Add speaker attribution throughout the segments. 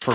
Speaker 1: For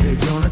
Speaker 2: They're gonna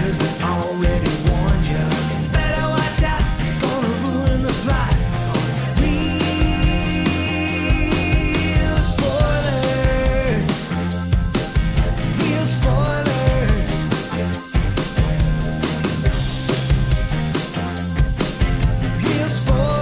Speaker 2: cause we already warned you. Better watch out, it's gonna ruin the plot. Real spoilers. Real spoilers. Real spoilers.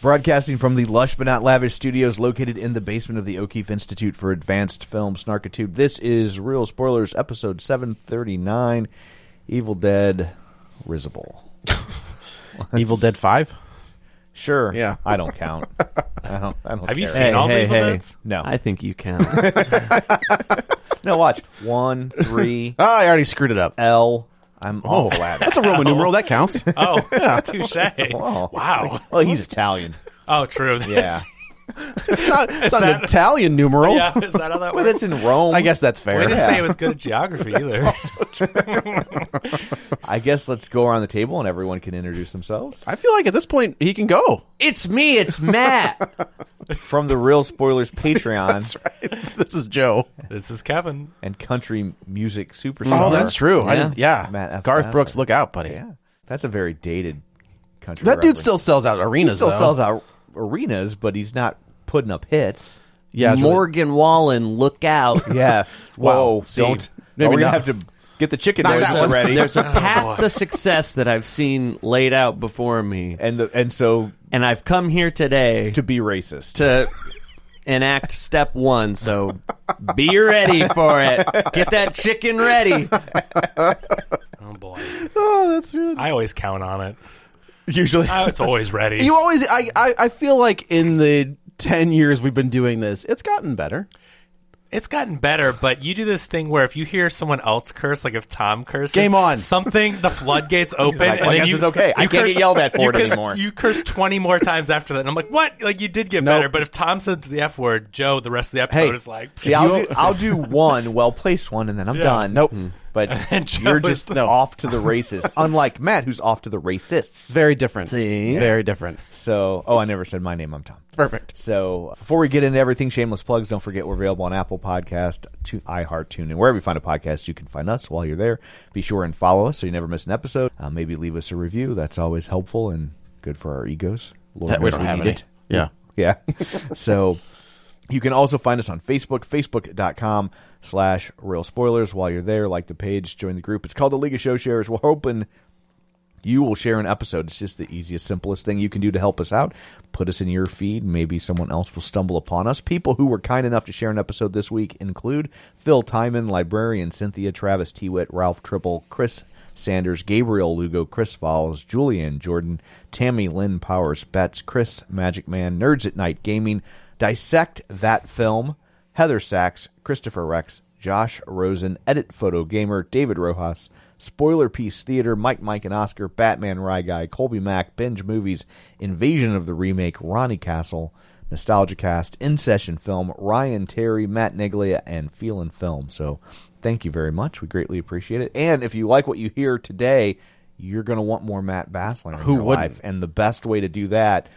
Speaker 3: Broadcasting from the lush but not lavish studios located in the basement of the O'Keefe Institute for Advanced Film Snarkitude, this is Real Spoilers, episode 739 Evil Dead Risible.
Speaker 4: Evil Dead Five.
Speaker 3: Sure.
Speaker 4: Yeah.
Speaker 3: I don't count. I don't, I don't
Speaker 1: Have you
Speaker 3: care.
Speaker 1: seen all the Evil Deads?
Speaker 3: No.
Speaker 5: I think you can.
Speaker 3: No, watch. One, three,
Speaker 4: Oh, I already screwed it up.
Speaker 3: L. I'm awful at it.
Speaker 4: Oh, That's a Roman numeral. That counts.
Speaker 1: Oh, touche.
Speaker 3: Wow.
Speaker 1: Wow.
Speaker 3: Well, he's Italian.
Speaker 1: Oh, true.
Speaker 3: Yeah.
Speaker 1: That's-
Speaker 4: It's not, it's not
Speaker 1: that-
Speaker 4: an Italian numeral.
Speaker 1: yeah. Is that how that
Speaker 3: But
Speaker 1: works?
Speaker 3: it's in Rome.
Speaker 4: I guess that's fair.
Speaker 1: we didn't
Speaker 3: yeah.
Speaker 1: say it was good at geography either.
Speaker 3: I guess let's go around the table and everyone can introduce themselves.
Speaker 4: I feel like at this point he can go.
Speaker 5: it's me. It's Matt.
Speaker 3: From the Real Spoilers Patreon
Speaker 4: This is Joe.
Speaker 1: This is Kevin.
Speaker 3: and country music superstar.
Speaker 4: Oh, that's true. I
Speaker 5: Yeah.
Speaker 4: didn't, yeah.
Speaker 3: Matt F.
Speaker 4: Garth
Speaker 3: Bassler.
Speaker 4: Brooks, look out, buddy.
Speaker 3: Yeah, that's a very dated country.
Speaker 4: That dude
Speaker 3: reference.
Speaker 4: still sells out arenas.
Speaker 3: still
Speaker 4: though.
Speaker 3: sells out arenas, but he's not putting up hits.
Speaker 4: Yeah, it's really-
Speaker 5: Morgan Wallen, look out.
Speaker 3: Yes.
Speaker 4: Wow.
Speaker 3: Whoa.
Speaker 4: See,
Speaker 3: don't.
Speaker 4: maybe
Speaker 3: Maybe we
Speaker 4: not.
Speaker 3: have to get the chicken
Speaker 4: Not
Speaker 3: nuggets
Speaker 4: that one.
Speaker 3: ready.
Speaker 5: There's a path to success that I've seen laid out before me,
Speaker 3: and the, and so
Speaker 5: and I've come here today
Speaker 3: to be racist.
Speaker 5: to enact step one. So be ready for it. Get that chicken ready.
Speaker 1: Oh boy.
Speaker 4: Oh, that's really
Speaker 1: I always count on it.
Speaker 4: usually.
Speaker 1: I was always ready.
Speaker 4: you always. I, I. I feel like in the ten years we've been doing this, it's gotten better.
Speaker 1: It's gotten better, but you do this thing where if you hear someone else curse, like if Tom curses,
Speaker 4: Game on.
Speaker 1: something, the floodgates open,
Speaker 3: like,
Speaker 1: and
Speaker 3: "I
Speaker 1: then
Speaker 3: guess
Speaker 1: you,
Speaker 3: it's okay. I
Speaker 1: you
Speaker 3: can't
Speaker 1: curse-
Speaker 3: get yelled at for
Speaker 1: you
Speaker 3: it
Speaker 1: curse-
Speaker 3: anymore.
Speaker 1: You curse twenty more times after that, and I'm like, what? Like you did get
Speaker 4: Nope.
Speaker 1: better, but if Tom says the f word, Joe, the rest of the episode
Speaker 4: Hey.
Speaker 1: is like,
Speaker 3: See, I'll, do, I'll do one well placed one, and then I'm
Speaker 1: Yeah.
Speaker 3: done.
Speaker 4: Nope.
Speaker 1: And
Speaker 3: But
Speaker 1: Joe
Speaker 3: you're
Speaker 1: is
Speaker 3: just
Speaker 1: the-
Speaker 3: off to the races. Unlike Matt, who's off to the racists.
Speaker 4: Very different.
Speaker 5: See?
Speaker 4: Very different.
Speaker 3: So, oh, I never said my name. I'm Tom.
Speaker 4: Perfect.
Speaker 3: So before we get into everything, shameless plugs. Don't forget we're available on Apple Podcast, to iHeart, TuneIn, wherever you find a podcast, you can find us. While you're there, be sure and follow us so you never miss an episode. Uh, maybe leave us a review. That's always helpful and good for our egos. Lord
Speaker 4: That we
Speaker 3: knows
Speaker 4: don't have
Speaker 3: need
Speaker 4: any.
Speaker 3: it.
Speaker 4: Yeah.
Speaker 3: Yeah. so you can also find us on Facebook, facebook.com slash real spoilers. While you're there, like the page, join the group. It's called the League of Show Sharers. We're hoping you will share an episode. It's just the easiest, simplest thing you can do to help us out. Put us in your feed. Maybe someone else will stumble upon us. People who were kind enough to share an episode this week include Phil Timon, librarian Cynthia, Travis Tewitt, Ralph Triple, Chris Sanders, Gabriel Lugo, Chris Falls, Julian Jordan, Tammy Lynn Powers, Betts, Chris Magic Man, Nerds at Night Gaming, Dissect That Film, Heather Sachs, Christopher Rex, Josh Rosen, Edit Photo Gamer, David Rojas, Spoiler Piece Theater, Mike, Mike, and Oscar, Batman, Rye Guy, Colby Mack, Binge Movies, Invasion of the Remake, Ronnie Castle, Nostalgia Cast, In Session Film, Ryan Terry, Matt Neglia, and Feelin' Film. So thank you very much. We greatly appreciate it. And if you like what you hear today, you're going to want more Matt Bassler in
Speaker 4: Who
Speaker 3: your
Speaker 4: wouldn't?
Speaker 3: life. And the best way to do that,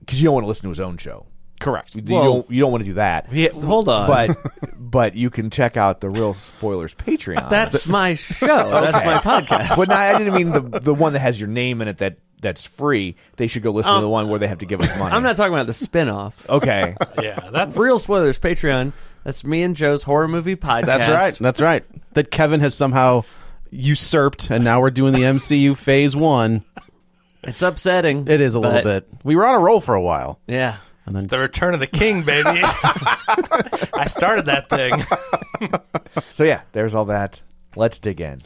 Speaker 3: because you don't want to listen to his own show.
Speaker 4: Correct.
Speaker 3: You
Speaker 5: Well-
Speaker 3: don't, you don't want to do that.
Speaker 5: Hold on.
Speaker 3: But but you can check out the real spoilers Patreon.
Speaker 5: that's my show. That's my podcast.
Speaker 3: but no, I didn't mean the the one that has your name in it that that's free. They should go listen to the one where they have to give us money.
Speaker 5: Um, I'm not talking about the spin-offs.
Speaker 4: Oh.
Speaker 3: okay.
Speaker 6: Yeah, that's
Speaker 5: Real spoilers, Patreon. That's me and Joe's horror movie podcast.
Speaker 4: That's right. That's right. That Kevin has somehow usurped, and now we're doing the MCU Phase One.
Speaker 5: It's upsetting.
Speaker 4: It is a little
Speaker 5: but-
Speaker 4: bit. We were on a roll for a while.
Speaker 5: Yeah.
Speaker 6: It's the return of the king, baby. I started that thing.
Speaker 3: So yeah, there's all that. Let's dig in.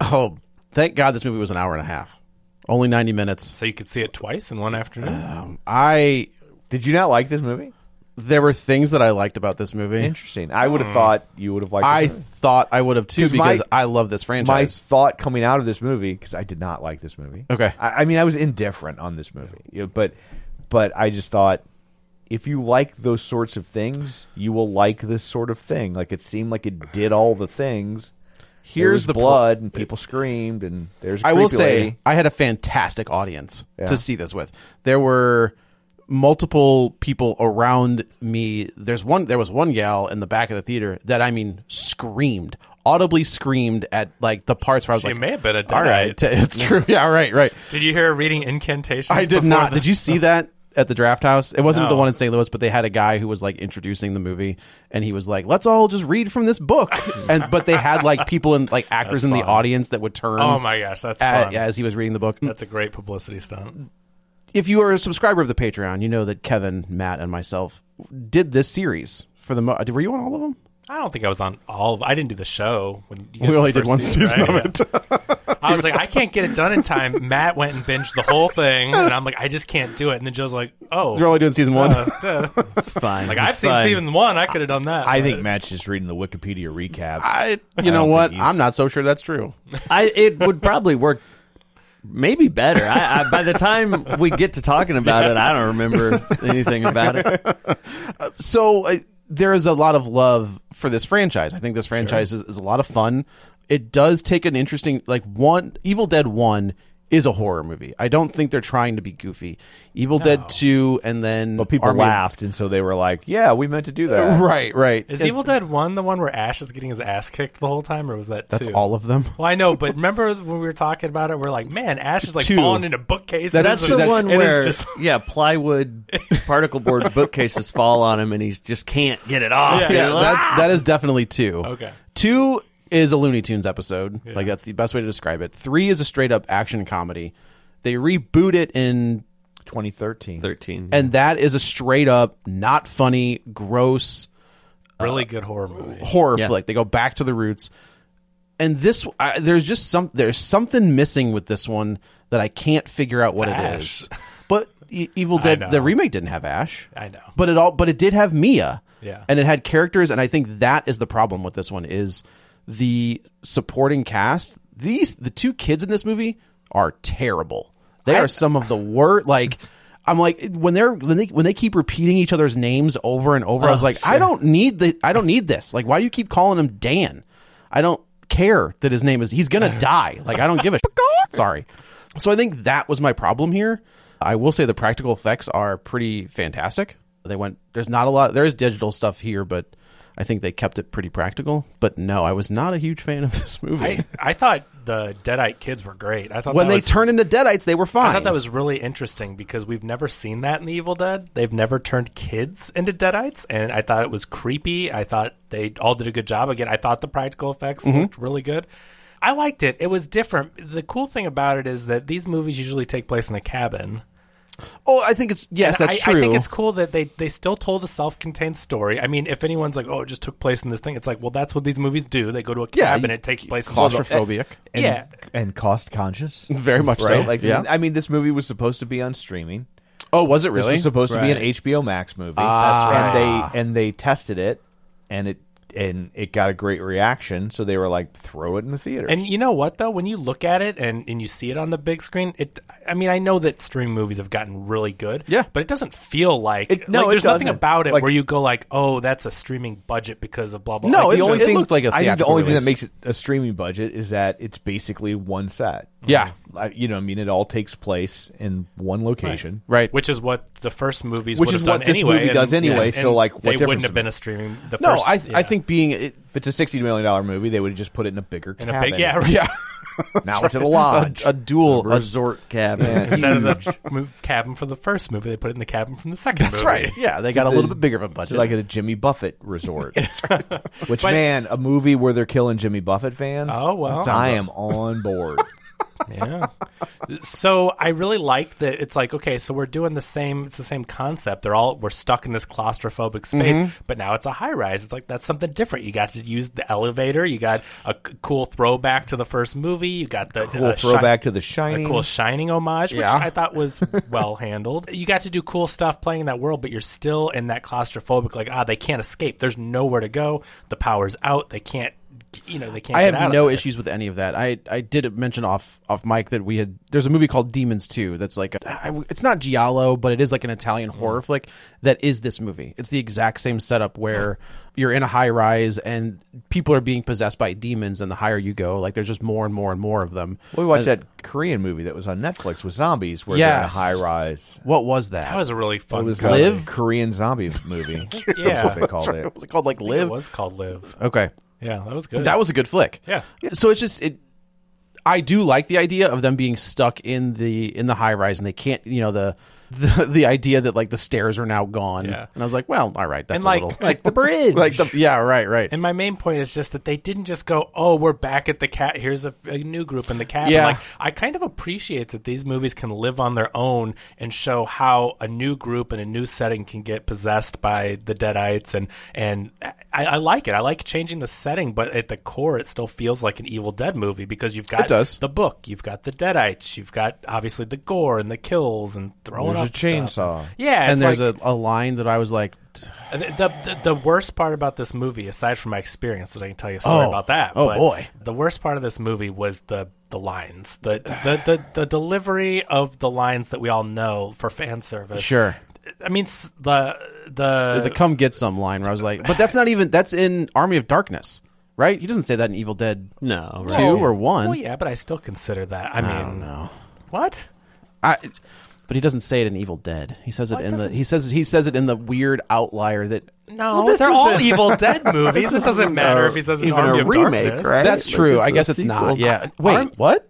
Speaker 4: Oh, thank God this movie was an hour and a half, only ninety minutes.
Speaker 6: So you could see it twice in one afternoon.
Speaker 4: I
Speaker 3: Did you not like this movie?
Speaker 4: there were things that I liked about this movie.
Speaker 3: Interesting. I would have thought you would have liked.
Speaker 4: Eh. I
Speaker 3: This movie.
Speaker 4: thought I would have too
Speaker 3: 'Cause my-
Speaker 4: because I love this
Speaker 3: my
Speaker 4: franchise.
Speaker 3: thought coming out of this movie because I did not like this movie.
Speaker 4: Okay.
Speaker 3: I, I mean I was indifferent on this movie, you know, but but I just thought if you like those sorts of things, you will like this sort of thing. Like it seemed like it did all the things. There
Speaker 4: Here's
Speaker 3: was
Speaker 4: the pro-
Speaker 3: blood and people screamed and there's. a
Speaker 4: I will
Speaker 3: creepy
Speaker 4: say
Speaker 3: lady.
Speaker 4: I had a fantastic audience
Speaker 3: Yeah.
Speaker 4: to see this with. There were multiple people around me. There's one there was one gal in the back of the theater that I mean screamed, audibly screamed at like the parts where I was
Speaker 6: She
Speaker 4: like
Speaker 6: may have been a
Speaker 4: All right,
Speaker 6: deadite."
Speaker 4: it's true. Yeah, all right, right.
Speaker 6: Did you hear her reading incantations?
Speaker 4: I did
Speaker 6: before
Speaker 4: not.
Speaker 6: the-
Speaker 4: Did you see that at the draft house? It wasn't
Speaker 6: No.
Speaker 4: the one in St. Louis, but they had a guy who was like introducing the movie, and he was like, "Let's all just read from this book." and but they had like people and like actors in the audience that would turn.
Speaker 6: Oh my gosh, that's
Speaker 4: at-
Speaker 6: fun.
Speaker 4: as he was reading the book.
Speaker 6: That's a great publicity stunt.
Speaker 4: If you are a subscriber of the Patreon, you know that Kevin, Matt, and myself did this series for the. Mo- were you on all of them?
Speaker 6: I don't think I was on all. Of, I didn't do the show. When you guys
Speaker 4: We only
Speaker 6: were
Speaker 4: did one
Speaker 6: first
Speaker 4: season
Speaker 6: right?
Speaker 4: of
Speaker 6: Yeah. I was like, I can't get it done in time. Matt went and binged the whole thing, and I'm like, I just can't do it. And then Joe's like, Oh,
Speaker 4: You're only doing season one.
Speaker 6: uh, uh,
Speaker 5: It's fine.
Speaker 6: like
Speaker 5: It's
Speaker 6: I've seen
Speaker 5: fine.
Speaker 6: season one. I could have done that.
Speaker 3: I
Speaker 6: but-
Speaker 3: think Matt's just reading the Wikipedia recaps.
Speaker 4: I, you know
Speaker 3: don't
Speaker 4: what?
Speaker 3: think he's-
Speaker 4: I'm not so sure that's true.
Speaker 5: I it would probably work maybe better. I, I by the time we get to talking about it, I don't remember anything about it.
Speaker 4: so uh, there is a lot of love for this franchise. I think this franchise is, is a lot of fun. It does take an interesting like one Evil Dead 1 is a horror movie. I don't think they're trying to be goofy. Evil Dead 2 and then
Speaker 3: but people
Speaker 4: Army-
Speaker 3: laughed, and so they were like, "Yeah, we meant to do that."
Speaker 4: Right, right.
Speaker 6: Is
Speaker 4: And
Speaker 6: Evil Dead one the one where Ash is getting his ass kicked the whole time, or was that
Speaker 4: That's
Speaker 6: two?
Speaker 4: all of them.
Speaker 6: Well, I know, but remember when we were talking about it? We're like, man, Ash is like
Speaker 4: Two.
Speaker 6: falling into bookcases.
Speaker 4: That's
Speaker 6: and
Speaker 4: the
Speaker 6: it
Speaker 4: one
Speaker 6: is
Speaker 5: Where
Speaker 6: just
Speaker 5: yeah, plywood particle board bookcases fall on him and he just can't get it off.
Speaker 6: Yeah. Ah!
Speaker 5: He's
Speaker 4: Yeah,
Speaker 5: like,
Speaker 4: that that is definitely 2.
Speaker 6: Okay.
Speaker 4: 2 is a Looney Tunes episode. Like that's the best way to describe it. 3 is a straight up action comedy. They reboot it in
Speaker 3: 2013.
Speaker 5: 13.
Speaker 4: and that is a straight up not funny, gross
Speaker 6: really good horror movie.
Speaker 4: horror
Speaker 5: Yeah.
Speaker 4: flick. They go back to the roots. And this, I, there's just some, there's something missing with this one that I can't figure out what
Speaker 6: It's
Speaker 4: it
Speaker 6: Ash.
Speaker 4: is. But E- Evil Dead,
Speaker 6: know.
Speaker 4: the remake didn't have Ash.
Speaker 6: I know.
Speaker 4: But it all, but it did have Mia.
Speaker 6: Yeah.
Speaker 4: And it had characters, and I think that is the problem with this one is the supporting cast. These, the two kids in this movie are terrible. They are some of the worst. Like, I'm like when they're when they when they keep repeating each other's names over and over. I was like, I don't need the I don't need this. Like, why do you keep calling him Dan? I don't care that his name is. He's gonna die. Like, I don't give a sh- sorry. So I think that was my problem here. I will say the practical effects are pretty fantastic. They went. There's not a lot. There is digital stuff here, but I think they kept it pretty practical. But no, I was not a huge fan of this movie.
Speaker 6: I, I thought the Deadite kids were great. I thought
Speaker 4: when
Speaker 6: that
Speaker 4: they
Speaker 6: was,
Speaker 4: turned into deadites, they were fine.
Speaker 6: I thought that was really interesting because we've never seen that in the Evil Dead. They've never turned kids into Deadites, and I thought it was creepy. I thought they all did a good job. Again, I thought the practical effects
Speaker 4: Mm-hmm.
Speaker 6: looked really good. I liked it. It was different. The cool thing about it is that these movies usually take place in a cabin.
Speaker 4: Oh, I think it's yes,
Speaker 6: And
Speaker 4: that's
Speaker 6: I,
Speaker 4: true.
Speaker 6: I think it's cool that they they still told a self-contained story. I mean, if anyone's like, "Oh, it just took place in this thing," it's like, well, that's what these movies do. They go to a
Speaker 4: Yeah,
Speaker 6: cabin,
Speaker 4: you-
Speaker 6: it takes place in this-
Speaker 4: claustrophobic.
Speaker 3: and,
Speaker 6: Yeah.
Speaker 3: and cost conscious.
Speaker 4: Very much
Speaker 3: right?
Speaker 4: so.
Speaker 3: Like,
Speaker 4: yeah.
Speaker 3: I mean, this movie was supposed to be on streaming.
Speaker 4: oh, was it
Speaker 3: This
Speaker 4: really?
Speaker 3: was supposed to be
Speaker 5: Right.
Speaker 3: an HBO Max movie.
Speaker 4: Ah.
Speaker 3: And they and they tested it, and it and it got a great reaction. So they were like, throw it in the theater.
Speaker 6: And you know what though, when you look at it and, and you see it on the big screen, it I mean I know that streaming movies have gotten really good,
Speaker 4: Yeah.
Speaker 6: but it doesn't feel like,
Speaker 3: It- no,
Speaker 6: like,
Speaker 3: it
Speaker 6: there's nothing
Speaker 3: doesn't.
Speaker 6: about it
Speaker 3: Like-
Speaker 6: where you go like, oh, that's a streaming budget because of blah blah.
Speaker 4: No,
Speaker 6: Like,
Speaker 4: Oh, it
Speaker 3: the only
Speaker 4: just- it
Speaker 3: thing
Speaker 4: looked like a
Speaker 3: I think the
Speaker 4: theatrical
Speaker 3: only thing that
Speaker 4: release.
Speaker 3: makes it a streaming budget is that it's basically one set.
Speaker 4: Yeah.
Speaker 3: I, you know, I mean, it all takes place in one location.
Speaker 4: Right.
Speaker 6: which is what the first movies
Speaker 3: Which
Speaker 6: would
Speaker 3: is
Speaker 6: have done
Speaker 3: what this
Speaker 6: anyway.
Speaker 3: movie does anyway,
Speaker 6: and
Speaker 3: so, like, what
Speaker 6: they
Speaker 3: difference
Speaker 6: wouldn't
Speaker 3: does it
Speaker 6: have been a streaming. The
Speaker 4: no,
Speaker 6: first,
Speaker 4: I I
Speaker 6: yeah.
Speaker 4: think being it,
Speaker 3: If it's a sixty million dollar movie, they would just put it in a bigger
Speaker 6: in a
Speaker 3: cabin.
Speaker 6: big yeah, right.
Speaker 4: yeah,
Speaker 3: now it's at a
Speaker 4: a,
Speaker 3: lodge.
Speaker 4: a dual a
Speaker 5: resort cabin.
Speaker 6: Instead of the move cabin from the first movie, they put it in the cabin from the second.
Speaker 4: That's
Speaker 6: movie.
Speaker 4: right. Yeah, they got a
Speaker 3: the-
Speaker 4: little bit bigger of a
Speaker 3: It's
Speaker 4: budget.
Speaker 3: like at a Jimmy Buffett resort. Which man, a movie where they're killing Jimmy Buffett fans.
Speaker 6: Oh, well.
Speaker 3: I am on board.
Speaker 6: yeah. So I really liked that it's like, okay, so we're doing the same it's the same concept. They're all we're stuck in this claustrophobic space,
Speaker 3: Mm-hmm.
Speaker 6: but now it's a high rise. It's like that's something different. You got to use the elevator, you got a c- cool throwback to the first movie, you got the
Speaker 3: Cool
Speaker 6: uh, shi-
Speaker 3: throwback to The
Speaker 6: a
Speaker 3: Shining.
Speaker 6: cool shining homage, which
Speaker 4: Yeah.
Speaker 6: I thought was well handled. You got to do cool stuff playing in that world, but you're still in that claustrophobic, like ah, they can't escape. There's nowhere to go. The power's out. They can't, you know, they can't.
Speaker 4: I
Speaker 6: get out
Speaker 4: have
Speaker 6: of
Speaker 4: no
Speaker 6: there.
Speaker 4: issues with any of that. I, I did mention off off mic that we had there's a movie called Demons 2 that's like a- I- it's not giallo but it is like an
Speaker 6: Mm.
Speaker 4: Italian horror flick that is this movie. It's the exact same setup where you're in a high rise and people are being possessed by demons and the higher you go like there's just more and more and more of them.
Speaker 3: we watched that Korean movie that was on Netflix with zombies where they're in a
Speaker 4: Uh, Yes.
Speaker 3: high rise.
Speaker 4: What was that?
Speaker 6: That was a really fun.
Speaker 3: It was
Speaker 6: concept.
Speaker 3: a
Speaker 4: Live?
Speaker 3: Korean zombie movie. That's
Speaker 6: Yeah.
Speaker 3: what they called it.
Speaker 4: was it called like
Speaker 6: I think
Speaker 4: Live?
Speaker 6: It was called Live.
Speaker 4: Okay.
Speaker 6: Yeah, that was good.
Speaker 4: That was a good flick.
Speaker 6: Yeah.
Speaker 4: So it's just it. I do like the idea of them being stuck in the in the high rise and they can't. You know the the, the idea that like the stairs are now gone.
Speaker 6: Yeah.
Speaker 4: And I was like, well, all right, that's
Speaker 6: And,
Speaker 4: a
Speaker 6: like-
Speaker 4: little
Speaker 5: like the bridge.
Speaker 4: like the yeah, right, right.
Speaker 6: And my main point is just that they didn't just go, "Oh, we're back at the cat. Here's a, a new group in the cat."
Speaker 4: Yeah.
Speaker 6: Like I kind of appreciate that these movies can live on their own and show how a new group and a new setting can get possessed by the Deadites, and and I, I like it. I like changing the setting, but at the core, it still feels like an Evil Dead movie because you've got
Speaker 4: does.
Speaker 6: the book, you've got the Deadites, you've got obviously the gore and the kills and throwing
Speaker 3: There's a
Speaker 6: up stuff.
Speaker 3: chainsaw.
Speaker 6: Yeah,
Speaker 4: and
Speaker 6: it's
Speaker 4: there's
Speaker 6: like-
Speaker 4: a, a line that I was like,
Speaker 6: the, the, the worst part about this movie, aside from my experience, that I can tell you a story
Speaker 4: Oh.
Speaker 6: about that.
Speaker 4: Oh,
Speaker 6: but
Speaker 4: boy.
Speaker 6: The worst part of this movie was the the lines, the the, the the delivery of the lines that we all know for fan service.
Speaker 4: sure,
Speaker 6: I mean s- the the
Speaker 4: the come get some line where I was like, but that's not even that's in Army of Darkness, right? He doesn't say that in Evil Dead
Speaker 5: no,
Speaker 4: two
Speaker 5: right.
Speaker 4: or one.
Speaker 6: Oh. Well, yeah, but I still consider that. I mean,
Speaker 4: I don't know.
Speaker 6: what?
Speaker 4: I, but he doesn't say it in Evil Dead. He says it
Speaker 6: Well, it
Speaker 4: in the
Speaker 6: doesn't-
Speaker 4: he says he says it in the weird outlier that
Speaker 6: No,
Speaker 5: this
Speaker 6: they're
Speaker 5: is
Speaker 6: all
Speaker 5: a-
Speaker 6: Evil Dead movies. it doesn't matter if he says an
Speaker 5: even
Speaker 6: Army
Speaker 5: a
Speaker 6: of
Speaker 5: remake,
Speaker 6: Darkness.
Speaker 5: right?
Speaker 4: That's
Speaker 5: Like,
Speaker 4: true. I
Speaker 5: a
Speaker 4: guess it's not.
Speaker 5: sequel.
Speaker 4: Yeah. Wait,
Speaker 6: Arm-
Speaker 4: what?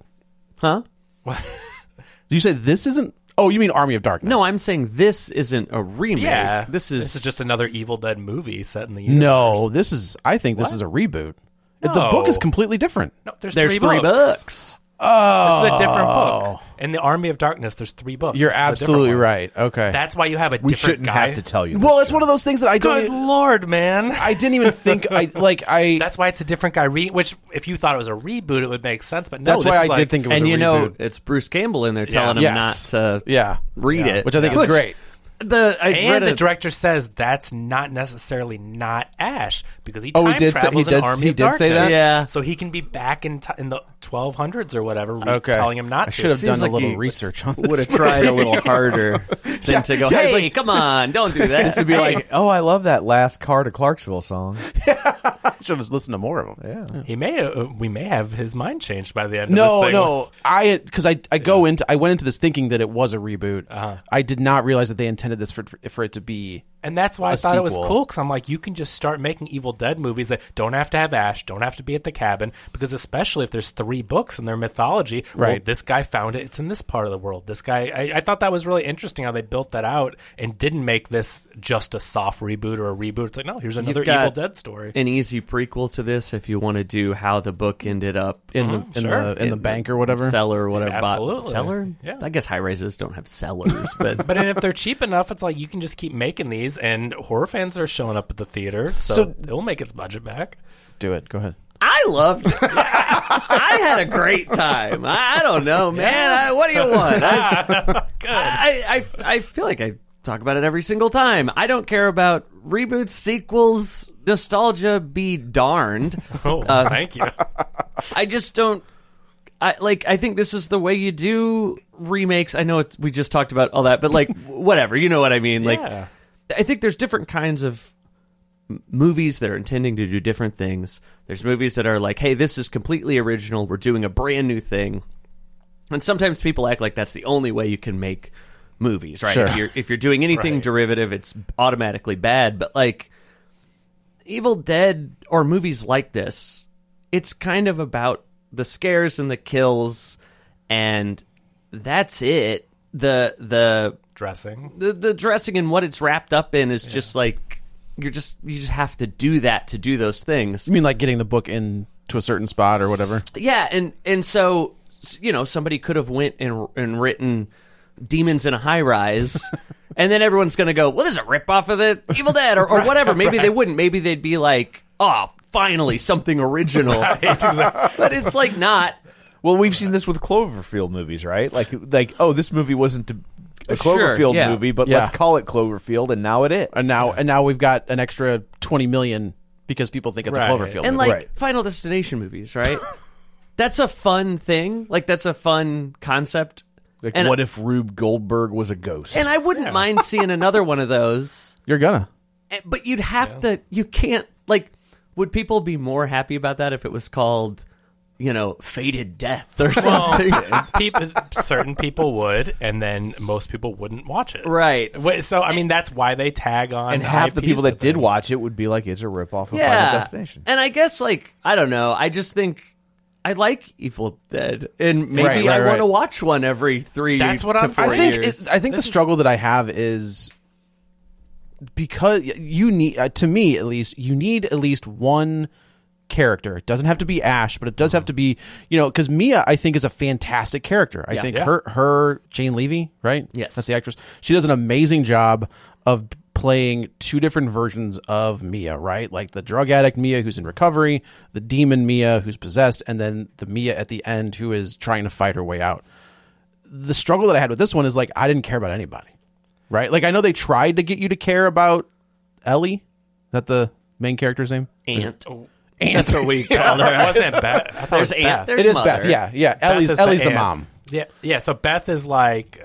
Speaker 5: Huh?
Speaker 4: Did you say this isn't? Oh, you mean Army of Darkness?
Speaker 5: No, I'm saying this isn't a remake.
Speaker 6: Yeah,
Speaker 5: This is
Speaker 6: this is just another Evil Dead movie set in the universe.
Speaker 4: No, this is. I think this is a reboot. The
Speaker 6: No.
Speaker 4: book is completely different.
Speaker 6: no there's,
Speaker 5: there's
Speaker 6: three,
Speaker 5: three
Speaker 6: books.
Speaker 5: books.
Speaker 4: Oh,
Speaker 6: This is a different book. In the Army of Darkness, there's three books.
Speaker 4: You're
Speaker 6: This is a different
Speaker 4: absolutely
Speaker 6: one.
Speaker 4: right. Okay.
Speaker 6: That's why you have a
Speaker 3: We
Speaker 6: different
Speaker 3: shouldn't
Speaker 6: guy.
Speaker 3: have to tell you.
Speaker 4: well,
Speaker 3: this,
Speaker 4: it's one of those things that I don't.
Speaker 6: Good
Speaker 4: even-
Speaker 6: lord, man!
Speaker 4: I didn't even think. I like. I.
Speaker 6: that's why it's a different guy reading. Which, if you thought it was a reboot, it would make sense. But no,
Speaker 4: That's
Speaker 6: this
Speaker 4: why
Speaker 6: is
Speaker 4: I
Speaker 6: like-
Speaker 4: did think it was.
Speaker 5: And
Speaker 4: a
Speaker 5: you know,
Speaker 4: reboot.
Speaker 5: it's Bruce Campbell in there telling him
Speaker 4: Yes.
Speaker 5: not to
Speaker 4: Yeah.
Speaker 5: read
Speaker 6: Yeah.
Speaker 5: it,
Speaker 4: Which I think is great.
Speaker 5: The I read
Speaker 6: And the
Speaker 5: a-
Speaker 6: director says that's not necessarily not Ash because he time
Speaker 4: Oh, he did say-
Speaker 6: travels
Speaker 4: he
Speaker 6: in
Speaker 4: did-
Speaker 6: Army
Speaker 4: he
Speaker 6: of
Speaker 4: did say
Speaker 6: Darkness,
Speaker 4: that?
Speaker 5: Yeah.
Speaker 6: so he can be back in t- in the 1200s or whatever. re-
Speaker 4: Okay.
Speaker 6: telling him not.
Speaker 4: I
Speaker 6: to.
Speaker 4: should have
Speaker 5: Seems
Speaker 4: done
Speaker 5: like
Speaker 4: a little
Speaker 5: you
Speaker 4: research on
Speaker 5: would
Speaker 4: this.
Speaker 5: have tried a little harder than to go.
Speaker 4: yeah, it's
Speaker 5: Hey,
Speaker 4: like-
Speaker 5: come on, don't do that.
Speaker 3: to be like, oh, I love that last car to Clarksville song.
Speaker 4: Should have listened to more of them.
Speaker 3: Yeah.
Speaker 6: He may. Uh, we may have his mind changed by the end. of this
Speaker 4: No,
Speaker 6: thing.
Speaker 4: no, I because I I go into I went into this thinking that it was a reboot.
Speaker 6: Uh-huh.
Speaker 4: I did not realize that they intended this for for it to be
Speaker 6: And that's why I
Speaker 4: a
Speaker 6: thought it was
Speaker 4: sequel.
Speaker 6: cool because I'm like, you can just start making Evil Dead movies that don't have to have Ash, don't have to be at the cabin, because especially if there's three books in their mythology, well,
Speaker 4: Right.
Speaker 6: this guy found it. It's in this part of the world. This guy, I, I thought that was really interesting how they built that out and didn't make this just a soft reboot or a reboot. It's like, no, here's another
Speaker 5: got-
Speaker 6: Evil Dead story.
Speaker 5: an easy prequel to this if you want to do how the book ended up
Speaker 4: in the in
Speaker 6: Mm-hmm. sure.
Speaker 4: the in, the bank or whatever.
Speaker 5: cellar or whatever. Bot-
Speaker 6: Absolutely.
Speaker 5: cellar.
Speaker 6: Yeah.
Speaker 5: I guess high rises don't have cellars, but
Speaker 6: but then if they're cheap enough, it's like you can just keep making these, and horror fans are showing up at the theater, so,
Speaker 4: So-
Speaker 6: it'll make its budget back.
Speaker 4: Do it. Go ahead.
Speaker 5: I loved. It. I, I had a great time. I, I don't know, man. I, what do you want? I, I, I I feel like I talk about it every single time. I don't care about reboots, sequels. nostalgia be darned.
Speaker 6: Oh, thank you.
Speaker 5: I just don't. I like. I think this is the way you do remakes. I know it's, we just talked about all that, but like, whatever. You know what I mean? Like,
Speaker 6: Yeah.
Speaker 5: I think there's different kinds of m- movies that are intending to do different things. There's movies that are like, hey, this is completely original. We're doing a brand new thing. And sometimes people act like that's the only way you can make movies, right? If you're if you're doing anything derivative, it's automatically bad. But like Evil Dead or movies like this, it's kind of about the scares and the kills and that's it. The the
Speaker 6: Dressing.
Speaker 5: the, the dressing and what it's wrapped up in is just like you're just you just have to do that to do those things.
Speaker 4: You mean like getting the book in to a certain spot or whatever?
Speaker 5: Yeah, and and so s- you know somebody could have went and and written demons in a high rise. And then everyone's going to go, well, this is a ripoff of the Evil Dead or, or whatever. Maybe they wouldn't. Maybe they'd be like, oh, finally something original. But it's like not.
Speaker 3: Well, we've seen this with Cloverfield movies, right? Like, like oh, this movie wasn't a a
Speaker 5: Sure,
Speaker 3: Cloverfield
Speaker 5: yeah.
Speaker 3: movie, but
Speaker 4: Yeah.
Speaker 3: let's call it Cloverfield, and now it is.
Speaker 4: And now and now we've got an extra twenty million because people think it's
Speaker 6: Right.
Speaker 4: a Cloverfield. movie.
Speaker 5: And like
Speaker 3: Right.
Speaker 5: Final Destination movies, right? that's a fun thing. Like, that's a fun concept.
Speaker 3: like,
Speaker 5: and-
Speaker 3: what if Rube Goldberg was a ghost?
Speaker 5: And I wouldn't mind seeing another one of those.
Speaker 4: you're gonna.
Speaker 5: Eh, But you'd have to, you can't, like, would people be more happy about that if it was called, you know, Fated Death or something?
Speaker 6: People, certain people would, and then most people wouldn't watch it.
Speaker 5: Right.
Speaker 6: Wait, So I mean, that's why they tag on.
Speaker 3: and half the
Speaker 6: IPs
Speaker 3: people
Speaker 6: to
Speaker 3: that did
Speaker 6: things.
Speaker 3: watch it would be like, it's a ripoff of Final
Speaker 5: yeah.
Speaker 3: Destination.
Speaker 5: And I guess, like, I don't know. I just think. I like Evil Dead, and maybe
Speaker 4: Right, right,
Speaker 5: I want
Speaker 4: right.
Speaker 5: to watch one every three.
Speaker 6: That's what
Speaker 5: to
Speaker 6: I'm
Speaker 5: four
Speaker 6: saying.
Speaker 4: I think
Speaker 5: years.
Speaker 4: it, I think the struggle that I have is because you need uh, to me at least you need at least one character. It doesn't have to be Ash, but it does
Speaker 6: Mm-hmm.
Speaker 4: have to be you know because Mia I think is a fantastic character. I think
Speaker 6: Yeah.
Speaker 4: her her Jane Levy right
Speaker 5: Yes.
Speaker 4: that's the actress. She does an amazing job of playing two different versions of Mia, right? Like the drug addict Mia who's in recovery, the demon Mia who's possessed, and then the Mia at the end who is trying to fight her way out the struggle that I had with this one is like I didn't care about anybody, right? Like I know they tried to get you to care about Ellie, is that the main character's name.
Speaker 5: Ant.
Speaker 6: Oh. That's what we called her. Wasn't it Beth? I thought
Speaker 5: There's
Speaker 6: it
Speaker 5: Ant.
Speaker 6: was Beth.
Speaker 5: There's
Speaker 4: it is
Speaker 5: mother.
Speaker 4: Beth. Yeah, yeah.
Speaker 6: Beth
Speaker 4: Ellie's
Speaker 6: is
Speaker 4: Ellie's the,
Speaker 6: aunt.
Speaker 4: mom,
Speaker 6: Yeah, yeah. So Beth is like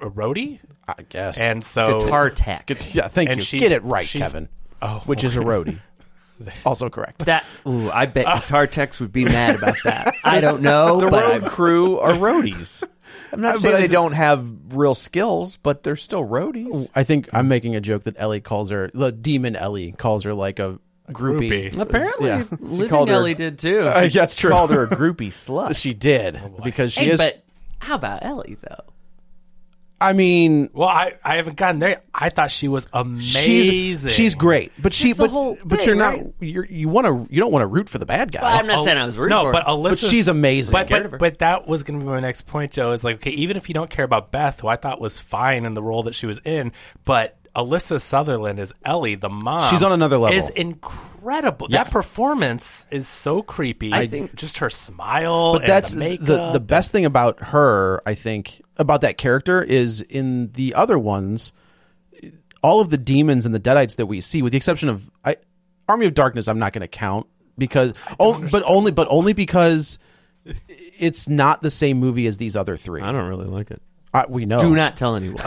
Speaker 6: a roadie,
Speaker 4: I guess.
Speaker 6: and so
Speaker 5: Guitar Tech.
Speaker 4: yeah, thank
Speaker 6: and
Speaker 4: you.
Speaker 6: she's-
Speaker 4: Get it right,
Speaker 6: she's-
Speaker 4: Kevin.
Speaker 6: oh,
Speaker 3: Which is a roadie.
Speaker 4: Also correct.
Speaker 5: That ooh, I bet
Speaker 6: Ah.
Speaker 5: Guitar Techs would be mad about that. I don't know, but I-
Speaker 3: Road crew are roadies. I'm not saying they don't have real skills, but they're still roadies.
Speaker 4: I think I'm making a joke that Ellie calls her the demon. Ellie calls her like a groupie.
Speaker 6: groupie.
Speaker 5: apparently
Speaker 4: Yeah. She
Speaker 5: Living
Speaker 4: called her-
Speaker 5: Ellie did too.
Speaker 4: Uh, yeah, that's true.
Speaker 3: Called her a groupie slut.
Speaker 4: She did
Speaker 6: Oh,
Speaker 4: because she
Speaker 5: Hey,
Speaker 4: is.
Speaker 5: but how about Ellie though?
Speaker 4: I mean,
Speaker 6: Well, I, I haven't gotten there. I thought she was amazing.
Speaker 4: she's she's great, but she
Speaker 5: It's the
Speaker 4: but,
Speaker 5: whole
Speaker 4: but
Speaker 5: thing,
Speaker 4: you're not
Speaker 5: right?
Speaker 4: you're, you want to you don't want to root for the bad guy.
Speaker 5: Well, I'm not
Speaker 6: Oh,
Speaker 5: saying I was rooting
Speaker 6: no,
Speaker 5: for
Speaker 6: but
Speaker 5: her.
Speaker 6: Alyssa,
Speaker 4: But she's amazing.
Speaker 6: But,
Speaker 5: Scared of her.
Speaker 6: but, but that was going to be my next point, Joe. Is like, okay, even if you don't care about Beth, who I thought was fine in the role that she was in, but Alyssa Sutherland is Ellie, the mom.
Speaker 4: She's on another level.
Speaker 6: Is incredible.
Speaker 4: Yeah.
Speaker 6: That performance is so creepy.
Speaker 5: I think-
Speaker 6: just her smile.
Speaker 4: but
Speaker 6: and
Speaker 4: that's
Speaker 6: the
Speaker 4: the,
Speaker 6: makeup.
Speaker 4: the best thing about her i think about that character is in the other ones all of the demons and the deadites that we see with the exception of I, army of darkness i'm not going to count because oh, but only but only because it's not the same movie as these other three
Speaker 5: don't really like it. Oh.
Speaker 4: I- we know
Speaker 5: Do not tell anyone.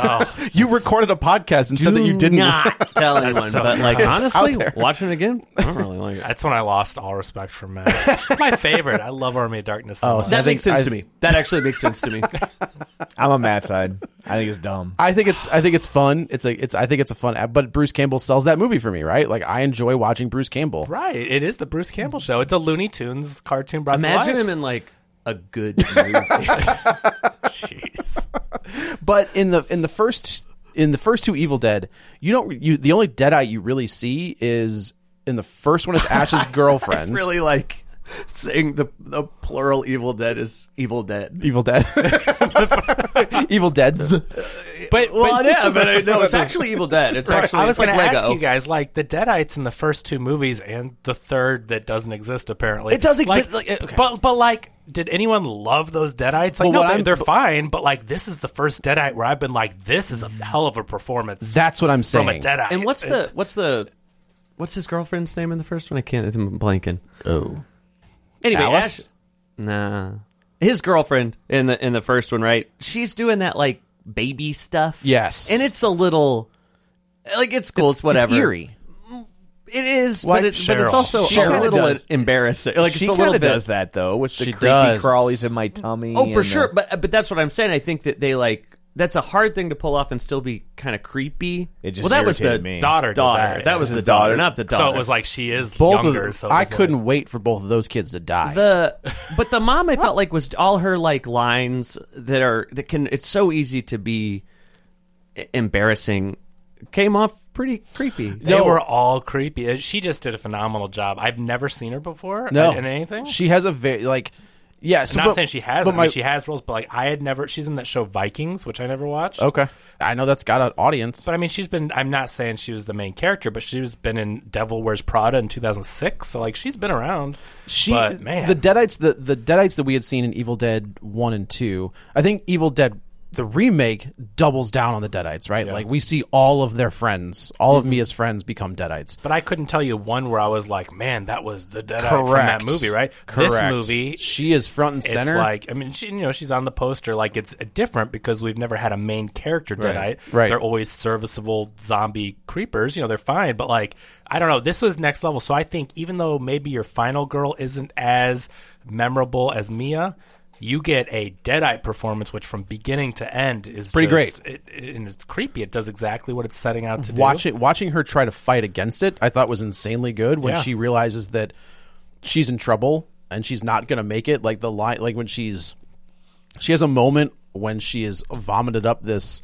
Speaker 4: you recorded a podcast and said that you
Speaker 5: Do
Speaker 4: didn't
Speaker 5: not tell anyone.
Speaker 6: so
Speaker 5: but like
Speaker 6: gross.
Speaker 5: honestly, watching it again, I don't really like it.
Speaker 6: That's when I lost all respect for men. it's my favorite. I love Army of Darkness. So
Speaker 4: Oh,
Speaker 6: much.
Speaker 4: so-
Speaker 5: That
Speaker 4: I
Speaker 5: makes
Speaker 4: think
Speaker 5: sense
Speaker 4: I-
Speaker 5: to me. That actually makes sense to me.
Speaker 3: I'm on Matt's side. I think it's dumb.
Speaker 4: I think it's I think it's fun. It's a it's I think it's a fun app, but Bruce Campbell sells that movie for me, right? Like I enjoy watching Bruce Campbell.
Speaker 6: Right, it is the Bruce Campbell show. It's a Looney Tunes cartoon brought
Speaker 5: Imagine
Speaker 6: to life.
Speaker 5: him in like a good movie.
Speaker 6: Jeez.
Speaker 4: But in the in the first in the first two Evil Dead, you don't you the only Deadeye you really see is in the first one is Ash's girlfriend.
Speaker 5: really like saying the the plural Evil Dead is Evil Dead.
Speaker 4: Evil Dead. Evil Deads.
Speaker 6: But
Speaker 5: Well,
Speaker 6: but, uh,
Speaker 5: yeah, but I, no, it's actually Evil Dead. It's
Speaker 6: Right,
Speaker 5: actually
Speaker 6: I was
Speaker 5: it's like
Speaker 6: gonna
Speaker 5: Lego.
Speaker 6: ask you guys, like the Deadites in the first two movies and the third that doesn't exist apparently.
Speaker 4: It doesn't-
Speaker 6: like,
Speaker 4: but, like, uh, okay.
Speaker 6: but but like, did anyone love those Deadites? Like,
Speaker 4: Well,
Speaker 6: no,
Speaker 4: what
Speaker 6: they're,
Speaker 4: I'm-
Speaker 6: they're fine. But like, this is the first Deadite where I've been like, this is a hell of a performance
Speaker 4: That's what I'm saying.
Speaker 6: from a Deadite.
Speaker 5: And what's the what's the what's his girlfriend's name in the first one? I can't. I'm blanking.
Speaker 4: Oh,
Speaker 5: Anyway,
Speaker 4: Alice?
Speaker 5: Ash- nah, his girlfriend in the in the first one, right? She's doing that like baby stuff.
Speaker 4: Yes.
Speaker 5: and it's a little like it's cool. It's, whatever.
Speaker 4: It's eerie.
Speaker 5: It is,
Speaker 4: Why-
Speaker 5: but, it, but it's
Speaker 6: Cheryl.
Speaker 5: also
Speaker 4: She
Speaker 5: a
Speaker 4: kinda
Speaker 5: little
Speaker 3: does.
Speaker 5: embarrassing. Like
Speaker 3: she
Speaker 5: it's a little
Speaker 3: kinda
Speaker 5: bit.
Speaker 3: does that though with the
Speaker 4: She
Speaker 3: creepy
Speaker 4: does.
Speaker 3: crawlies in my tummy.
Speaker 5: Oh, for
Speaker 3: and,
Speaker 5: sure.
Speaker 3: uh,
Speaker 5: But but that's what I'm saying. I think that they like that's a hard thing to pull off and still be kind of creepy.
Speaker 3: It just
Speaker 5: well, that was the
Speaker 3: irritated me.
Speaker 6: Daughter
Speaker 5: daughter.
Speaker 6: did that, yeah.
Speaker 5: was the,
Speaker 3: The
Speaker 5: daughter,
Speaker 3: daughter.
Speaker 5: not the daughter.
Speaker 6: So it was like she is
Speaker 4: Both
Speaker 6: younger.
Speaker 4: of
Speaker 6: so it
Speaker 4: I
Speaker 6: was like-
Speaker 4: couldn't wait for both of those kids to die.
Speaker 5: the but the mom I felt like was all her like lines that are that can it's so easy to be e- embarrassing came off pretty creepy.
Speaker 6: They were all creepy. Uh, She just did a phenomenal job. I've never seen her before
Speaker 4: no,
Speaker 6: in in anything.
Speaker 4: She has a very like. Yes,
Speaker 6: I'm not
Speaker 4: but-
Speaker 6: saying she has.
Speaker 4: but
Speaker 6: I mean,
Speaker 4: my-
Speaker 6: she has roles, but like I had never. She's in that show Vikings, which I never watched.
Speaker 4: Okay, I know that's got an audience.
Speaker 6: But I mean, she's been. I'm not saying she was the main character, but she's been in Devil Wears Prada in 2006. So like, she's been around.
Speaker 4: She,
Speaker 6: but, man.
Speaker 4: the Deadites, the the Deadites that we had seen in Evil Dead one and two. I think Evil Dead the remake doubles down on the Deadites, right? Like we see all of their friends, all
Speaker 6: Mm-hmm.
Speaker 4: of Mia's friends become Deadites.
Speaker 6: But I couldn't tell you one where I was like, man, that was the Dead Eye from
Speaker 4: Correct
Speaker 6: that movie, right?
Speaker 4: Correct.
Speaker 6: This movie.
Speaker 4: she is front and
Speaker 6: It's
Speaker 4: center.
Speaker 6: like I mean, she, you know, she's on the poster. Like it's different because we've never had a main character Deadite.
Speaker 4: Right.
Speaker 6: They're always serviceable zombie creepers. You know, they're fine, but like I don't know. This was next level. So I think even though maybe your final girl isn't as memorable as Mia, you get a Deadite performance, which from beginning to end is
Speaker 4: Pretty
Speaker 6: just- It, it- and it's creepy. It does exactly what it's setting out to do.
Speaker 4: Watch it, watching her try to fight against it, I thought was insanely good when
Speaker 6: Yeah.
Speaker 4: she realizes that she's in trouble and she's not going to make it. Like the line, like when she's she has a moment when she is vomited up this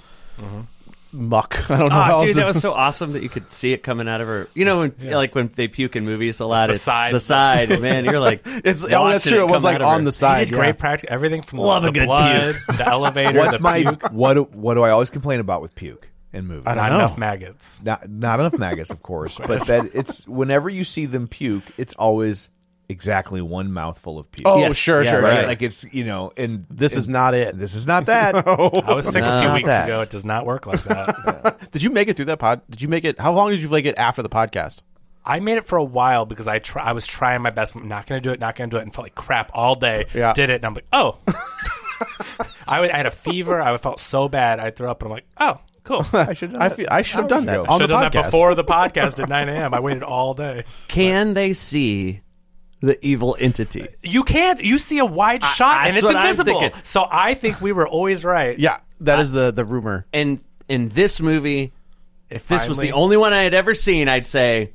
Speaker 4: muck. I don't
Speaker 6: Ah,
Speaker 4: know. how
Speaker 5: Oh,
Speaker 4: else
Speaker 5: dude,
Speaker 4: to-
Speaker 5: that was so awesome that you could see it coming out of her. You know, when, like when they puke in movies a lot,
Speaker 6: the
Speaker 5: it's,
Speaker 6: side.
Speaker 5: the side. man, you're like,
Speaker 4: It's oh, that's
Speaker 5: watching
Speaker 4: true. It was
Speaker 5: come out
Speaker 4: like
Speaker 5: of
Speaker 4: on
Speaker 5: her.
Speaker 4: the
Speaker 6: He
Speaker 4: side.
Speaker 6: did great practice. Everything from the,
Speaker 5: Love a
Speaker 6: the
Speaker 5: good
Speaker 6: blood, the elevator,
Speaker 3: What's
Speaker 6: the
Speaker 3: my
Speaker 6: puke.
Speaker 3: what? do- What do I always complain about with puke in movies?
Speaker 6: Not
Speaker 4: know.
Speaker 6: enough maggots.
Speaker 3: not not enough maggots, of course, but that it's whenever you see them puke, it's always exactly one mouthful of puke.
Speaker 4: Oh,
Speaker 5: Yes.
Speaker 4: sure,
Speaker 5: Yeah,
Speaker 4: sure,
Speaker 3: right?
Speaker 4: sure.
Speaker 3: Like it's you know, and
Speaker 4: this is not it.
Speaker 3: this is not that.
Speaker 6: I was sick a few
Speaker 3: Not
Speaker 6: weeks
Speaker 3: that.
Speaker 6: ago. It does not work like that.
Speaker 4: Did you make it through that pod? Did you make it? How long did you make it after the podcast?
Speaker 6: I made it for a while because I try, I was trying my best. I'm not going to do it. Not going to do it. And felt like crap all day.
Speaker 4: Yeah.
Speaker 6: Did it, and I'm like, oh. I, would- I had a fever. I felt so bad. I threw up, and I'm like, oh, cool. Should
Speaker 3: I should.
Speaker 4: I feel I should have done that
Speaker 3: ago.
Speaker 4: on
Speaker 6: have
Speaker 4: the
Speaker 6: done that
Speaker 4: podcast.
Speaker 6: before the podcast at 9 a.m. I waited all day.
Speaker 5: can they see the evil entity?
Speaker 6: You can't. You see a wide shot,
Speaker 5: I-
Speaker 6: and
Speaker 5: that's
Speaker 6: it's
Speaker 5: what I'm
Speaker 6: invisible.
Speaker 5: thinking.
Speaker 6: So I think we were always right.
Speaker 4: Yeah, that is the the rumor.
Speaker 5: And in this movie, if this was
Speaker 6: finally-
Speaker 5: the only one I had ever seen, I'd say,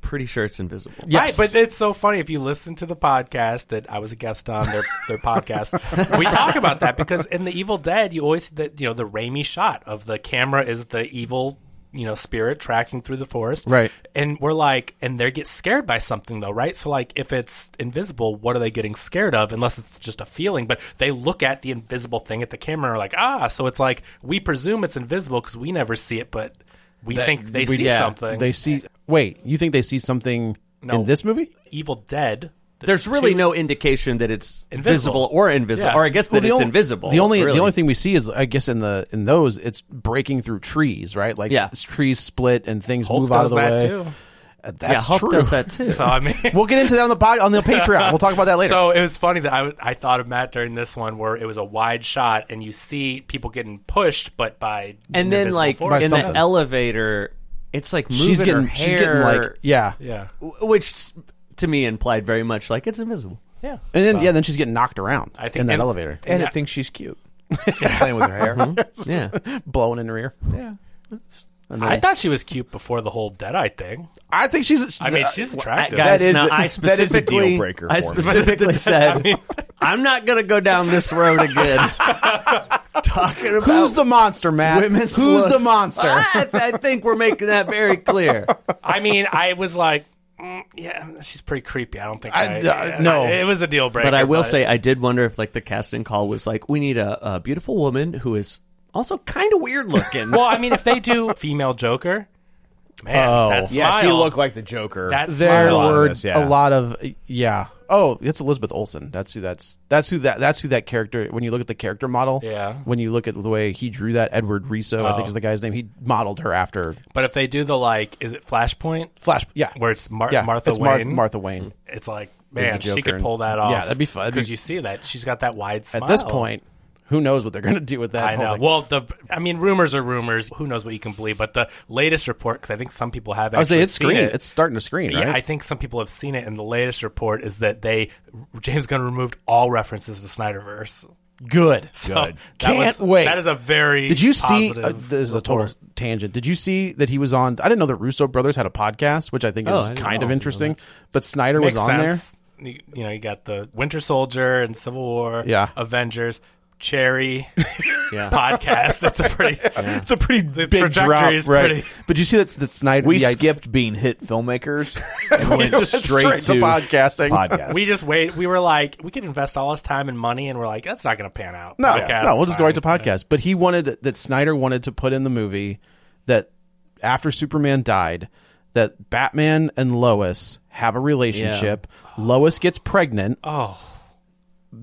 Speaker 5: pretty sure it's invisible.
Speaker 4: Yes,
Speaker 6: Right, but it's so funny if you listen to the podcast that I was a guest on their their podcast. We talk about that because in the Evil Dead, you always the, you know the Raimi shot of the camera is the evil you know spirit tracking through the forest,
Speaker 4: Right.
Speaker 6: And we're like, and they get scared by something though, right? So like, if it's invisible, what are they getting scared of? Unless it's just a feeling, but they look at the invisible thing at the camera and are like, ah. So it's like we presume it's invisible because we never see it, but we think they
Speaker 4: we-
Speaker 6: see
Speaker 5: yeah,
Speaker 6: something.
Speaker 4: they see. Wait, you think they see something in this movie?
Speaker 6: Evil Dead. the
Speaker 5: There's really
Speaker 6: two-
Speaker 5: no indication that it's
Speaker 6: Invisible.
Speaker 5: visible or invisible,
Speaker 6: Yeah.
Speaker 5: or I guess that
Speaker 4: Well, the
Speaker 5: it's
Speaker 4: only-
Speaker 5: invisible.
Speaker 4: The only
Speaker 5: really.
Speaker 4: the only thing we see is I guess in the in those it's breaking through trees, right? Like
Speaker 5: Yeah.
Speaker 4: s- trees split and things
Speaker 6: Hulk
Speaker 4: move out of
Speaker 6: does
Speaker 4: the
Speaker 6: that
Speaker 4: way.
Speaker 6: too.
Speaker 4: Uh,
Speaker 5: yeah,
Speaker 4: That's
Speaker 5: Hulk
Speaker 4: true.
Speaker 5: does that too.
Speaker 6: So I mean,
Speaker 4: We'll get into that on the pod, on the Patreon. We'll talk about that later.
Speaker 6: so it was funny that I was- I thought of Matt during this one where it was a wide shot and you see people getting pushed, but by
Speaker 5: and
Speaker 6: an
Speaker 5: then
Speaker 6: invisible
Speaker 5: like
Speaker 6: force.
Speaker 4: By
Speaker 5: in
Speaker 4: something.
Speaker 5: the elevator, it's like moving
Speaker 4: she's getting
Speaker 5: her hair,
Speaker 4: she's getting like yeah.
Speaker 6: yeah,
Speaker 5: w- which to me implied very much like it's invisible.
Speaker 6: yeah.
Speaker 4: And then yeah, then she's getting knocked around
Speaker 6: I think-
Speaker 4: in that
Speaker 6: and-
Speaker 4: elevator,
Speaker 3: and it thinks she's cute, playing with her hair.
Speaker 5: Yeah,
Speaker 4: blowing in her ear.
Speaker 3: Yeah.
Speaker 6: I thought she was cute before the whole Deadeye thing.
Speaker 4: I think she's.
Speaker 6: I mean, she's
Speaker 5: I,
Speaker 6: attractive.
Speaker 5: guys,
Speaker 3: That is
Speaker 5: now
Speaker 3: a-
Speaker 5: I
Speaker 3: that is a
Speaker 5: specifically
Speaker 3: deal breaker
Speaker 5: I
Speaker 3: for me.
Speaker 5: specifically said
Speaker 6: I mean-
Speaker 5: I'm not gonna go down this road again. Talking about
Speaker 4: Who's the monster, Matt?
Speaker 5: women's
Speaker 4: Who's the
Speaker 5: looks.
Speaker 4: monster?
Speaker 5: I, I think we're making that very clear.
Speaker 6: I mean, I was like, mm, yeah, she's pretty creepy. I don't think
Speaker 4: I-
Speaker 6: I,
Speaker 4: uh, no.
Speaker 6: I- it was a deal breaker.
Speaker 5: but I will say, I did wonder if like the casting call was like, we need a, a beautiful woman who is also kind of weird looking.
Speaker 6: well, I mean, if they do female Joker, Man,
Speaker 4: Oh.
Speaker 6: that
Speaker 3: Yeah,
Speaker 6: smile.
Speaker 3: she looked like the Joker.
Speaker 6: That
Speaker 4: there
Speaker 3: a
Speaker 6: smile.
Speaker 3: lot of
Speaker 4: were
Speaker 3: this, yeah.
Speaker 4: a lot of yeah. Oh, it's Elizabeth Olsen. That's who. That's that's who. That that's who. That character. When you look at the character model,
Speaker 6: Yeah. Oh.
Speaker 4: When you look at the way he drew that, Edward Riso, I think is the guy's name. He modeled her after
Speaker 6: But if they do the like, is it Flashpoint?
Speaker 4: Flash. Yeah,
Speaker 6: Where it's Mar-
Speaker 4: yeah,
Speaker 6: Martha
Speaker 4: it's
Speaker 6: Wayne.
Speaker 4: Martha Wayne.
Speaker 6: It's like,
Speaker 4: There's the
Speaker 6: man, she
Speaker 4: Joker
Speaker 6: could
Speaker 4: and-
Speaker 6: pull that off.
Speaker 4: Yeah, that'd be fun. That'd
Speaker 6: Because
Speaker 4: be-
Speaker 6: you see that she's got that wide smile.
Speaker 4: At this point, who knows what they're going to do with that?
Speaker 6: Hmm. I know.
Speaker 4: whole thing.
Speaker 6: Well, the I mean, rumors are rumors. Who knows what you can believe? But the latest report, because I think some people have.
Speaker 4: I was
Speaker 6: actually
Speaker 4: saying it's
Speaker 6: seen
Speaker 4: screen.
Speaker 6: it.
Speaker 4: It's starting to screen, right?
Speaker 6: Yeah, I think some people have seen it, and the latest report is that they James Gunn removed all references to Snyderverse.
Speaker 4: Good.
Speaker 6: So
Speaker 4: Good.
Speaker 6: that
Speaker 4: Can't
Speaker 6: was-
Speaker 4: wait.
Speaker 6: That is a very.
Speaker 4: Did you see? Uh,
Speaker 6: positive
Speaker 4: this is a total
Speaker 6: report.
Speaker 4: tangent. Did you see that he was on? I didn't know that Russo brothers had a podcast, which I think
Speaker 5: Oh, I
Speaker 4: is
Speaker 5: didn't
Speaker 4: kind
Speaker 5: know.
Speaker 4: of interesting. But Snyder was on
Speaker 6: Makes sense. You, you know, you got the Winter Soldier and Civil War.
Speaker 4: Yeah.
Speaker 6: Avengers. Cherry podcast. It's a pretty.
Speaker 4: there. It's a pretty big drop,
Speaker 6: trajectory is
Speaker 4: right?
Speaker 6: pretty-
Speaker 4: But you see that's that Snyder.
Speaker 3: we
Speaker 4: the idea-
Speaker 3: skipped being hit filmmakers and went
Speaker 4: went
Speaker 3: straight,
Speaker 4: straight to podcasting.
Speaker 3: Podcast.
Speaker 6: We just wait. We were like, we could invest all this time and money, and we're like, that's not going to pan out.
Speaker 4: No,
Speaker 6: Podcast's
Speaker 4: no, we'll just go right to
Speaker 6: fine.
Speaker 4: podcast. But he wanted that Snyder wanted to put in the movie that after Superman died, that Batman and Lois have a relationship. Lois gets pregnant. Oh.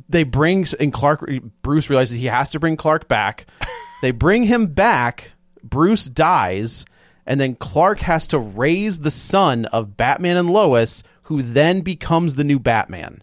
Speaker 4: They bring and Clark Bruce realizes he has to bring Clark back. they bring him back. Bruce dies, and then Clark has to raise the son of Batman and Lois, who then becomes the new Batman.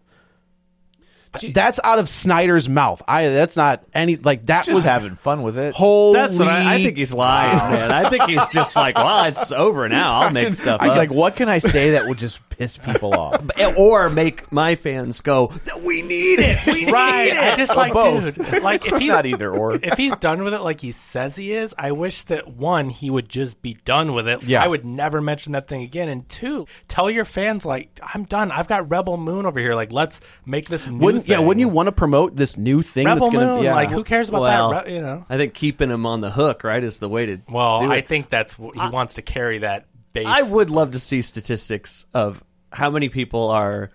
Speaker 4: That's out of Snyder's mouth. I that's not any like that
Speaker 3: just
Speaker 4: was
Speaker 3: having fun with it.
Speaker 4: holy.
Speaker 5: That's what I, I think he's lying, man. I think he's just like, well, it's over now. I'll make stuff
Speaker 3: I was
Speaker 5: up.
Speaker 3: like, what can I say that will just piss people off?
Speaker 5: or make my fans go, we need it. We need
Speaker 6: Right.
Speaker 5: it.
Speaker 6: I just like,
Speaker 3: both.
Speaker 6: dude. Like, if he's
Speaker 3: not either or.
Speaker 6: if he's done with it like he says he is, I wish that one, he would just be done with it.
Speaker 4: Yeah.
Speaker 6: I would never mention that thing again. And two, tell your fans like, I'm done. I've got Rebel Moon over here. Like, let's make this. New
Speaker 4: wouldn't yeah?
Speaker 6: thing.
Speaker 4: Wouldn't you want to promote this new thing
Speaker 6: Rebel
Speaker 4: that's gonna
Speaker 6: Moon?
Speaker 4: yeah?
Speaker 6: Like, who cares about
Speaker 5: well,
Speaker 6: that? Re- you know.
Speaker 5: I think keeping him on the hook, right, is the way to do
Speaker 6: Well,
Speaker 5: it.
Speaker 6: I think that's what he wants to carry that base.
Speaker 5: I would love to see statistics of how many people are,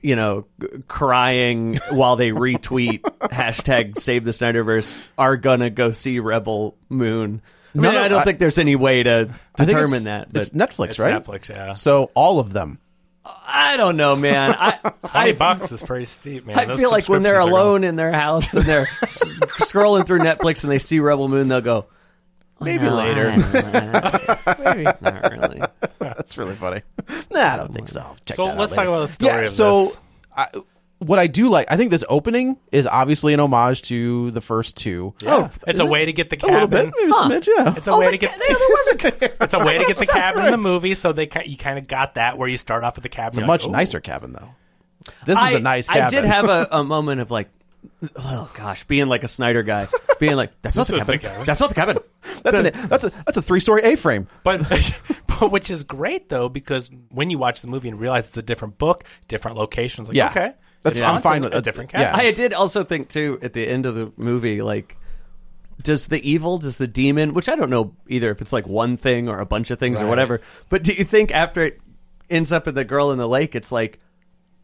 Speaker 5: you know, g- crying while they retweet hashtag Save the Snyderverse are gonna go see Rebel Moon. I mean,
Speaker 4: None of-
Speaker 5: I don't
Speaker 4: I-
Speaker 5: think there's any way to
Speaker 4: I think
Speaker 5: determine
Speaker 4: it's-
Speaker 5: that. But
Speaker 4: it's Netflix,
Speaker 6: It's
Speaker 4: right?
Speaker 6: Netflix, yeah.
Speaker 4: So all of them.
Speaker 5: I don't know, man. I,
Speaker 6: Twenty
Speaker 5: I
Speaker 6: bucks is pretty steep, man.
Speaker 5: I
Speaker 6: Those
Speaker 5: feel like when they're
Speaker 6: subscriptions are going-
Speaker 5: alone in their house and they're s- scrolling through Netflix and they see Rebel Moon, they'll go,
Speaker 4: Maybe
Speaker 5: "Well, I
Speaker 4: later.
Speaker 5: don't know. Maybe not really.
Speaker 4: That's really funny. Nah, I don't think so. Check
Speaker 6: So
Speaker 4: that out
Speaker 6: let's
Speaker 4: later.
Speaker 6: talk about the story
Speaker 4: Yeah.
Speaker 6: of
Speaker 4: so
Speaker 6: this.
Speaker 4: I, what I do like, I think this opening is obviously an homage to the first two.
Speaker 5: Oh,
Speaker 6: It's a way to get the
Speaker 4: a little
Speaker 6: cabin.
Speaker 4: bit, maybe a smidge. Yeah.
Speaker 6: It's a way to get. it's a way to get the cabin in the movie. So they ki- you kind of got that where you start off with the cabin.
Speaker 4: It's a
Speaker 6: you're
Speaker 4: much
Speaker 6: like, "Ooh."
Speaker 4: nicer cabin though. This
Speaker 5: I,
Speaker 4: is a nice cabin.
Speaker 5: I did have a, a moment of like, oh gosh, being like a Snyder guy, being like, that's not the
Speaker 6: is the
Speaker 5: cabin.
Speaker 6: cabin.
Speaker 5: That's not the cabin.
Speaker 4: that's, an, that's a that's a three story A frame.
Speaker 6: But, but which is great though because when you watch the movie and realize it's a different book, different locations. Like,
Speaker 4: Yeah.
Speaker 6: okay,
Speaker 4: That's-
Speaker 6: it's
Speaker 4: I'm
Speaker 6: on
Speaker 4: fine
Speaker 6: to
Speaker 4: with
Speaker 6: a
Speaker 4: it.
Speaker 6: different
Speaker 4: Yeah.
Speaker 6: cabin.
Speaker 5: I did also think too at the end of the movie, like, does the evil, does the demon, which I don't know either if it's like one thing or a bunch of things or whatever, but do you think after it ends up in the girl in the lake, it's like,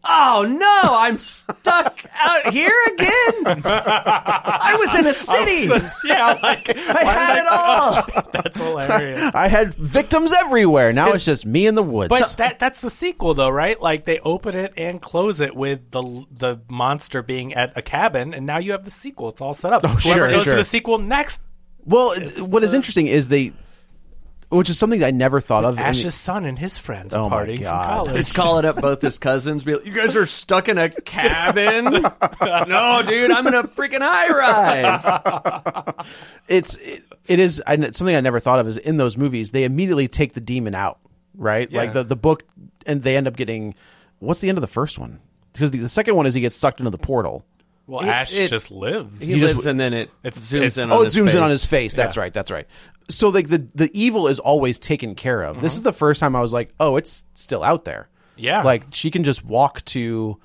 Speaker 5: oh no, I'm stuck out here again? I was in a city.
Speaker 6: yeah, like
Speaker 5: I had it all.
Speaker 6: Oh, that's hilarious.
Speaker 4: I had victims everywhere. Now it's just me in the woods.
Speaker 6: But that that's the sequel though, right? Like they open it and close it with the the monster being at a cabin, and now you have the sequel. It's all set up. Whoever
Speaker 4: Oh, sure,
Speaker 6: goes
Speaker 4: sure.
Speaker 6: to the sequel next,
Speaker 4: well, it- what is interesting is they, which is something I never thought of. in-
Speaker 6: Ash's son and his friends
Speaker 4: Oh my
Speaker 6: party from
Speaker 4: God.
Speaker 6: college.
Speaker 5: He's calling up both his cousins. Be like, you guys are stuck in a cabin. no, dude, I'm in a freaking high rise.
Speaker 4: it's it, it is I, it's something I never thought of is in those movies they immediately take the demon out, right? Like the the book, and they end up getting what's the end of the first one because the, the second one is he gets sucked into the portal.
Speaker 6: Well,
Speaker 5: It-
Speaker 6: Ash
Speaker 5: it-
Speaker 6: just lives.
Speaker 5: He lives, and then it
Speaker 6: It's-
Speaker 5: zooms
Speaker 6: it's-
Speaker 5: in. On
Speaker 4: Oh, it
Speaker 5: his
Speaker 4: zooms
Speaker 5: face.
Speaker 4: in on his face. That's right. That's right. So like the the evil is always taken care of. This is the first time I was like, oh, it's still out there.
Speaker 6: Yeah.
Speaker 4: like she can just walk to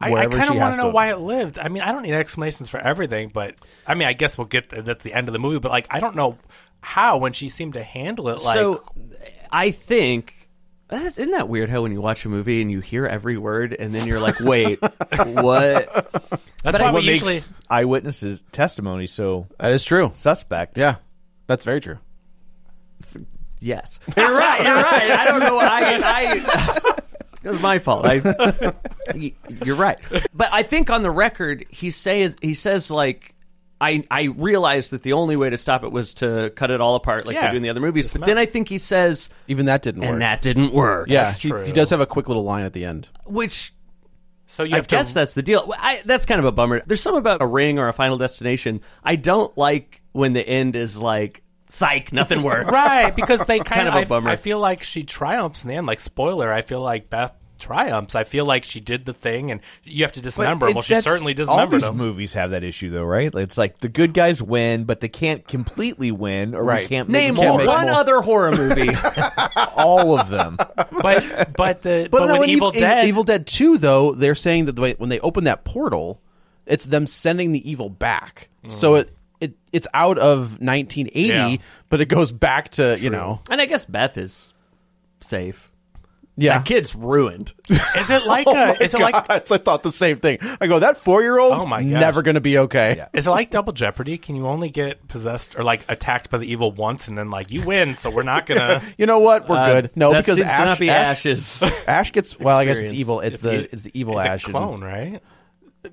Speaker 6: I, I
Speaker 4: wherever
Speaker 6: kind
Speaker 4: she
Speaker 6: of want
Speaker 4: has
Speaker 6: to know why it lived. I mean, I don't need explanations for everything, but I mean, I guess we'll get that's the end of the movie. But like, I don't know how when she seemed to handle it. Like,
Speaker 5: so I think. that's- Isn't that weird how when you watch a movie and you hear every word and then you're like, wait, what?
Speaker 6: that's why we
Speaker 3: what
Speaker 6: usually
Speaker 3: makes eyewitnesses testimony so
Speaker 4: That is true.
Speaker 3: suspect.
Speaker 4: Yeah, that's very true.
Speaker 5: Yes, you're right. You're right. I don't know. I, I it was my fault. I, y- you're right. But I think on the record, he says he says like. I, I realized that the only way to stop it was to cut it all apart like they
Speaker 6: Yeah.
Speaker 5: do in the other movies. But then I think he says,
Speaker 4: Even that didn't work.
Speaker 5: and that didn't work.
Speaker 4: yeah,
Speaker 6: That's
Speaker 4: he-
Speaker 6: true.
Speaker 4: he does have a quick little line at the end.
Speaker 5: Which
Speaker 6: So you
Speaker 5: I
Speaker 6: have to
Speaker 5: guess that's the deal. Well, I, that's kind of a bummer. There's something about a ring or a final destination. I don't like when the end is like, psych, nothing works.
Speaker 6: right because they kind,
Speaker 5: Kind of
Speaker 6: of,
Speaker 5: a
Speaker 6: I f-
Speaker 5: bummer.
Speaker 6: I, feel like she triumphs in the end. Like spoiler, I feel like Beth triumphs. I feel like she did the thing, and you have to dismember. him.
Speaker 3: it-
Speaker 6: Well, she
Speaker 3: that's-
Speaker 6: certainly
Speaker 3: All
Speaker 6: dismembered
Speaker 3: these
Speaker 6: him.
Speaker 3: movies have that issue, though, right? It's like the good guys win, but they can't completely win, or we
Speaker 4: Right.
Speaker 3: can't
Speaker 5: Name
Speaker 3: we can't make
Speaker 5: one
Speaker 3: more-
Speaker 5: other horror movie.
Speaker 3: all of them.
Speaker 6: But but the but,
Speaker 4: But, no,
Speaker 6: when
Speaker 4: in
Speaker 6: Evil
Speaker 4: Ev-
Speaker 6: Dead,
Speaker 4: Evil Dead Two, though, they're saying that the way, when they open that portal, it's them sending the evil back. So it, it it's out of 1980,
Speaker 6: Mm-hmm. Yeah.
Speaker 4: but it goes back to you know,
Speaker 5: and I guess Beth is safe.
Speaker 4: yeah.
Speaker 5: That kid's ruined.
Speaker 6: is it like
Speaker 4: Oh
Speaker 6: a,
Speaker 4: my
Speaker 6: is it like
Speaker 4: God. I thought the same thing. I go, that four year old,
Speaker 6: Oh my gosh.
Speaker 4: never going to be okay.
Speaker 6: is it like Double Jeopardy? Can you only get possessed or like attacked by the evil once, and then like you win? So we're not gonna.
Speaker 4: You know what? We're
Speaker 6: Uh,
Speaker 4: good. No,
Speaker 5: That
Speaker 4: because
Speaker 5: seems to
Speaker 4: Ash,
Speaker 5: not be
Speaker 4: Ash,
Speaker 5: ashes.
Speaker 4: Ash gets. Well, I guess it's
Speaker 6: Experience.
Speaker 4: evil. It's,
Speaker 6: It's
Speaker 4: the
Speaker 6: e-
Speaker 4: it's the evil
Speaker 6: it's
Speaker 4: Ash.
Speaker 6: a
Speaker 4: and-
Speaker 6: clone, right?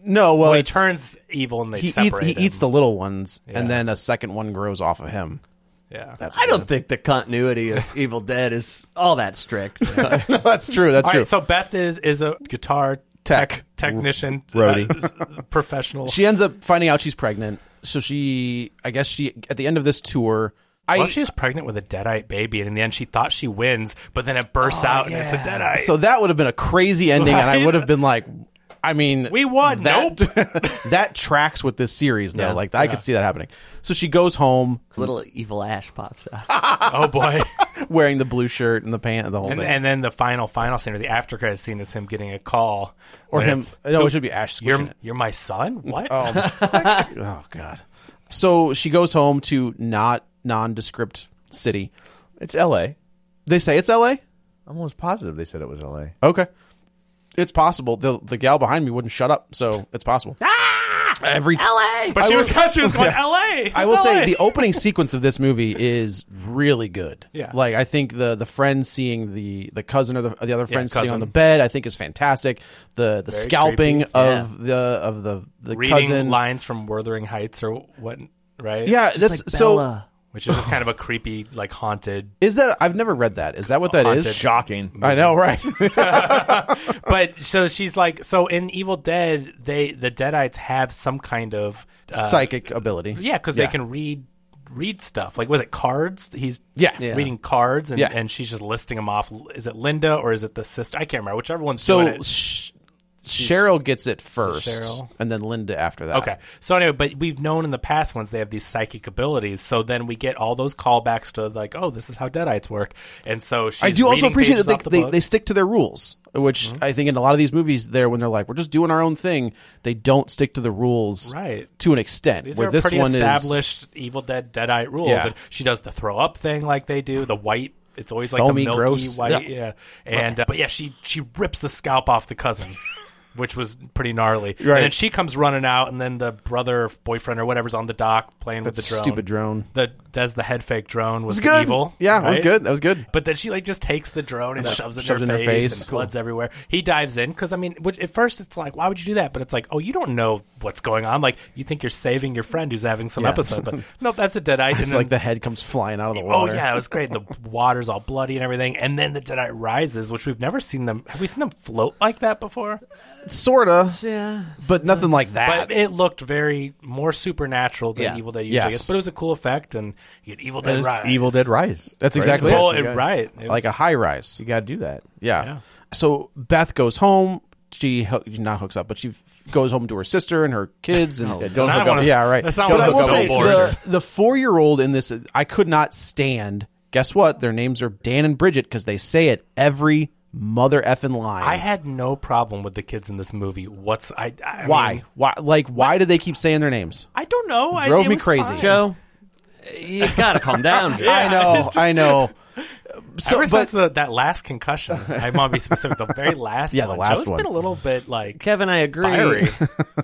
Speaker 4: No, well,
Speaker 6: Well, he
Speaker 4: it's-
Speaker 6: turns evil and they
Speaker 4: He, eats,
Speaker 6: separate.
Speaker 4: he
Speaker 6: him.
Speaker 4: eats the little ones,
Speaker 6: Yeah.
Speaker 4: and then a second one grows off of him.
Speaker 6: Yeah.
Speaker 5: I don't think the continuity of Evil Dead is all that strict.
Speaker 4: no, that's true. That's
Speaker 6: All
Speaker 4: true.
Speaker 6: right, so Beth is is a guitar
Speaker 4: Tech.
Speaker 6: tech, technician,
Speaker 3: Roadie.
Speaker 6: uh, s- s- professional.
Speaker 4: she ends up finding out she's pregnant. So she, I guess she, at the end of this tour, I.
Speaker 6: What if she was pregnant with a deadite baby, and in the end she thought she wins, but then it bursts out and it's a deadite?
Speaker 4: Oh, so that would have been a crazy ending, and I
Speaker 6: Right?
Speaker 4: would have been like, I mean,
Speaker 6: We won.
Speaker 4: That, that tracks with this series, though.
Speaker 5: Yeah.
Speaker 4: Like, I could see that happening. So she goes home
Speaker 5: Little Evil Ash pops out.
Speaker 6: oh boy!
Speaker 4: wearing the blue shirt and the pant, the whole
Speaker 6: and,
Speaker 4: thing.
Speaker 6: and then the final final scene or the after credit scene is him getting a call
Speaker 4: or
Speaker 6: when
Speaker 4: him.
Speaker 6: it's,
Speaker 4: No, it should be Ash squishing
Speaker 6: You're
Speaker 4: it.
Speaker 6: you're my son. What?
Speaker 4: Oh God. So she goes home to not nondescript city.
Speaker 3: It's L.A.
Speaker 4: They say it's L.A.
Speaker 3: I'm almost positive they said it was L.A.
Speaker 4: Okay. It's possible. The the gal behind me wouldn't shut up, so it's possible. Every
Speaker 5: LA!
Speaker 6: But she was she was going
Speaker 4: Yeah.
Speaker 6: L.A.
Speaker 4: I
Speaker 6: It's
Speaker 4: will
Speaker 6: LA.
Speaker 4: say the opening sequence of this movie is really good.
Speaker 6: Yeah.
Speaker 4: Like I think the the friend seeing the the cousin or the, the other friend sitting
Speaker 6: cousin.
Speaker 4: on the bed, I think is fantastic. The the scalping
Speaker 6: creepy.
Speaker 4: of the of the the
Speaker 6: reading
Speaker 4: cousin.
Speaker 6: lines from Wuthering Heights or what? Right?
Speaker 4: Yeah, that's so.
Speaker 5: Bella.
Speaker 6: Which is just kind of a creepy, like haunted
Speaker 4: Is that I've never read that? Is that what that is?
Speaker 6: Haunted.
Speaker 3: Shocking.
Speaker 4: I know, right?
Speaker 6: Uh, But so she's like, so in Evil Dead, they the Deadites have some kind of uh,
Speaker 4: Psychic ability.
Speaker 6: yeah, because they can read read stuff. Like, was it cards? He's
Speaker 4: Yeah.
Speaker 5: Yeah.
Speaker 6: reading cards, and,
Speaker 4: Yeah.
Speaker 6: and she's just listing them off. Is it Linda or is it the sister? I can't remember. Whichever one's doing
Speaker 4: So
Speaker 6: it.
Speaker 4: sh- Cheryl gets it first,
Speaker 6: Cheryl.
Speaker 4: and then Linda after that.
Speaker 6: Okay. So anyway, but we've known in the past ones they have these psychic abilities. So then we get all those callbacks to like, oh, this is how Deadites work. And so she's
Speaker 4: I do also
Speaker 6: reading
Speaker 4: appreciate
Speaker 6: pages
Speaker 4: that they,
Speaker 6: off the
Speaker 4: they,
Speaker 6: book. Mm-hmm.
Speaker 4: they stick to their rules, which I think in a lot of these movies, there when they're like, we're just doing our own thing, they don't stick to the rules
Speaker 6: Right.
Speaker 4: to an extent.
Speaker 6: These
Speaker 4: where
Speaker 6: are
Speaker 4: this
Speaker 6: pretty
Speaker 4: one is
Speaker 6: established Evil Dead Deadite rules.
Speaker 4: Yeah.
Speaker 6: And she does the throw up thing like they do, the white. It's always like
Speaker 4: Foamy,
Speaker 6: the milky
Speaker 4: gross.
Speaker 6: white.
Speaker 4: Yeah.
Speaker 6: Yeah. And uh, but yeah, she she rips the scalp off the cousin. Which was pretty gnarly,
Speaker 4: Right.
Speaker 6: and then she comes running out, and then the brother, or boyfriend, or whatever's on the dock playing
Speaker 4: that
Speaker 6: with the drone.
Speaker 4: stupid drone.
Speaker 6: The that's the head fake drone was,
Speaker 4: It was
Speaker 6: the
Speaker 4: good.
Speaker 6: evil.
Speaker 4: Yeah, it was
Speaker 6: right?
Speaker 4: good. That was good.
Speaker 6: But then she like just takes the drone and shoves it
Speaker 4: shoves
Speaker 6: in, her, face, and
Speaker 4: Cool.
Speaker 6: blood's everywhere. He dives in because I mean, which, at first it's like, why would you do that? But it's like, oh, you don't know what's going on. Like you think you're saving your friend who's having some
Speaker 4: Yeah.
Speaker 6: episode, but no, that's a dead eye.
Speaker 4: It's like the head comes flying out of the
Speaker 6: Oh
Speaker 4: water.
Speaker 6: yeah, it was great. The water's all bloody and everything, and then the Deadite rises, which we've never seen them. Have we seen them float like that before?
Speaker 4: sorta,
Speaker 5: Yeah.
Speaker 4: but nothing like that.
Speaker 6: But it looked very more supernatural than
Speaker 5: Yeah.
Speaker 6: Evil Dead usually
Speaker 4: Yes.
Speaker 6: is. But it was a cool effect, and you get Evil Dead
Speaker 4: was
Speaker 6: rise,
Speaker 3: Evil Dead Rise.
Speaker 4: That's
Speaker 3: Right?
Speaker 4: exactly
Speaker 6: Well,
Speaker 4: it.
Speaker 6: it- right, It
Speaker 4: like
Speaker 6: was-
Speaker 4: a high rise.
Speaker 3: You got to do that.
Speaker 4: Yeah.
Speaker 6: Yeah.
Speaker 4: So Beth goes home. She hoo- not hooks up, but she f- goes home to her sister and her kids. And
Speaker 3: don't
Speaker 6: not
Speaker 3: hook up.
Speaker 6: one of-
Speaker 4: yeah, right.
Speaker 6: That's not
Speaker 4: But
Speaker 6: one
Speaker 4: I
Speaker 6: of
Speaker 4: will
Speaker 6: those
Speaker 4: say
Speaker 6: billboards.
Speaker 4: the, the four year old in this, I could not stand. Guess what? Their names are Dan and Bridget because they say it every mother effing line.
Speaker 6: I had no problem with the kids in this movie. What's I? I
Speaker 4: why?
Speaker 6: mean,
Speaker 4: why? Like, why do they keep saying their names?
Speaker 6: I don't know. I-
Speaker 4: Drove
Speaker 6: it
Speaker 4: me
Speaker 6: was
Speaker 4: crazy.
Speaker 6: fine.
Speaker 5: Joe, you gotta calm down, Joe.
Speaker 4: I know, I know. So,
Speaker 6: Ever
Speaker 4: but
Speaker 6: since the, that last concussion, I want to be specific. The very last,
Speaker 4: Yeah, the
Speaker 6: one,
Speaker 4: last
Speaker 6: Joe's
Speaker 4: one.
Speaker 6: been a little bit like
Speaker 5: Kevin, I agree,
Speaker 6: Fiery.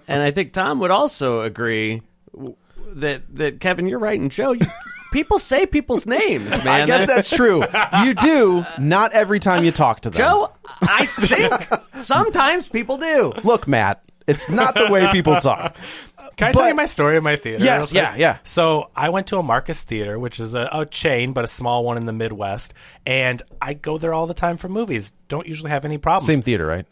Speaker 5: and I think Tom would also agree w- that that Kevin, you're right, and Joe, you People say people's names, man.
Speaker 4: I guess that's true. You do not every time you talk to them.
Speaker 5: Joe, I think sometimes people do.
Speaker 4: look, Matt, it's not the way people talk.
Speaker 6: Can I tell you
Speaker 4: But-
Speaker 6: my story of my theater?
Speaker 4: Yes,
Speaker 6: real
Speaker 4: yeah,
Speaker 6: quick?
Speaker 4: yeah.
Speaker 6: So I went to a Marcus Theater, which is a, a chain, but a small one in the Midwest, and I go there all the time for movies. Don't usually have any problems.
Speaker 4: Same theater, right?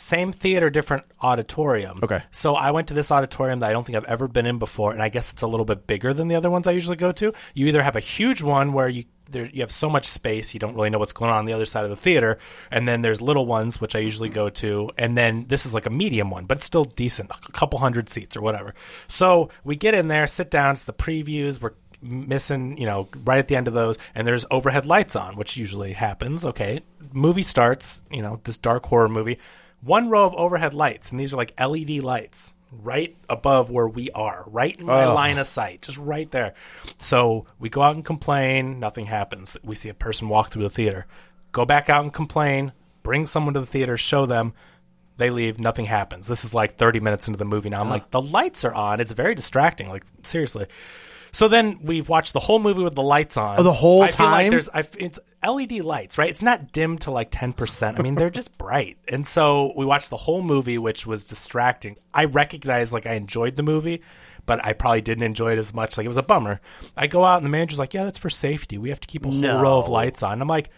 Speaker 6: Same theater, different auditorium.
Speaker 4: Okay.
Speaker 6: So I went to this auditorium that I don't think I've ever been in before, and I guess it's a little bit bigger than the other ones I usually go to. You either have a huge one where you there, you have so much space you don't really know what's going on on the other side of the theater, and then there's little ones which I usually go to, and then this is like a medium one, but it's still decent, a couple hundred seats or whatever. So we get in there, sit down, it's the previews, we're missing, you know, right at the end of those, and there's overhead lights on, which usually happens. Okay, movie starts, you know, this dark horror movie, one row of overhead lights, and these are like LED lights right above where we are, right in my line of sight, just right there. So we go out and complain, nothing happens. We see a person walk through the theater, go back out and complain, bring someone to the theater, show them. They leave, nothing happens. This is like 30 minutes into the movie now. I'm like, the lights are on. It's very distracting. Like, seriously. So then we've watched the whole movie with the lights on.
Speaker 4: Oh, the whole
Speaker 6: I feel like
Speaker 4: time?
Speaker 6: there's I f it's LED lights, right? It's not dim to like 10%. I mean, they're just bright. And so we watched the whole movie, which was distracting. I recognized like I enjoyed the movie, but I probably didn't enjoy it as much. Like it was a bummer. I go out and the manager's like, yeah, that's for safety. We have to keep a whole row of lights on. I'm like,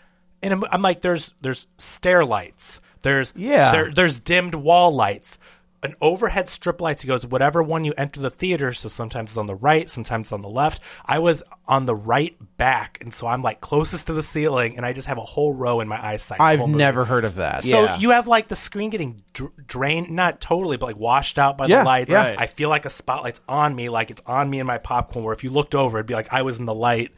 Speaker 6: and I'm, I'm like, there's, there's stair lights. There's,
Speaker 3: Yeah.
Speaker 6: there- there's dimmed wall lights. An overhead strip lights. He goes, whatever one you enter the theater. So sometimes it's on the right, sometimes it's on the left. I was on the right back, and so I'm like closest to the ceiling, and I just have a whole row in my eyesight. the
Speaker 4: I've
Speaker 6: whole movie.
Speaker 4: never heard of that.
Speaker 6: So you have like the screen getting dr- drained, not totally, but like washed out by
Speaker 4: Yeah,
Speaker 6: the lights.
Speaker 4: yeah.
Speaker 6: I feel like a spotlight's on me, like it's on me and my popcorn. Where if you looked over, it'd be like I was in the light.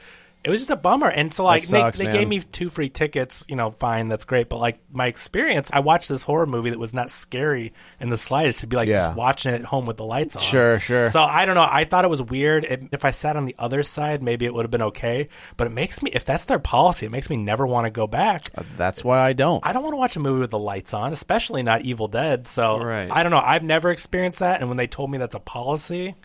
Speaker 6: It was just a bummer. And so like
Speaker 4: sucks,
Speaker 6: they, they
Speaker 4: man.
Speaker 6: gave me two free tickets. You know, fine, that's great. But like my experience, I watched this horror movie that was not scary in the slightest. To be like
Speaker 3: Yeah.
Speaker 6: just watching it at home with the lights on.
Speaker 4: Sure, sure.
Speaker 6: So I don't know. I thought it was weird. It, if I sat on the other side, maybe it would have been okay. But it makes me, if that's their policy, it makes me never want to go back.
Speaker 4: That's why I don't.
Speaker 6: I don't want to watch a movie with the lights on, especially not Evil Dead. So
Speaker 5: Right.
Speaker 6: I don't know. I've never experienced that, and when they told me that's a policy,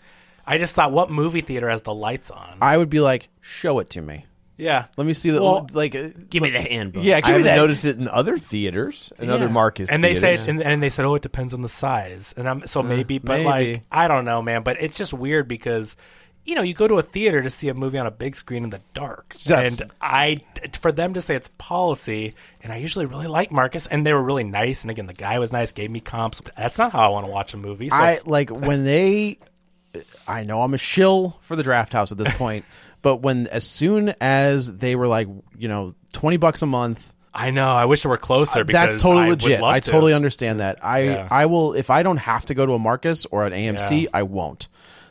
Speaker 6: I just thought, what movie theater has the lights on?
Speaker 4: I would be like, show it to me.
Speaker 6: yeah,
Speaker 4: Let me see the
Speaker 6: Well,
Speaker 4: like. uh,
Speaker 5: Give me the handbook.
Speaker 3: Yeah, I
Speaker 4: me
Speaker 3: haven't
Speaker 4: that.
Speaker 3: noticed it in other theaters, in other Marcus.
Speaker 6: and they
Speaker 3: theaters.
Speaker 6: said, and, and they said, oh, it depends on the size, and I'm so maybe, but
Speaker 5: Uh, maybe.
Speaker 6: like I don't know, man. But it's just weird because. You know, you go to a theater to see a movie on a big screen in the dark,
Speaker 4: That's-
Speaker 6: and I for them to say it's policy, and I usually really like Marcus, and they were really nice, and again, the guy was nice, gave me comps. That's not how I want to watch a movie. So
Speaker 4: I like when they. I know I'm a shill for the draft house at this point, but when as soon as they were like, you know, twenty bucks a month,
Speaker 6: I know. I wish it were closer because
Speaker 4: Uh, that's totally
Speaker 6: I Would
Speaker 4: legit.
Speaker 6: love
Speaker 4: I
Speaker 6: to.
Speaker 4: totally understand that. I
Speaker 6: Yeah.
Speaker 4: I will if I don't have to go to a Marcus or an AMC,
Speaker 6: Yeah.
Speaker 4: I won't.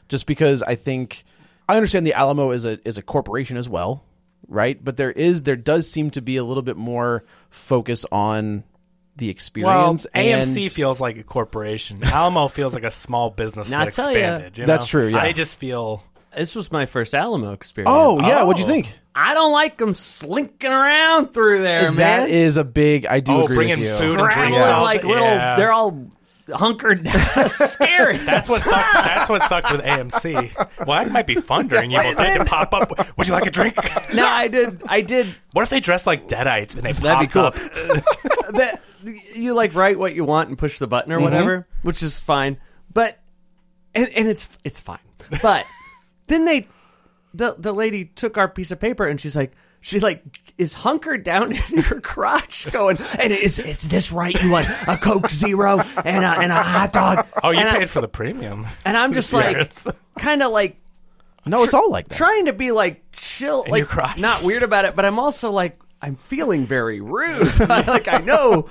Speaker 4: Just because I think I understand the Alamo is a is a corporation as well, right? But there is there does seem to be a little bit more focus on the
Speaker 6: Well,
Speaker 4: experience. and-
Speaker 6: AMC feels like a corporation. Alamo feels like a small business
Speaker 5: Now,
Speaker 6: that
Speaker 5: I tell ya,
Speaker 6: expanded. You know?
Speaker 4: That's true, yeah.
Speaker 6: I just feel
Speaker 5: This was my first Alamo experience.
Speaker 4: Oh yeah, what'd you think?
Speaker 5: I don't like them slinking around through there, man.
Speaker 4: That is a big. I do
Speaker 6: oh,
Speaker 4: agree
Speaker 6: bringing
Speaker 4: with you.
Speaker 6: food and
Speaker 5: Scrambling
Speaker 6: drinks. out.
Speaker 5: like little.
Speaker 6: Yeah.
Speaker 5: They're all hunkered, down. scary.
Speaker 6: That's what sucked. That's what sucked with AMC. Well, that might be fun during Evil Dead to pop up. Would you like a drink?
Speaker 5: No, I did. I did.
Speaker 6: What if they dress like Deadites and they
Speaker 5: That'd
Speaker 6: popped
Speaker 5: be
Speaker 6: up?
Speaker 5: That you like write what you want and push the button
Speaker 6: Mm-hmm.
Speaker 5: or whatever, which is fine. But and, and it's it's fine. But then they the the lady took our piece of paper and she's like she like is hunkered down in her crotch going and is is this right you want a coke zero and a, and a hot dog
Speaker 6: Oh, you
Speaker 5: and I-
Speaker 6: paid for the premium.
Speaker 5: and i'm just like
Speaker 6: Yes.
Speaker 5: kind of like
Speaker 4: No, it's all like that.
Speaker 5: trying to be like chill,
Speaker 6: your
Speaker 5: like
Speaker 6: crotch.
Speaker 5: not weird about it, but I'm also like I'm feeling very rude. like I know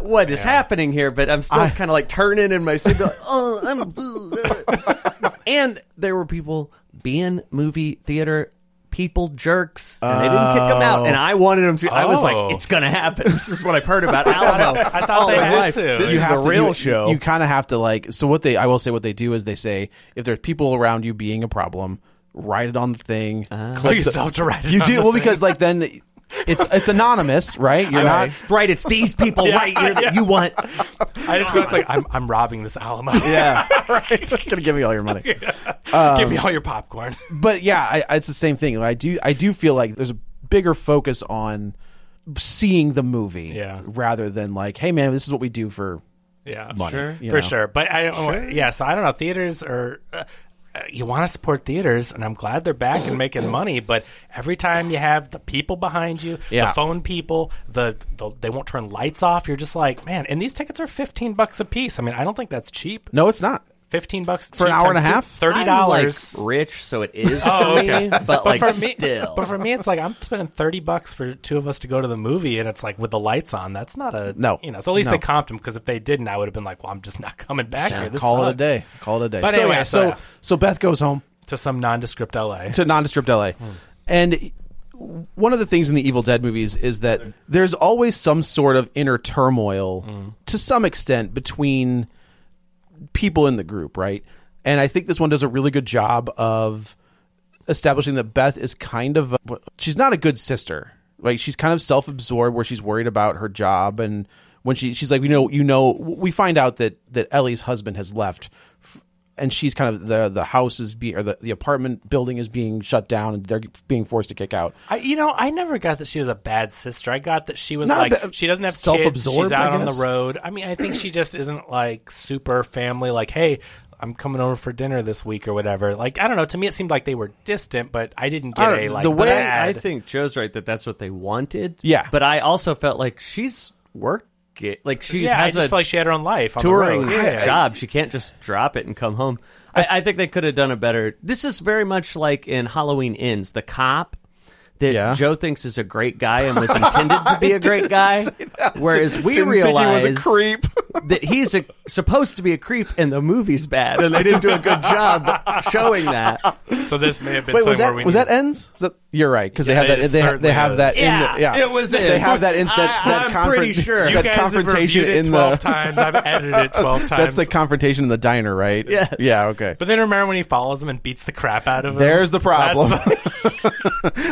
Speaker 5: what is happening here, but I'm still kind of like turning in my seat. Like, oh, I'm. and there were people being movie theater people jerks, and they didn't kick them out. And I wanted them to. I was
Speaker 6: Oh.
Speaker 5: like, it's gonna happen. This is what I've heard about Alamo.
Speaker 4: Oh,
Speaker 6: I thought
Speaker 5: all
Speaker 6: they
Speaker 5: my
Speaker 6: had
Speaker 5: life.
Speaker 6: to.
Speaker 3: This is
Speaker 4: have
Speaker 3: the
Speaker 4: to-
Speaker 3: real
Speaker 4: you-
Speaker 3: show.
Speaker 4: You kind of have to like. So what they, I will say, what they do is they say if there's people around you being a problem, write it on the thing.
Speaker 6: Oh,
Speaker 4: click
Speaker 6: you
Speaker 4: the-
Speaker 6: still have to write it
Speaker 4: you
Speaker 6: on
Speaker 4: do
Speaker 6: the
Speaker 4: well
Speaker 6: thing.
Speaker 4: because like then It's it's anonymous, right? You're not.
Speaker 5: right, it's these people, right? You're, You want
Speaker 6: I just feel like I'm, I'm robbing this Alamo.
Speaker 4: Yeah, um, right. Gonna give me all your money.
Speaker 6: Give me all your popcorn.
Speaker 4: but yeah, I, I- it's the same thing. I do I do feel like there's a bigger focus on seeing the movie,
Speaker 6: Yeah.
Speaker 4: rather than like, hey man, this is what we do for.
Speaker 6: Yeah,
Speaker 4: Sure. you
Speaker 6: for
Speaker 4: know.
Speaker 6: sure. But I don't. Yeah, so I don't know. Theaters are. Uh, uh, you want to support theaters, and I'm glad they're back and making money. But every time you have the people behind you,
Speaker 4: Yeah.
Speaker 6: the phone people, the, the they won't turn lights off. You're just like, man. And these tickets are 15 bucks a piece. I mean, I don't think that's cheap.
Speaker 4: No, it's not.
Speaker 6: 15 bucks
Speaker 4: For an
Speaker 6: cheap
Speaker 4: hour and
Speaker 6: times
Speaker 4: a
Speaker 6: two,
Speaker 4: half?
Speaker 6: Thirty
Speaker 5: I'm, like,
Speaker 6: dollars.
Speaker 5: rich, so it is for
Speaker 6: Oh, okay.
Speaker 5: me. But, like,
Speaker 6: for me,
Speaker 5: still,
Speaker 6: but for me, it's like I'm spending thirty bucks for two of us to go to the movie, and it's like with the lights on, that's not a
Speaker 4: No.
Speaker 6: You know, so at least
Speaker 4: No.
Speaker 6: they comped him because if they didn't, I would have been like, well, I'm just not coming back here. This
Speaker 4: Call it a
Speaker 6: sucks.
Speaker 4: day. Call it a day.
Speaker 6: But
Speaker 4: so
Speaker 6: anyway,
Speaker 4: yeah,
Speaker 6: so,
Speaker 4: so
Speaker 6: yeah.
Speaker 4: so Beth goes home.
Speaker 6: to some nondescript LA.
Speaker 4: to nondescript LA. And one of the things in the Evil Dead movies is that there's always some sort of inner turmoil to some extent between people in the group, right? And I think this one does a really good job of establishing that Beth is kind of she's not a good sister. Like she's kind of self-absorbed where she's worried about her job and when she she's like you know you know we find out that that Ellie's husband has left f- and she's kind of the the house is being or the, the apartment building is being shut down and they're being forced to kick out.
Speaker 6: I, you know, I never got that she was a bad sister. I got that she was
Speaker 4: Not a
Speaker 6: like
Speaker 4: bad-
Speaker 6: she doesn't have kids.
Speaker 4: self-absorbed,
Speaker 6: She's out
Speaker 4: I
Speaker 6: on the
Speaker 4: guess.
Speaker 6: road. I mean, I think she just isn't like super family. Like, hey, I'm coming over for dinner this week or whatever. Like, I don't know. To me, it seemed like they were distant, but I didn't get
Speaker 4: I
Speaker 6: a
Speaker 4: don't-
Speaker 6: like
Speaker 4: the way
Speaker 5: I
Speaker 6: bad.
Speaker 5: think Joe's right that that's what they wanted.
Speaker 4: Yeah.
Speaker 5: but I also felt like she's working, like she
Speaker 6: yeah, I
Speaker 5: has
Speaker 6: just
Speaker 5: a
Speaker 6: feel like she had her own life. On
Speaker 5: touring
Speaker 6: the road. Yeah.
Speaker 5: job. She can't just drop it and come home. I, I think they could have done a better. This is very much like in Halloween Ends, the cop that
Speaker 4: Yeah.
Speaker 5: Joe thinks is a great guy and was intended to be a great guy, whereas we
Speaker 4: Didn't think he
Speaker 5: realize
Speaker 4: was a creep.
Speaker 5: that he's a, supposed to be a creep and the movie's bad, and they didn't do a good job showing that.
Speaker 6: So this may have been
Speaker 4: Wait, was
Speaker 6: something
Speaker 4: that
Speaker 6: where we
Speaker 4: was
Speaker 6: need-
Speaker 4: that ends? Was that, you're right because
Speaker 6: Yeah,
Speaker 4: they have
Speaker 6: it
Speaker 4: that they have,
Speaker 6: certainly
Speaker 4: they have that
Speaker 5: is.
Speaker 4: in the, yeah
Speaker 5: Yeah, it was
Speaker 4: they
Speaker 5: in.
Speaker 4: have that in that,
Speaker 5: I-
Speaker 4: that
Speaker 5: I'm pretty
Speaker 4: confron-
Speaker 5: sure.
Speaker 4: that
Speaker 6: You guys have
Speaker 4: confrontation
Speaker 6: reviewed it
Speaker 4: in
Speaker 6: 12
Speaker 4: the
Speaker 6: times. I've edited it 12 times.
Speaker 4: that's the confrontation in the diner right
Speaker 5: Yes.
Speaker 4: yeah okay
Speaker 6: But then remember when he follows him and beats the crap out of him?
Speaker 4: there's the problem
Speaker 6: That's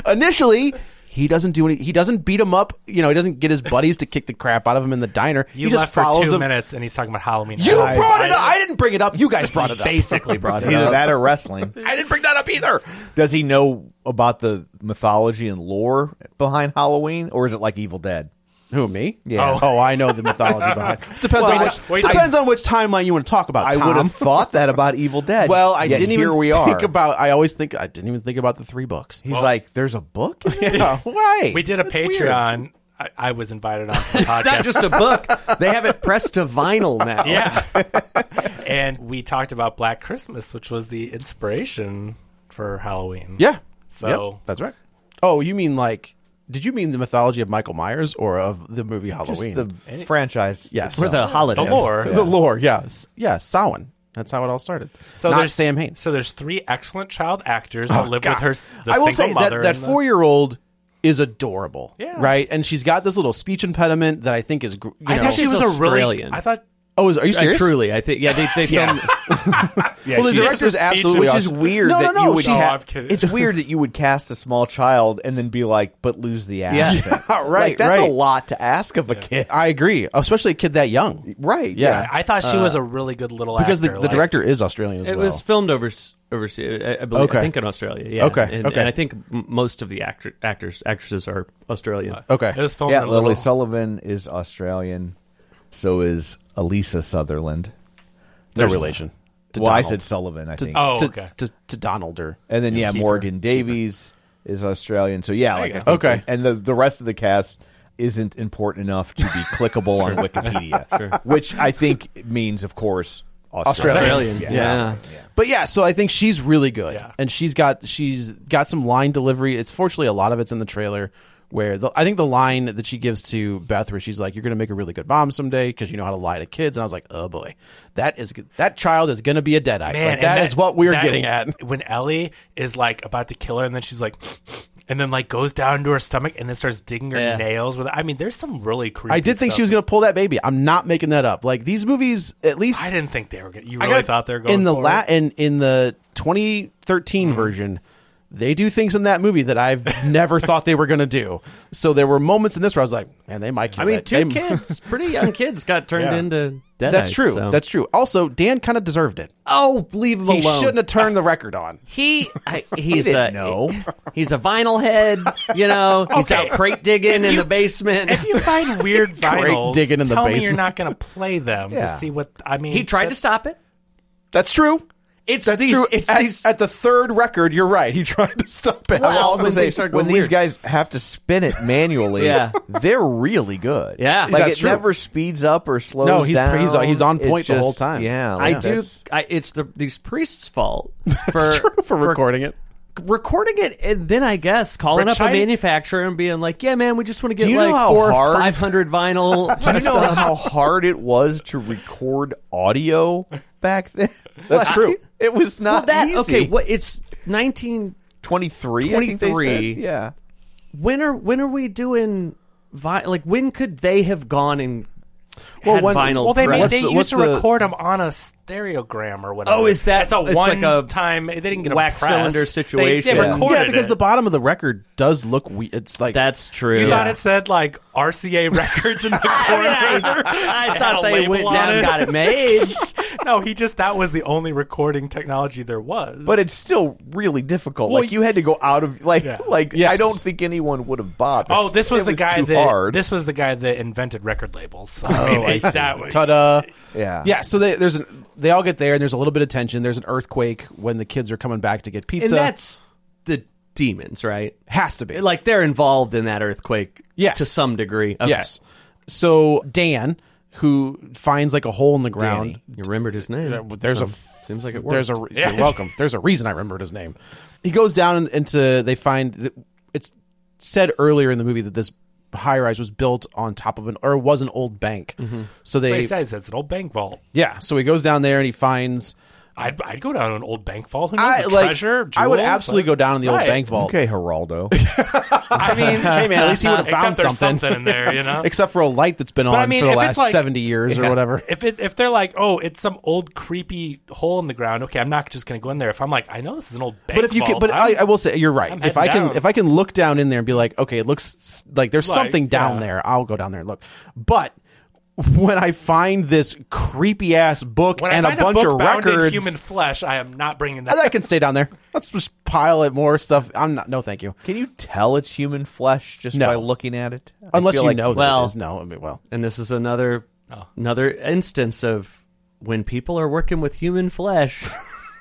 Speaker 4: initially he doesn't do any he doesn't beat him up you know he doesn't get his buddies to kick the crap out of him in the diner
Speaker 6: you
Speaker 4: he just
Speaker 6: left for
Speaker 4: follows
Speaker 6: two
Speaker 4: him
Speaker 6: minutes and he's talking about Halloween.
Speaker 4: you
Speaker 6: Eyes.
Speaker 4: brought it
Speaker 6: I-
Speaker 4: up I didn't bring it up you guys brought it up
Speaker 3: basically brought it either
Speaker 4: up.
Speaker 3: that or wrestling.
Speaker 4: I didn't bring that up either
Speaker 3: Does he know about the mythology and lore behind Halloween, or is it like Evil Dead?
Speaker 4: who me
Speaker 3: Yeah.
Speaker 4: oh, I know the mythology behind depends
Speaker 3: Well,
Speaker 4: on
Speaker 3: I-
Speaker 4: which
Speaker 6: wait, I-
Speaker 4: depends on which timeline you want to talk about
Speaker 3: I would
Speaker 4: Tom.
Speaker 3: have thought that about Evil Dead.
Speaker 4: Well, I
Speaker 3: yet
Speaker 4: didn't
Speaker 3: here
Speaker 4: even
Speaker 3: we are.
Speaker 4: think about. I always think I didn't even think about the three books.
Speaker 3: He's like, there's a book. In this?
Speaker 4: Right.
Speaker 6: We did a
Speaker 4: That's weird.
Speaker 6: Patreon. I, I was invited onto the
Speaker 5: It's not
Speaker 6: podcast.
Speaker 5: just a book; they have it pressed to vinyl now.
Speaker 6: yeah. and we talked about Black Christmas, which was the inspiration for Halloween.
Speaker 4: Yeah.
Speaker 6: So-
Speaker 4: Yep, that's right. Oh, you mean like? Did you mean the mythology of Michael Myers or of the movie
Speaker 3: Just
Speaker 4: Halloween?
Speaker 3: the franchise.
Speaker 4: yes,
Speaker 5: for the holidays.
Speaker 6: The lore.
Speaker 4: the lore. Yes, yeah, Samhain. That's how it all started. So not
Speaker 6: there's
Speaker 4: Sam Hain. Oh,
Speaker 6: So there's three excellent child actors that live with her. s- The
Speaker 4: I will
Speaker 6: single
Speaker 4: say
Speaker 6: mother
Speaker 4: that that
Speaker 6: and the-
Speaker 4: four year old is adorable.
Speaker 6: Yeah.
Speaker 4: Right, and she's got this little speech impediment that I think is. gr- You
Speaker 6: I
Speaker 4: know,
Speaker 6: thought she
Speaker 5: She's
Speaker 6: was a really.
Speaker 5: Australian.
Speaker 6: I thought
Speaker 4: oh, is, are you
Speaker 5: I
Speaker 4: serious?
Speaker 5: truly, I think. Yeah, they, they filmed.
Speaker 3: Yeah,
Speaker 4: Well, the
Speaker 3: she's-
Speaker 4: director's absolutely
Speaker 3: which is
Speaker 4: awesome.
Speaker 3: weird
Speaker 4: No,
Speaker 3: that
Speaker 4: no, no,
Speaker 3: you would
Speaker 4: she
Speaker 3: ca-
Speaker 4: had-
Speaker 6: I'm kidding.
Speaker 3: it's weird that you would cast a small child and then be like but lose the accent
Speaker 4: right,
Speaker 3: Like, that's
Speaker 4: right.
Speaker 3: a lot to ask of a kid
Speaker 4: I agree, especially a kid that young.
Speaker 3: right
Speaker 4: Yeah.
Speaker 6: I thought she was a really good little
Speaker 4: Uh, because
Speaker 6: actor.
Speaker 4: the, the
Speaker 6: like-
Speaker 4: director is Australian as
Speaker 5: It
Speaker 4: well.
Speaker 5: was filmed over overseas, I, I believe.
Speaker 4: Okay.
Speaker 5: I think in Australia. Yeah.
Speaker 4: Okay,
Speaker 5: And,
Speaker 4: okay.
Speaker 5: and I think m- most of the actor, actors actresses are Australian.
Speaker 4: okay,
Speaker 6: It was filmed
Speaker 3: yeah
Speaker 6: in
Speaker 3: lily
Speaker 6: little.
Speaker 3: sullivan is australian so is elisa sutherland
Speaker 4: no relation. To
Speaker 3: well i
Speaker 4: Donald.
Speaker 3: said sullivan i think
Speaker 6: Oh,
Speaker 4: to,
Speaker 6: okay.
Speaker 4: to, to Donald or
Speaker 3: and then yeah morgan davies is australian so yeah like I think,
Speaker 4: Okay.
Speaker 3: and the, the rest of the cast isn't important enough to be clickable on wikipedia which i think means of course australian,
Speaker 5: Australian. Yeah.
Speaker 4: But yeah, so I think she's really good,
Speaker 6: Yeah.
Speaker 4: and she's got she's got some line delivery. It's fortunately a lot of it's in the trailer. Where the, I think the line that she gives to Beth, where she's like, "You're gonna make a really good mom someday because you know how to lie to kids," and I was like, "Oh boy, that is that child is gonna be a deadite.
Speaker 6: Man,
Speaker 4: Like,
Speaker 6: and
Speaker 4: that is what we're
Speaker 6: that-
Speaker 4: getting at."
Speaker 6: When Ellie is like about to kill her, and then she's like, and then like goes down to her stomach, and then starts digging her
Speaker 5: Yeah.
Speaker 6: nails with. I mean, there's some really creepy.
Speaker 4: I did think
Speaker 6: stuff.
Speaker 4: she was gonna pull that baby. I'm not making that up. Like these movies, at least
Speaker 6: I didn't think they were. gonna You
Speaker 4: I
Speaker 6: really
Speaker 4: got-
Speaker 6: thought they were going
Speaker 4: in the
Speaker 6: for it?
Speaker 5: Mm-hmm.
Speaker 4: la- in in the 2013 version. They do things in that movie that I've never thought they were going to do. So there were moments in this where I was like, man, they might. Kill
Speaker 5: I mean,
Speaker 4: that.
Speaker 5: two
Speaker 4: They-
Speaker 5: kids, pretty young kids, got turned
Speaker 6: Yeah.
Speaker 5: into deadites.
Speaker 4: That's true.
Speaker 5: so-
Speaker 4: That's true. Also, Dan kind of deserved it.
Speaker 5: oh, leave him
Speaker 4: He
Speaker 5: alone.
Speaker 4: shouldn't have turned the record on.
Speaker 5: He I, he's
Speaker 3: didn't
Speaker 5: a
Speaker 3: know.
Speaker 5: he's a vinyl head, you know. He's
Speaker 6: Okay.
Speaker 5: out crate digging in the basement.
Speaker 6: If you find weird vinyls,
Speaker 4: digging in the
Speaker 6: tell me you're
Speaker 4: basement.
Speaker 6: not going to play them
Speaker 3: Yeah.
Speaker 6: to see what I mean.
Speaker 5: he tried to
Speaker 6: that's-
Speaker 5: stop it.
Speaker 4: That's true.
Speaker 5: It's
Speaker 4: That's
Speaker 5: these.
Speaker 4: true.
Speaker 5: It's
Speaker 4: at,
Speaker 5: these.
Speaker 4: at the third record, you're right. He tried to stop it.
Speaker 5: Well,
Speaker 3: I was
Speaker 5: when
Speaker 3: also
Speaker 5: things
Speaker 3: say,
Speaker 5: start
Speaker 3: when
Speaker 5: going
Speaker 3: these
Speaker 5: weird.
Speaker 3: guys have to spin it manually,
Speaker 5: Yeah.
Speaker 3: they're really good.
Speaker 5: Yeah.
Speaker 3: like
Speaker 4: That's
Speaker 3: it
Speaker 4: true.
Speaker 3: never speeds up or slows
Speaker 4: No, he's-
Speaker 3: down.
Speaker 4: he's- he's on
Speaker 3: It
Speaker 4: point the whole time.
Speaker 3: Yeah,
Speaker 5: I
Speaker 3: like
Speaker 5: do.
Speaker 3: that's-
Speaker 5: I, it's the these priests' fault for,
Speaker 4: for recording it.
Speaker 5: recording it, and then I guess calling up a
Speaker 6: Rich, I-
Speaker 5: manufacturer and being like, "Yeah, man, we just want to get
Speaker 3: you know
Speaker 5: like
Speaker 3: how
Speaker 5: four
Speaker 3: hard-
Speaker 5: five hundred vinyl."
Speaker 3: Do you know how hard it was to record audio back then? That's
Speaker 4: true.
Speaker 3: It was
Speaker 5: well,
Speaker 3: not
Speaker 5: that
Speaker 3: easy.
Speaker 5: okay? What it's nineteen.
Speaker 3: 23
Speaker 5: 23.
Speaker 3: yeah
Speaker 5: When are when are we doing? Vi- like when could they have gone and
Speaker 4: Well,
Speaker 5: had
Speaker 4: when-
Speaker 5: vinyl?
Speaker 6: Well, they
Speaker 5: pressed?
Speaker 3: What's
Speaker 6: made, they
Speaker 3: the- what's
Speaker 6: used to
Speaker 3: the-
Speaker 6: record them on a stereogram or whatever.
Speaker 5: Oh, is that-
Speaker 6: That's a
Speaker 5: it's like
Speaker 6: one
Speaker 5: a
Speaker 6: time? They didn't get a
Speaker 5: wax
Speaker 6: press.
Speaker 5: cylinder
Speaker 6: They-
Speaker 5: situation.
Speaker 6: They,
Speaker 3: Yeah.
Speaker 6: recorded
Speaker 4: yeah, because
Speaker 6: it.
Speaker 4: the bottom of the record does look we It's like
Speaker 5: That's true.
Speaker 6: You thought it said like RCA Records in the corner.
Speaker 5: I
Speaker 6: It had
Speaker 5: thought
Speaker 6: a
Speaker 5: they
Speaker 6: label
Speaker 5: went
Speaker 6: on
Speaker 5: down and
Speaker 6: it.
Speaker 5: got it made.
Speaker 6: no, he just that was the only recording technology there was.
Speaker 3: but it's still really difficult like you had to go out of like
Speaker 6: Yeah.
Speaker 3: like i
Speaker 4: Yes.
Speaker 3: don't think anyone would have bothered
Speaker 6: oh, this was
Speaker 3: It
Speaker 6: the guy
Speaker 3: too
Speaker 6: that
Speaker 3: hard.
Speaker 6: this was the guy that invented record labels. So,
Speaker 4: Oh,
Speaker 6: I mean, it's that way.
Speaker 4: ta-da.
Speaker 3: yeah
Speaker 4: Yeah, so they, there's an, they all get there, and there's a little bit of tension. There's an earthquake when the kids are coming back to get
Speaker 5: and
Speaker 4: pizza.
Speaker 5: that's the demons, right?
Speaker 4: has to be
Speaker 5: Like they're involved in that earthquake,
Speaker 4: Yes.
Speaker 5: to some degree. Okay.
Speaker 4: yes. So Dan, who finds like a hole in the ground, Uh,
Speaker 5: you remembered his name.
Speaker 4: there's
Speaker 5: So
Speaker 4: a
Speaker 5: seems like it worked.
Speaker 4: there's a re- you're welcome. There's a reason I remembered his name. He goes down into they find that it's said earlier in the movie that this high rise was built on top of an or was an old bank.
Speaker 5: Mm-hmm.
Speaker 4: So
Speaker 6: That's what
Speaker 4: they
Speaker 6: he says it's an old bank vault.
Speaker 4: yeah. So he goes down there and he finds.
Speaker 6: I'd, I'd go down an old bank vault. Who knows?
Speaker 4: I,
Speaker 6: the
Speaker 4: like,
Speaker 6: treasure.
Speaker 4: I would
Speaker 6: jewels,
Speaker 4: absolutely
Speaker 6: like-
Speaker 4: go down in the old
Speaker 6: Right.
Speaker 4: bank vault.
Speaker 3: okay geraldo
Speaker 6: I mean,
Speaker 4: Hey man, at least he would have
Speaker 6: Except
Speaker 4: found
Speaker 6: there's
Speaker 4: something.
Speaker 6: something in there, you know?
Speaker 4: Except for a light that's been on
Speaker 6: I mean,
Speaker 4: for the
Speaker 6: if it's
Speaker 4: last
Speaker 6: like-
Speaker 4: seventy years or whatever.
Speaker 6: If it, if they're like, oh, it's some old creepy hole in the ground. Okay, I'm not just going to go in there. If I'm like, I know this is an old bank.
Speaker 4: But if you
Speaker 6: vault,
Speaker 4: can, but I,
Speaker 6: I'm-
Speaker 4: I will say you're right.
Speaker 6: I'm
Speaker 4: if I
Speaker 6: heading
Speaker 4: can,
Speaker 6: down.
Speaker 4: if I can look down in there and be like, okay, it looks s- like there's
Speaker 6: Like,
Speaker 4: something down
Speaker 6: yeah.
Speaker 4: there. I'll go down there and look. But when I find this creepy ass book
Speaker 6: when
Speaker 4: and
Speaker 6: I
Speaker 4: a
Speaker 6: find
Speaker 4: bunch
Speaker 6: a book
Speaker 4: of
Speaker 6: bound in
Speaker 4: records,
Speaker 6: human flesh, I am not bringing that.
Speaker 4: I can stay down there. Let's just pile it more stuff. I'm not. No, thank you.
Speaker 3: can you tell it's human flesh just
Speaker 4: No.
Speaker 3: by looking at it I
Speaker 4: Unless
Speaker 3: feel
Speaker 4: you
Speaker 3: like-
Speaker 4: know that
Speaker 5: Well-
Speaker 4: it is. No, I mean, well,
Speaker 5: and this is another
Speaker 4: Oh.
Speaker 5: another instance of when people are working with human flesh.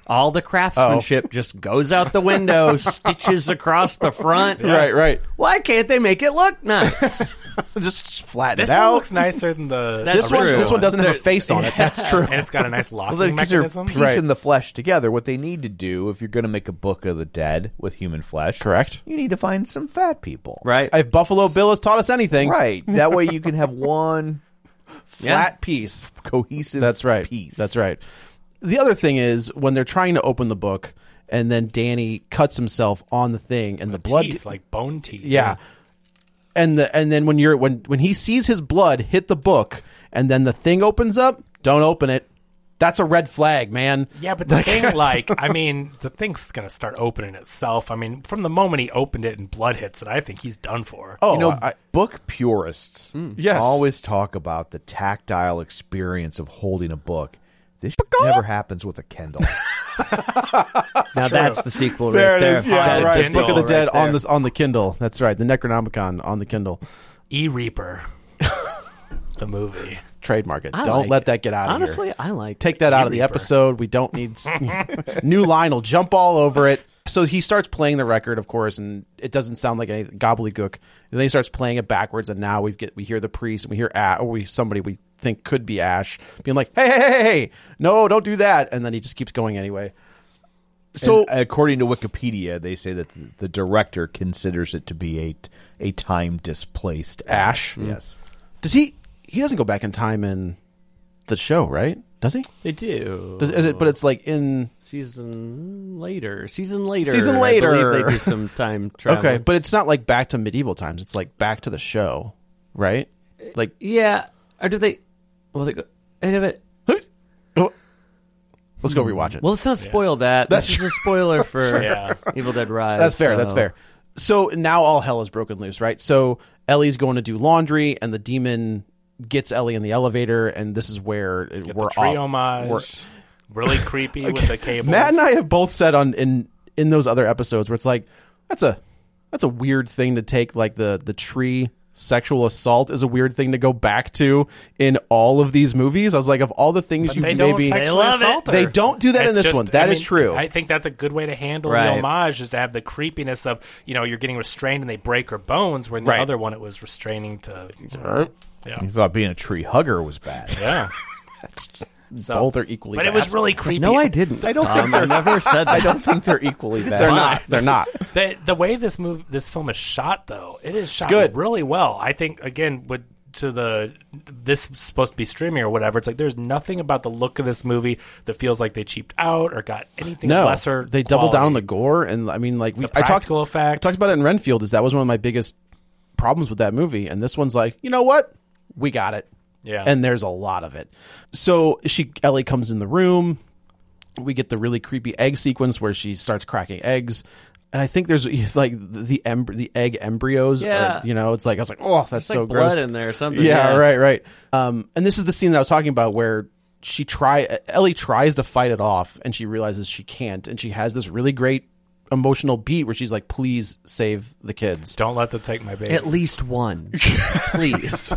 Speaker 5: All the
Speaker 4: Oh.
Speaker 5: craftsmanship just goes out the window, stitches across the front.
Speaker 4: right, right.
Speaker 5: Why can't they make it look nice?
Speaker 4: Just flatten
Speaker 6: This
Speaker 4: it
Speaker 6: one
Speaker 4: out.
Speaker 6: looks nicer than the
Speaker 5: That's
Speaker 4: this one,
Speaker 5: true.
Speaker 4: this one doesn't have a face on it. That's true.
Speaker 6: and it's got a nice locking
Speaker 3: Well, because they're
Speaker 6: mechanism.
Speaker 3: piecing the flesh together. What they need to do, if you're going to make a book of the dead with human flesh,
Speaker 4: Correct.
Speaker 3: You need to find some fat people,
Speaker 5: right?
Speaker 4: If Buffalo Bill has taught us anything,
Speaker 3: Right. That way you can have one
Speaker 4: Flat piece.
Speaker 3: cohesive.
Speaker 4: That's right.
Speaker 3: Piece.
Speaker 4: That's right. The other thing is when they're trying to open the book and then Danny cuts himself on the thing and the blood
Speaker 6: teeth, like bone teeth.
Speaker 4: yeah. And the and then when you're when when he sees his blood hit the book and then the thing opens up, don't open it. That's a red flag, man.
Speaker 6: Yeah, but the thing, like, I mean, the thing's gonna start opening itself. I mean, from the moment he opened it and blood hits it, I think he's done for.
Speaker 4: Oh,
Speaker 3: You know,
Speaker 4: I-
Speaker 3: book purists
Speaker 4: Yes.
Speaker 3: always talk about the tactile experience of holding a book. This never happens with a Kindle.
Speaker 5: now that's the sequel right
Speaker 4: there
Speaker 5: there.
Speaker 4: it is. Yeah,
Speaker 6: That's a
Speaker 4: right.
Speaker 6: Kindle
Speaker 4: Book of the
Speaker 6: right
Speaker 4: Dead on this on the Kindle. That's right. The Necronomicon on the Kindle.
Speaker 6: E Reaper, the movie.
Speaker 4: Trademark it.
Speaker 5: I
Speaker 4: don't
Speaker 5: like
Speaker 4: let
Speaker 5: it.
Speaker 4: that get out of here.
Speaker 5: Honestly, I like
Speaker 4: take
Speaker 5: it.
Speaker 4: that out
Speaker 5: You
Speaker 4: of the
Speaker 5: reaper.
Speaker 4: episode. We don't need new line will jump all over it. So he starts playing the record, of course, and it doesn't sound like any gobbledygook. And then he starts playing it backwards, and now we get we hear the priest and we hear Ash, or we somebody we think could be Ash being like, "Hey, hey, hey, hey, hey, no, don't do that!" And then he just keeps going anyway. So
Speaker 3: And uh, according to Wikipedia, they say that the- the director considers it to be a a time displaced
Speaker 4: Ash,
Speaker 3: Yes.
Speaker 4: does he? He doesn't go back in time in the show, right? Does he?
Speaker 5: They do.
Speaker 4: Does, is it? But it's like in
Speaker 5: season later. Season later.
Speaker 4: Season
Speaker 5: I
Speaker 4: later.
Speaker 5: believe they do some time travel.
Speaker 4: okay, but it's not like back to medieval times. It's like back to the show, right? Like
Speaker 5: yeah. Or do they? Well, they go. Hey, but
Speaker 4: Oh. Let's
Speaker 6: Hmm.
Speaker 4: go rewatch it.
Speaker 5: Well, let's not spoil that.
Speaker 4: That's
Speaker 5: this is a spoiler for
Speaker 6: Yeah.
Speaker 5: Evil Dead Rise.
Speaker 4: that's fair. That's
Speaker 5: so-
Speaker 4: fair. So now all hell is broken loose, right? So Ellie's going to do laundry, and the demon gets Ellie in the elevator, and this is where it-
Speaker 6: Get
Speaker 4: we're
Speaker 6: the tree
Speaker 4: off-
Speaker 6: homage.
Speaker 4: we're-
Speaker 6: Really creepy with the cables.
Speaker 4: Matt and I have both said on in in those other episodes where it's like that's a that's a weird thing to take like the the tree sexual assault is a weird thing to go back to in all of these movies. I was like of all the things
Speaker 6: But
Speaker 4: you
Speaker 6: they don't
Speaker 4: maybe
Speaker 6: sexually
Speaker 5: love it.
Speaker 6: assault her.
Speaker 4: They don't do that in
Speaker 6: It's
Speaker 4: this one. That
Speaker 6: I
Speaker 4: is true.
Speaker 6: I think that's a good way to handle
Speaker 5: Right.
Speaker 6: the homage is to have the creepiness of you know you're getting restrained and they break her bones, where in the
Speaker 4: Right.
Speaker 6: other one it was restraining to
Speaker 3: You thought being a tree hugger was bad.
Speaker 6: yeah. so,
Speaker 4: both are equally
Speaker 6: But it
Speaker 4: bad.
Speaker 6: was really creepy.
Speaker 5: No, I didn't. I don't think I never said that.
Speaker 3: I don't think they're equally bad.
Speaker 4: they're not. They're not.
Speaker 6: The, the way this move, this film is shot, though, it is shot
Speaker 4: good.
Speaker 6: really well. I think again with to the this is supposed to be streaming or whatever. It's like there's nothing about the look of this movie that feels like they cheaped out or got anything
Speaker 4: no,
Speaker 6: lesser.
Speaker 4: they double down on the
Speaker 6: quality.
Speaker 4: gore, and I mean, like we,
Speaker 6: The
Speaker 4: I talked,
Speaker 6: practical
Speaker 4: I
Speaker 6: effects.
Speaker 4: talked about it in Renfield. Is that was one of my biggest problems with that movie, and this one's like, you know what, we got it.
Speaker 6: Yeah.
Speaker 4: and there's a lot of it. So she Ellie comes in the room. We get the really creepy egg sequence where she starts cracking eggs. And I think there's like the emb- the egg embryos, are,
Speaker 5: Yeah.
Speaker 4: you know, it's like I was like, oh, that's
Speaker 5: It's
Speaker 4: so
Speaker 5: like blood
Speaker 4: gross
Speaker 5: in there or something.
Speaker 4: yeah, right, right. Um, and this is the scene that I was talking about where she try Ellie tries to fight it off, and she realizes she can't, and she has this really great emotional beat where she's like, "Please save the kids."
Speaker 6: Don't let them take my baby.
Speaker 5: At least one, please.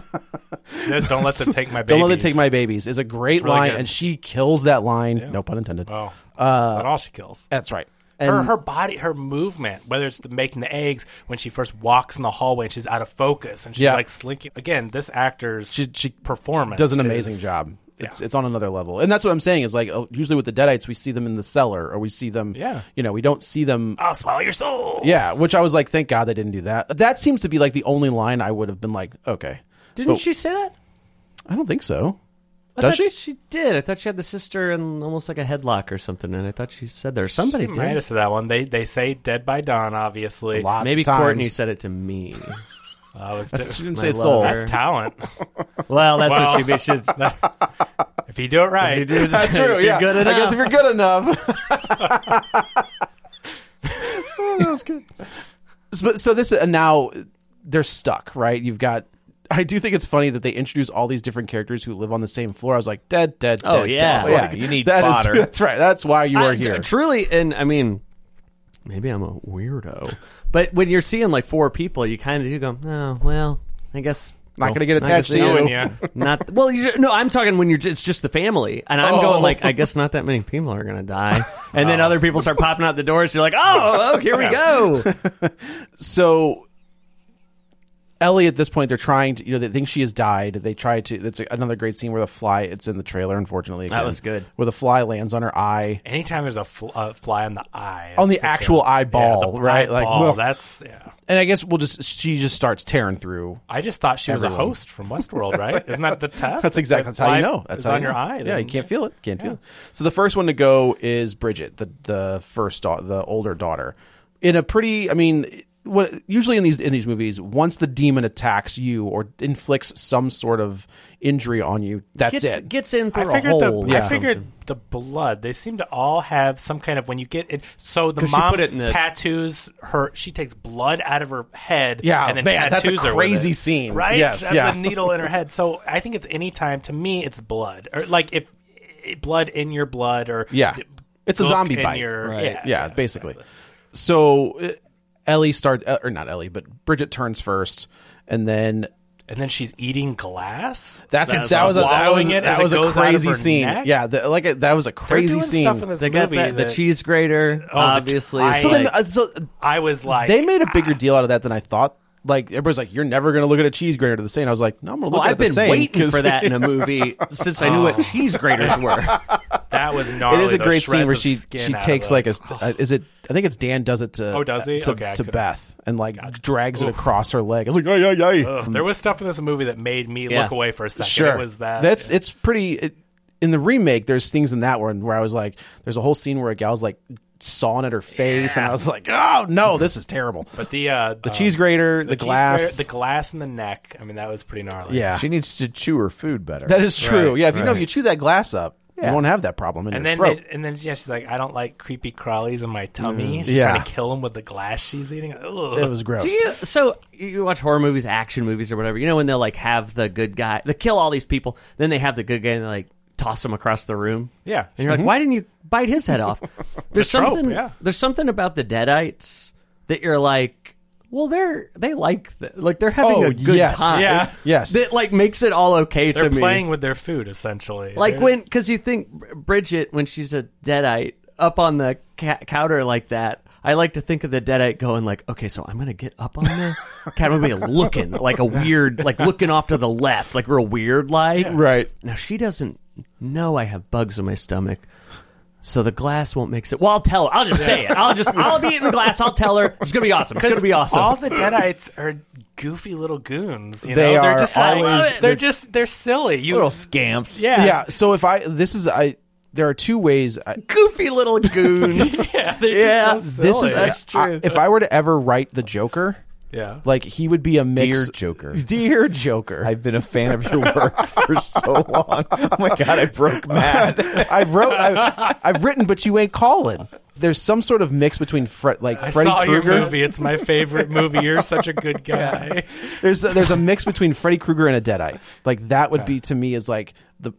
Speaker 6: Just don't let them take my baby.
Speaker 4: Don't let them take my babies is a great
Speaker 6: really
Speaker 4: line,
Speaker 6: good.
Speaker 4: and she kills that line. No pun intended.
Speaker 6: Oh, that's not all she kills.
Speaker 4: That's right.
Speaker 6: Her,
Speaker 4: uh, And
Speaker 6: her body, her movement, whether it's the making the eggs when she first walks in the hallway and she's out of focus and she's
Speaker 4: Yeah.
Speaker 6: like slinking. Again, this actor's
Speaker 4: She- she
Speaker 6: performance
Speaker 4: does an amazing
Speaker 6: is-
Speaker 4: job.
Speaker 6: Yeah.
Speaker 4: It's, it's on another level, and that's what I'm saying is like uh, usually with the Deadites we see them in the cellar or we see them,
Speaker 6: Yeah.
Speaker 4: you know, we don't see them
Speaker 6: I'll swallow your soul.
Speaker 4: Yeah, which I was like, thank God they didn't do that. That seems to be like the only line I would have been like, okay.
Speaker 5: Didn't
Speaker 4: But-
Speaker 5: she say that?
Speaker 4: I don't think so.
Speaker 5: I
Speaker 4: Does
Speaker 5: thought
Speaker 4: she?
Speaker 5: She did. I thought she had the sister in almost like a headlock or something, and I thought she said there. Somebody
Speaker 6: Minus
Speaker 5: did.
Speaker 6: to that one. They they say "Dead by Dawn." Obviously,
Speaker 4: Lots
Speaker 5: Maybe
Speaker 4: of times.
Speaker 5: Courtney said it to me.
Speaker 6: I was
Speaker 4: She didn't
Speaker 5: My
Speaker 4: say soul.
Speaker 5: lover.
Speaker 6: that's talent.
Speaker 5: Well, that's what she be- should.
Speaker 6: if you do it right,
Speaker 4: That's true.
Speaker 5: If you're
Speaker 4: yeah,
Speaker 5: good
Speaker 4: I guess
Speaker 5: enough.
Speaker 4: if you're good enough. oh, that was good. So, so this and now they're stuck, right? You've got. I do think it's funny that they introduce all these different characters who live on the same floor. I was like, dead, dead,
Speaker 5: Oh,
Speaker 4: dead.
Speaker 5: yeah.
Speaker 4: dead.
Speaker 3: Yeah, you need
Speaker 4: That is-
Speaker 3: fodder.
Speaker 4: that's right. That's why you are
Speaker 5: I-
Speaker 4: here.
Speaker 5: Truly, and I mean, maybe I'm a weirdo, but when you're seeing like four people, you kind of do go, oh well, I guess.
Speaker 4: Not gonna get
Speaker 5: I guess
Speaker 4: attached to
Speaker 5: not-
Speaker 4: you.
Speaker 6: Yeah.
Speaker 5: Not well. You, no, I'm talking when you're. ju- It's just the family, and I'm going like, I guess not that many people are gonna die, and then other people start popping out the doors. You're like, oh, oh, here we go.
Speaker 4: so Ellie at this point they're trying to you know they think she has died they try to that's another great scene where the fly it's in the trailer unfortunately again,
Speaker 5: was good.
Speaker 4: where the fly lands on her eye
Speaker 6: anytime there's a, fl- a fly on the eye,
Speaker 4: On the
Speaker 6: it's such
Speaker 4: actual eyeball,
Speaker 6: the
Speaker 4: right? Like,
Speaker 6: eyeball,
Speaker 4: well-
Speaker 6: that's yeah.
Speaker 4: and I guess we'll just she just starts tearing through
Speaker 6: I just thought she was a
Speaker 4: Everyone.
Speaker 6: host from Westworld, right? Isn't that the test?
Speaker 4: that's
Speaker 6: If
Speaker 4: exactly that's
Speaker 6: the
Speaker 4: how you
Speaker 6: fly
Speaker 4: know that's
Speaker 6: is
Speaker 4: how you
Speaker 6: on your
Speaker 4: know.
Speaker 6: eye.
Speaker 4: yeah
Speaker 6: then-
Speaker 4: you can't feel it can't feel it so the first one to go is Bridget the the first da- the older daughter in a pretty I mean what usually in these in these movies once the demon attacks you or inflicts some sort of injury on you that's
Speaker 5: Gets,
Speaker 4: it
Speaker 5: gets in through
Speaker 6: I
Speaker 5: a
Speaker 6: figured
Speaker 5: hole.
Speaker 6: the
Speaker 5: or
Speaker 6: I
Speaker 4: Yeah.
Speaker 6: figured
Speaker 5: something.
Speaker 6: the blood. They seem to all have some kind of when you get it. So the
Speaker 5: 'Cause she
Speaker 6: mom
Speaker 5: put it in the-
Speaker 6: tattoos her. She takes blood out of her head.
Speaker 4: Yeah,
Speaker 6: and then
Speaker 4: man, that's a
Speaker 6: tattoos her with
Speaker 4: crazy
Speaker 6: it.
Speaker 4: scene.
Speaker 6: Right?
Speaker 4: Yes,
Speaker 6: that's
Speaker 4: yeah.
Speaker 6: a needle in her head. So I think it's any time. To me, it's blood or like if eh, blood in your blood or
Speaker 4: Yeah.
Speaker 6: th-
Speaker 4: It's a
Speaker 6: book
Speaker 4: zombie
Speaker 6: in
Speaker 4: bite.
Speaker 6: Your,
Speaker 5: Right.
Speaker 6: Yeah,
Speaker 4: yeah, basically. So uh, Ellie starts, or not Ellie, but Bridget turns first, and then
Speaker 6: and then she's eating glass.
Speaker 4: that's,
Speaker 6: That's
Speaker 4: that was a, that was,
Speaker 6: swallowing it as
Speaker 4: that
Speaker 6: it
Speaker 4: was a
Speaker 6: goes out of
Speaker 4: crazy
Speaker 6: her
Speaker 4: scene.
Speaker 6: neck?
Speaker 4: Yeah, the, like a, that was a
Speaker 6: They're
Speaker 4: crazy
Speaker 6: doing
Speaker 4: scene.
Speaker 6: stuff in this
Speaker 5: They got
Speaker 6: movie
Speaker 5: that, the
Speaker 6: that
Speaker 5: cheese grater,
Speaker 6: Oh, the-
Speaker 5: obviously.
Speaker 6: I-
Speaker 5: is
Speaker 4: so, then,
Speaker 5: like-
Speaker 4: uh, so
Speaker 6: I was like, ah.
Speaker 4: they made a bigger deal out of that than I thought. Like everybody's like, you're never gonna look at a cheese grater to the same. I was like, no, I'm gonna look
Speaker 5: well,
Speaker 4: at
Speaker 5: I've
Speaker 4: it the
Speaker 5: been
Speaker 4: same.
Speaker 5: waiting
Speaker 4: 'cause-
Speaker 5: for that in a movie since I knew
Speaker 6: Oh.
Speaker 5: what cheese graters were.
Speaker 6: that was gnarly.
Speaker 4: It is a
Speaker 6: those
Speaker 4: great scene
Speaker 6: shreds
Speaker 4: where
Speaker 6: of
Speaker 4: she
Speaker 6: skin
Speaker 4: she
Speaker 6: out of
Speaker 4: takes
Speaker 6: the-
Speaker 4: like a uh, is it I think it's Dan does it to
Speaker 6: Oh, does he?
Speaker 4: to,
Speaker 6: Okay, I
Speaker 4: to
Speaker 6: could've-
Speaker 4: Beth and like drags it across her leg. I was like, ay, ay, ay.
Speaker 6: There was stuff in this movie that made me
Speaker 5: Yeah.
Speaker 6: look away for a second. It was that.
Speaker 4: That's it's pretty. It, in the remake, there's things in that one where I was like, there's a whole scene where a gal's like sawing at her face, and I was like, oh no, this is terrible.
Speaker 6: but the uh,
Speaker 4: The cheese grater, the,
Speaker 6: cheese
Speaker 4: glass,
Speaker 6: grater- the glass in the neck. I mean, that was pretty gnarly.
Speaker 4: yeah,
Speaker 3: She needs to chew her food better.
Speaker 4: that is true.
Speaker 6: Right,
Speaker 4: yeah, if you know
Speaker 6: right.
Speaker 4: if you chew that glass up,
Speaker 3: Yeah.
Speaker 4: You won't have that problem in
Speaker 6: And
Speaker 4: your
Speaker 6: then,
Speaker 4: throat.
Speaker 6: they- and then, yeah, she's like, "I don't like creepy crawlies in my tummy." She's
Speaker 4: Mm. Yeah.
Speaker 6: trying to kill him with the glass she's eating. Ugh.
Speaker 4: it was gross.
Speaker 5: Do you, so you watch horror movies, action movies, or whatever. You know when they'll like have the good guy, they kill all these people, then they have the good guy and they like toss him across the room.
Speaker 6: Yeah. Mm-hmm.
Speaker 5: and you're like, why didn't you bite his head off? there's
Speaker 6: trope,
Speaker 5: something.
Speaker 6: yeah.
Speaker 5: There's something about the Deadites that you're like, well, they're they like th- like they're having
Speaker 4: Oh,
Speaker 5: a good
Speaker 4: yes.
Speaker 5: time.
Speaker 6: Yeah.
Speaker 4: Yes.
Speaker 5: that like makes it all okay
Speaker 6: They're
Speaker 5: to me.
Speaker 6: playing with their food essentially.
Speaker 5: Like
Speaker 6: They're-
Speaker 5: when, because you think Br- Bridget when she's a deadite up on the ca- counter like that. I like to think of the deadite going like, okay, so I'm gonna get up on the counter, looking like a weird, like looking off to the left, like real weird, like
Speaker 4: right.
Speaker 5: Now she doesn't know I have bugs in my stomach. So the glass won't mix it. Well, I'll tell her. I'll just say it. I'll just. I'll be eating the glass. I'll tell her. It's gonna be awesome. It's gonna be awesome.
Speaker 6: All the Deadites are goofy little goons. You
Speaker 4: They
Speaker 6: know?
Speaker 4: are
Speaker 6: they're just like- "Oh,
Speaker 4: always-
Speaker 6: they're, just they're silly. You
Speaker 3: Little scamps.
Speaker 6: yeah.
Speaker 4: Yeah. So if I this is I there are two ways. I,
Speaker 5: goofy little goons.
Speaker 6: Yeah, they're
Speaker 5: Yeah,
Speaker 6: just so silly.
Speaker 4: this is
Speaker 5: That's
Speaker 4: I-
Speaker 5: true.
Speaker 4: if I were to ever write the Joker,
Speaker 6: yeah.
Speaker 4: like he would be a mix.
Speaker 3: Dear Joker.
Speaker 4: Dear Joker.
Speaker 3: I've been a fan of your work for so long. Oh my god, I broke mad.
Speaker 4: I wrote. I, I've written, but you ain't calling. There's some sort of mix between Fre- like
Speaker 6: I
Speaker 4: Freddy
Speaker 6: saw your
Speaker 4: Krueger.
Speaker 6: movie. It's my favorite movie. You're such a good guy.
Speaker 4: There's a, there's a mix between Freddy Krueger and a Deadeye. Like that would be to me is like the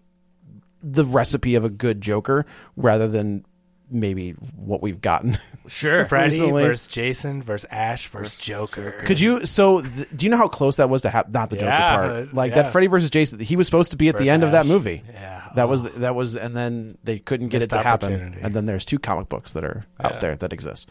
Speaker 4: the recipe of a good Joker, rather than maybe what we've gotten.
Speaker 5: sure.
Speaker 6: Freddy
Speaker 4: Recently-
Speaker 6: versus Jason versus Ash versus Joker.
Speaker 4: Could you? So th- do you know how close that was to hap- not the Joker
Speaker 6: Yeah,
Speaker 4: part?
Speaker 6: uh,
Speaker 4: Like
Speaker 6: yeah.
Speaker 4: that Freddy versus Jason. He was supposed to be at the
Speaker 6: Versus
Speaker 4: end of that
Speaker 6: Ash.
Speaker 4: movie.
Speaker 6: Yeah. Oh.
Speaker 4: That was that was, and then they couldn't get it
Speaker 6: Missed
Speaker 4: to happen.
Speaker 6: opportunity.
Speaker 4: And then there's two comic books that are out there that exist.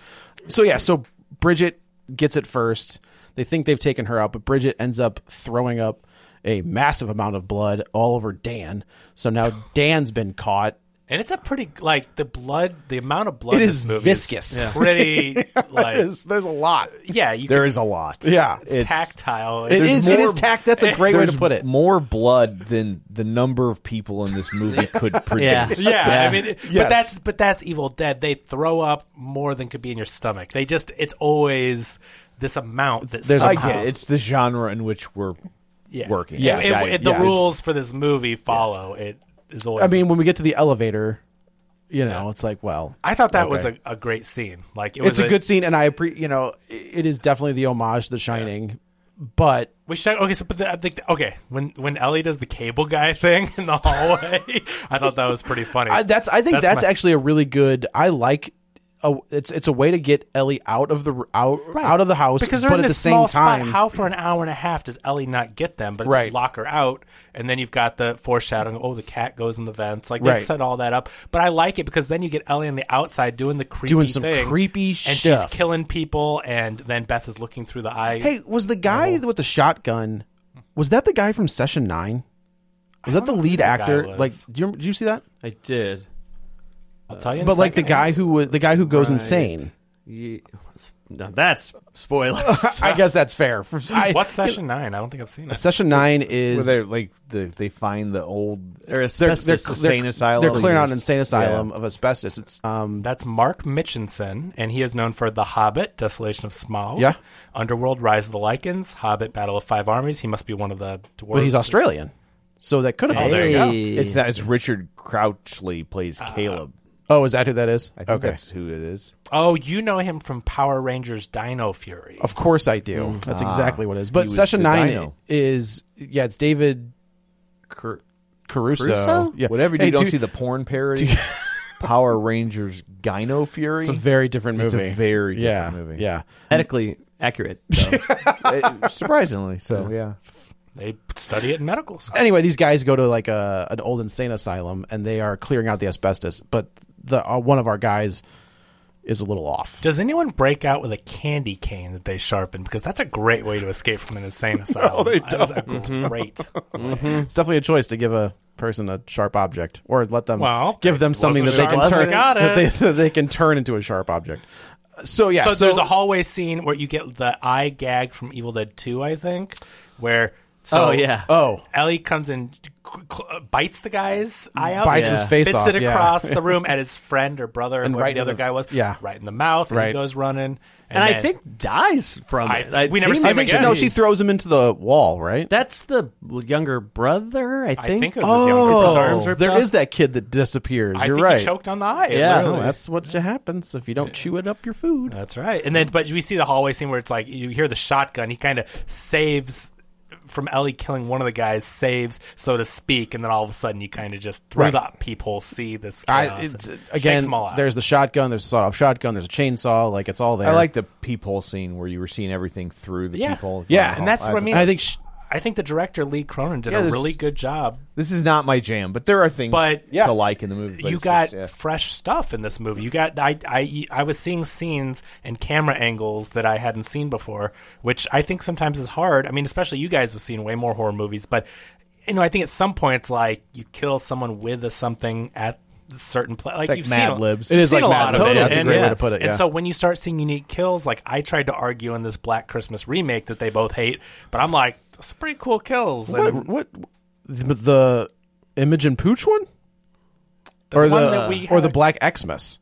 Speaker 4: So yeah, so Bridget gets it first. They think they've taken her out, but Bridget ends up throwing up a massive amount of blood all over Dan. So now Dan's been caught.
Speaker 6: And it's a pretty like the blood, the amount of blood.
Speaker 4: It
Speaker 6: in
Speaker 4: is
Speaker 6: this movie
Speaker 4: viscous.
Speaker 6: Is pretty like
Speaker 4: There's, there's a lot.
Speaker 6: yeah. You
Speaker 3: There
Speaker 6: can-
Speaker 3: is a lot.
Speaker 4: Yeah,
Speaker 6: it's, tactile.
Speaker 4: It
Speaker 6: It's-
Speaker 4: is. it
Speaker 3: more-
Speaker 4: is tact. That's a great way to
Speaker 3: There's
Speaker 4: put it.
Speaker 3: more blood than the number of people in this movie could produce.
Speaker 6: Yeah,
Speaker 5: Yeah.
Speaker 6: I mean, it-
Speaker 4: Yes.
Speaker 6: but that's but that's Evil Dead. They throw up more than could be in your stomach. They just it's always this amount that
Speaker 3: There's, I
Speaker 6: somehow,
Speaker 3: get it. It's the genre in which we're
Speaker 6: yeah.
Speaker 3: working.
Speaker 4: Yes.
Speaker 6: It-
Speaker 4: Yes.
Speaker 6: it- the
Speaker 4: Yes.
Speaker 6: rules for this movie follow. It is always.
Speaker 4: I mean, when we get to the elevator, you know, it's like, well,
Speaker 6: I thought that was a, a great scene. Like it
Speaker 4: it's
Speaker 6: was
Speaker 4: a good scene, and I appre you know, i- it is definitely the homage to The Shining, but
Speaker 6: We should, okay, so but the, I think okay when when Ellie does the cable guy thing in the hallway, I thought that was pretty funny.
Speaker 4: I, that's I think that's,
Speaker 6: That's my-
Speaker 4: actually a really good. I like. A, it's it's a way to get Ellie out of the r- out out of the house,
Speaker 6: because they're
Speaker 4: but
Speaker 6: in
Speaker 4: at the
Speaker 6: this
Speaker 4: same
Speaker 6: small
Speaker 4: time,
Speaker 6: spot. How for an hour and a half does Ellie not get them? But it's
Speaker 4: Right.
Speaker 6: lock her out, and then you've got the foreshadowing. Oh, the cat goes in the vents. Like
Speaker 4: Right.
Speaker 6: they set all that up. But I like it because then you get Ellie on the outside doing the creepy
Speaker 4: Doing some
Speaker 6: thing,
Speaker 4: creepy
Speaker 6: and
Speaker 4: stuff.
Speaker 6: she's killing people, and then Beth is looking through the eye.
Speaker 4: hey, was the guy with the shotgun? Was that the guy from Session Nine? Was that the lead
Speaker 6: guy
Speaker 4: actor?
Speaker 6: was.
Speaker 4: Like, do you, do you see that?
Speaker 5: I did.
Speaker 6: I'll tell you. in a
Speaker 4: But like the
Speaker 6: second.
Speaker 4: guy who was the guy who goes insane.
Speaker 5: Ye- now that's spoilers.
Speaker 4: I guess that's fair. I-
Speaker 6: What session nine? I don't think I've seen it.
Speaker 4: Session Nine is
Speaker 3: Where they like the, they find the old
Speaker 5: They're
Speaker 4: they're,
Speaker 5: asbestos.
Speaker 4: they're,
Speaker 3: Insane
Speaker 4: they're,
Speaker 3: asylum.
Speaker 4: They're clearing out an
Speaker 3: Yes.
Speaker 4: insane asylum
Speaker 3: Yeah.
Speaker 4: of asbestos. It's um
Speaker 6: That's Mark Mitchinson, and he is known for The Hobbit, Desolation of Smaug,
Speaker 4: Yeah.
Speaker 6: Underworld, Rise of the Lycans, Hobbit, Battle of Five Armies. He must be one of the dwarves.
Speaker 4: but he's Australian, so that could have
Speaker 6: Oh,
Speaker 4: been.
Speaker 6: there you go.
Speaker 5: Hey.
Speaker 3: It's not, it's Richard Crouchley plays Caleb.
Speaker 4: Oh, is that who that is?
Speaker 3: I think
Speaker 4: Okay,
Speaker 3: that's who it is.
Speaker 6: Oh, you know him from Power Rangers Dino Fury.
Speaker 4: of course I do. That's exactly what it is.
Speaker 3: Mm. Ah. He
Speaker 4: But
Speaker 3: was
Speaker 4: Session
Speaker 3: the
Speaker 4: Nine
Speaker 3: dino.
Speaker 4: is yeah, it's David
Speaker 3: Cur-
Speaker 4: Caruso.
Speaker 5: Caruso?
Speaker 4: Yeah,
Speaker 3: Whatever you
Speaker 4: Hey,
Speaker 3: do, not
Speaker 4: dude,
Speaker 3: see the porn parody. Power Rangers Gyno Fury.
Speaker 4: It's a very different
Speaker 3: It's a
Speaker 4: movie.
Speaker 3: very
Speaker 4: yeah,
Speaker 3: different movie.
Speaker 4: Yeah,
Speaker 5: medically accurate. though.
Speaker 3: Uh, surprisingly. So yeah,
Speaker 6: They study it in medical school.
Speaker 4: anyway, these guys go to like a an old insane asylum and they are clearing out the asbestos, but the uh, one of our guys is a little off.
Speaker 6: Does anyone break out with a candy cane that they sharpen? Because that's a great way to escape from an insane asylum.
Speaker 4: they
Speaker 6: That is a great.
Speaker 5: Mm-hmm.
Speaker 4: It's definitely a choice to give a person a sharp object or let them
Speaker 6: Well,
Speaker 4: give them something that
Speaker 6: wasn't
Speaker 4: they
Speaker 6: sharp,
Speaker 4: can
Speaker 6: wasn't
Speaker 4: turn
Speaker 6: it? Got
Speaker 4: that they,
Speaker 6: it.
Speaker 4: that they can turn into a sharp object. So yeah,
Speaker 6: so,
Speaker 4: so,
Speaker 6: there's a hallway scene where you get the eye gag from Evil Dead 2, I think, where So
Speaker 5: Oh, yeah.
Speaker 4: Oh.
Speaker 6: Ellie comes in, cl- cl- bites the guy's eye out,
Speaker 4: Bites
Speaker 6: and
Speaker 4: his face
Speaker 6: spits
Speaker 4: off,
Speaker 6: it
Speaker 4: yeah.
Speaker 6: across the room at his friend or brother, and
Speaker 4: And
Speaker 6: whatever
Speaker 4: right
Speaker 6: the
Speaker 4: in
Speaker 6: other
Speaker 4: the-
Speaker 6: guy was,
Speaker 4: yeah.
Speaker 6: right in the mouth, and he
Speaker 4: Right.
Speaker 6: goes running.
Speaker 5: and I
Speaker 6: then-
Speaker 5: think dies from
Speaker 6: I-
Speaker 5: it. It
Speaker 6: we never
Speaker 5: seems
Speaker 6: see
Speaker 4: I
Speaker 6: him
Speaker 5: to
Speaker 4: think she,
Speaker 6: again.
Speaker 5: me-
Speaker 4: no, she throws him into the wall, right?
Speaker 5: That's the younger brother, I
Speaker 6: I
Speaker 5: think.
Speaker 6: think it was his younger brother.
Speaker 5: arms ripped
Speaker 4: Oh. there
Speaker 5: off.
Speaker 4: is that kid that disappears.
Speaker 6: I
Speaker 4: You're
Speaker 6: think
Speaker 4: right.
Speaker 6: he choked on the eye.
Speaker 5: Yeah.
Speaker 6: literally.
Speaker 4: No, that's what happens if you don't chew it up your food.
Speaker 6: That's right. And then, but we see the hallway scene where it's like you hear the shotgun. He kind of saves from Ellie killing one of the guys, saves, so to speak. And then all of a sudden, you kind of just through
Speaker 4: Right.
Speaker 6: that peephole see this.
Speaker 4: I,
Speaker 6: Chaos
Speaker 4: it's,
Speaker 6: and shakes
Speaker 4: again,
Speaker 6: them all out.
Speaker 4: there's the shotgun, there's a sawed-off shotgun, there's a chainsaw, like it's all there.
Speaker 3: I like the peephole scene where you were seeing everything through the
Speaker 6: yeah,
Speaker 3: peephole. Oh,
Speaker 4: Yeah,
Speaker 6: and that's what I mean.
Speaker 4: I think sh-
Speaker 6: I think the director Lee Cronin did
Speaker 3: Yeah,
Speaker 6: a
Speaker 3: there's-
Speaker 6: really good job.
Speaker 3: This is not my jam, but there are things
Speaker 6: But-
Speaker 3: to like in the movie. but
Speaker 6: you
Speaker 3: it's
Speaker 6: got
Speaker 3: just, yeah.
Speaker 6: fresh stuff in this movie. You got I, I I was seeing scenes and camera angles that I hadn't seen before, which I think sometimes is hard. I mean, especially you guys have seen way more horror movies, but you know, I think at some point it's like you kill someone with a something at a certain place. Like
Speaker 3: like
Speaker 6: you've
Speaker 3: Mad
Speaker 6: seen a-
Speaker 3: Libs.
Speaker 6: you've
Speaker 4: It is
Speaker 6: seen
Speaker 4: like
Speaker 6: a
Speaker 4: Mad
Speaker 6: lot of
Speaker 4: Libs.
Speaker 6: it.
Speaker 4: Yeah, that's a
Speaker 6: And-
Speaker 4: great way to put it,
Speaker 6: And
Speaker 4: yeah.
Speaker 6: so when you start seeing unique kills, like I tried to argue in this Black Christmas remake that they both hate, but I'm like, those are pretty cool kills. And-
Speaker 4: what, what the, the Imogen Pooch one,
Speaker 6: The
Speaker 4: or
Speaker 6: one
Speaker 4: the
Speaker 6: that we
Speaker 4: or the
Speaker 6: had-
Speaker 4: Black Xmas?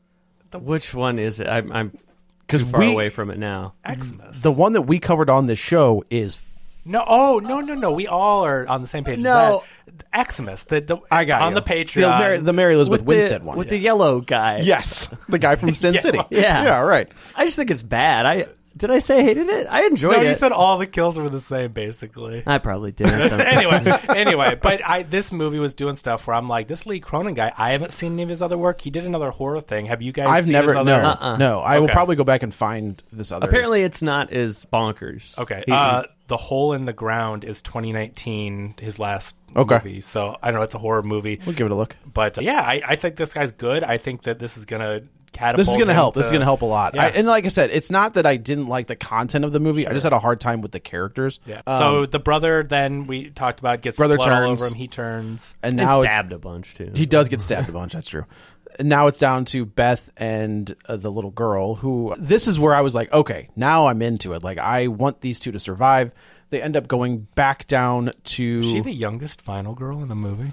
Speaker 5: Which one is it? I'm, I'm
Speaker 4: Because
Speaker 5: too far
Speaker 4: we
Speaker 5: away from it now.
Speaker 6: Xmas.
Speaker 4: the one that we covered on this show is
Speaker 6: No, oh no, no, no. We all are on the same page.
Speaker 5: No.
Speaker 6: as that. Xmas. The, the
Speaker 4: I got
Speaker 6: on
Speaker 4: you.
Speaker 6: the
Speaker 4: the
Speaker 6: Patreon.
Speaker 4: Mary, the Mary Elizabeth
Speaker 5: with
Speaker 4: Winstead
Speaker 5: the,
Speaker 4: one.
Speaker 5: with the yellow guy.
Speaker 4: yes, the guy from Sin
Speaker 6: Yeah.
Speaker 4: City.
Speaker 5: Yeah.
Speaker 4: yeah, right.
Speaker 5: I just think it's bad. I did I say I hated it? I enjoyed
Speaker 6: no,
Speaker 5: it.
Speaker 6: you said all the kills were the same, basically.
Speaker 5: I probably did. anyway,
Speaker 6: anyway, anyway, but I this movie was doing stuff where I'm like, this Lee Cronin guy. I haven't seen any of his other work. He did another horror thing. Have you guys?
Speaker 4: I've
Speaker 6: seen
Speaker 4: never
Speaker 6: his
Speaker 4: no
Speaker 6: other- Uh-uh.
Speaker 4: no. I will
Speaker 6: Okay.
Speaker 4: probably go back and find this other.
Speaker 5: apparently it's not as bonkers.
Speaker 6: Okay,
Speaker 5: He-
Speaker 6: uh, the hole in the ground is 2019, his last
Speaker 4: Okay.
Speaker 6: movie. So I know it's a horror movie,
Speaker 4: we'll give it a look.
Speaker 6: but uh, yeah, I, I think this guy's good. I think that this is gonna catapult.
Speaker 4: This is gonna
Speaker 6: him
Speaker 4: help. This is gonna help a lot. I,
Speaker 6: Yeah.
Speaker 4: and like I said, it's not that I didn't like the content of the movie. I just had a hard time with the characters.
Speaker 6: Yeah.
Speaker 4: Um,
Speaker 6: so the brother then we talked about gets
Speaker 4: Brother
Speaker 6: blood all
Speaker 4: turns.
Speaker 6: over him. He turns.
Speaker 4: and
Speaker 5: and
Speaker 4: now it's-
Speaker 5: stabbed a bunch too.
Speaker 4: he does get stabbed a bunch. That's true. And now it's down to Beth and uh, the little girl. Who this is where I was like, okay, now I'm into it. Like I want these two to survive. They end up going back down to.
Speaker 6: Is she the youngest final girl in the movie?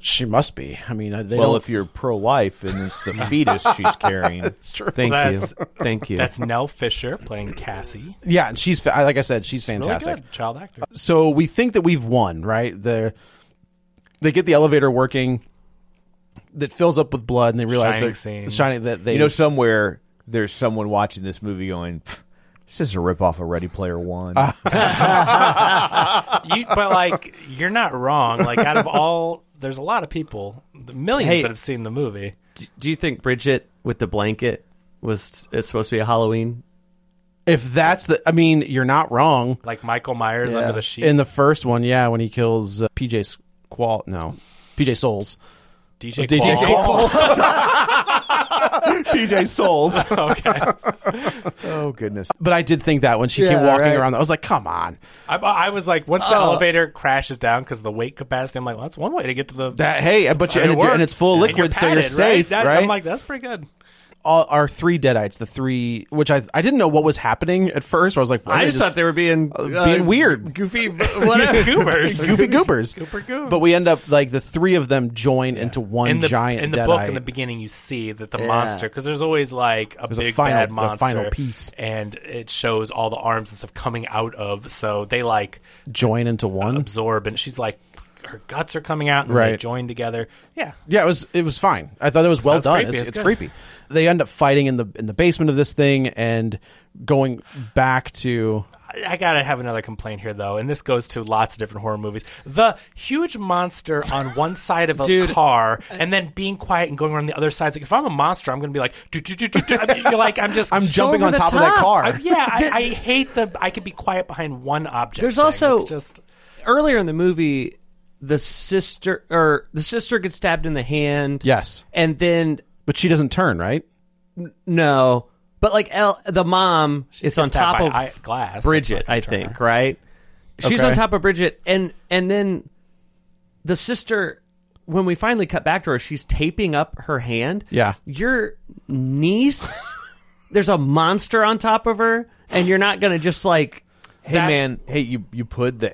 Speaker 4: She must be. I mean, uh, they
Speaker 3: well,
Speaker 4: don't-
Speaker 3: if you're pro-life and it's the fetus she's carrying,
Speaker 4: it's true.
Speaker 5: Thank
Speaker 6: Well,
Speaker 5: you.
Speaker 6: that's-
Speaker 5: Thank you.
Speaker 6: That's Nell Fisher playing Cassie.
Speaker 4: Yeah, and she's fa- like I said, she's fantastic.
Speaker 6: Really good child actor.
Speaker 4: so we think that we've won, right? The they get the elevator working that fills up with blood, and they realize
Speaker 6: Shining
Speaker 4: they're
Speaker 6: scene.
Speaker 4: shining that they
Speaker 3: you know, somewhere there's someone watching this movie going, "Pff, "This is a ripoff of Ready Player One."
Speaker 6: You, but like, you're not wrong. Like, out of all, there's a lot of people, the millions
Speaker 5: Hey.
Speaker 6: that have seen the movie.
Speaker 5: D- Do you think Bridget with the blanket was it's supposed to be a Halloween?
Speaker 4: if that's the. I mean, you're not wrong.
Speaker 6: Like Michael Myers
Speaker 5: Yeah.
Speaker 6: under the sheet.
Speaker 4: In the first one, yeah, when he kills uh, PJ Squall, no, PJ Souls,
Speaker 6: DJ,
Speaker 4: DJ
Speaker 6: Qualls.
Speaker 3: PJ Souls.
Speaker 6: okay.
Speaker 3: oh goodness.
Speaker 4: but I did think that when she came
Speaker 3: Yeah,
Speaker 4: walking
Speaker 3: right.
Speaker 4: around, I was like, come on,
Speaker 6: I, I was like, once the
Speaker 5: Oh.
Speaker 6: elevator crashes down because the weight capacity, I'm like, well, that's one way to get to the.
Speaker 4: that hey, but you
Speaker 6: It
Speaker 4: and, it,
Speaker 6: worked.
Speaker 4: and it's full of
Speaker 6: And you're
Speaker 4: liquid, so you're
Speaker 6: padded,
Speaker 4: safe,
Speaker 6: That-
Speaker 4: right?
Speaker 6: I'm like, that's pretty good.
Speaker 4: all, our three deadites, the three, which I I didn't know what was happening at first. I was like, why are
Speaker 5: I just thought they were being uh,
Speaker 4: being weird.
Speaker 5: goofy, whatever.
Speaker 6: Goobers.
Speaker 4: goofy goobers.
Speaker 6: Goober goons.
Speaker 4: But we end up like the three of them join into one
Speaker 6: in the,
Speaker 4: giant
Speaker 6: in the
Speaker 4: deadite.
Speaker 6: book in the beginning you see that the monster because there's always like a
Speaker 4: a
Speaker 6: big
Speaker 4: final-
Speaker 6: bad
Speaker 4: a
Speaker 6: monster
Speaker 4: final piece.
Speaker 6: and it shows all the arms and stuff coming out of so they like
Speaker 4: join into one.
Speaker 6: absorb and she's like her guts are coming out and they
Speaker 4: Mm-hmm. Right.
Speaker 6: join together yeah
Speaker 4: yeah, it was it was fine. I thought it was well
Speaker 6: Sounds
Speaker 4: done.
Speaker 6: creepy.
Speaker 4: It's,
Speaker 6: It's
Speaker 4: it's
Speaker 6: good.
Speaker 4: creepy. They end up fighting in the in the basement of this thing and going back to
Speaker 6: I, I gotta have another complaint here though and this goes to lots of different horror movies the huge monster on one side of a
Speaker 5: Dude.
Speaker 6: car and then being quiet and going around the other side It's like if i'm a monster i'm gonna be like do, do, do, do, do. I mean, you're like i'm just
Speaker 4: I'm jumping
Speaker 5: over
Speaker 4: on
Speaker 5: the
Speaker 4: top, of that
Speaker 5: top.
Speaker 4: car.
Speaker 6: I- yeah, I, I hate the. I could be quiet behind one object.
Speaker 5: There's
Speaker 6: thing.
Speaker 5: also-
Speaker 6: It's just
Speaker 5: Earlier in the movie, the sister or the sister gets stabbed in the hand.
Speaker 4: Yes,
Speaker 5: and then
Speaker 4: but she doesn't turn right.
Speaker 5: no, but like El, the mom is on
Speaker 6: gets stabbed
Speaker 5: top
Speaker 6: by
Speaker 5: of
Speaker 6: eye- glass.
Speaker 5: Bridget,
Speaker 6: That's
Speaker 5: I
Speaker 6: like a Turner.
Speaker 5: think, right? She's
Speaker 4: Okay.
Speaker 5: on top of Bridget, and and then the sister. When we finally cut back to her, she's taping up her hand.
Speaker 4: Yeah.
Speaker 5: your niece. there's a monster on top of her, and you're not gonna just like
Speaker 3: Hey
Speaker 4: That's-
Speaker 3: man, hey you you put the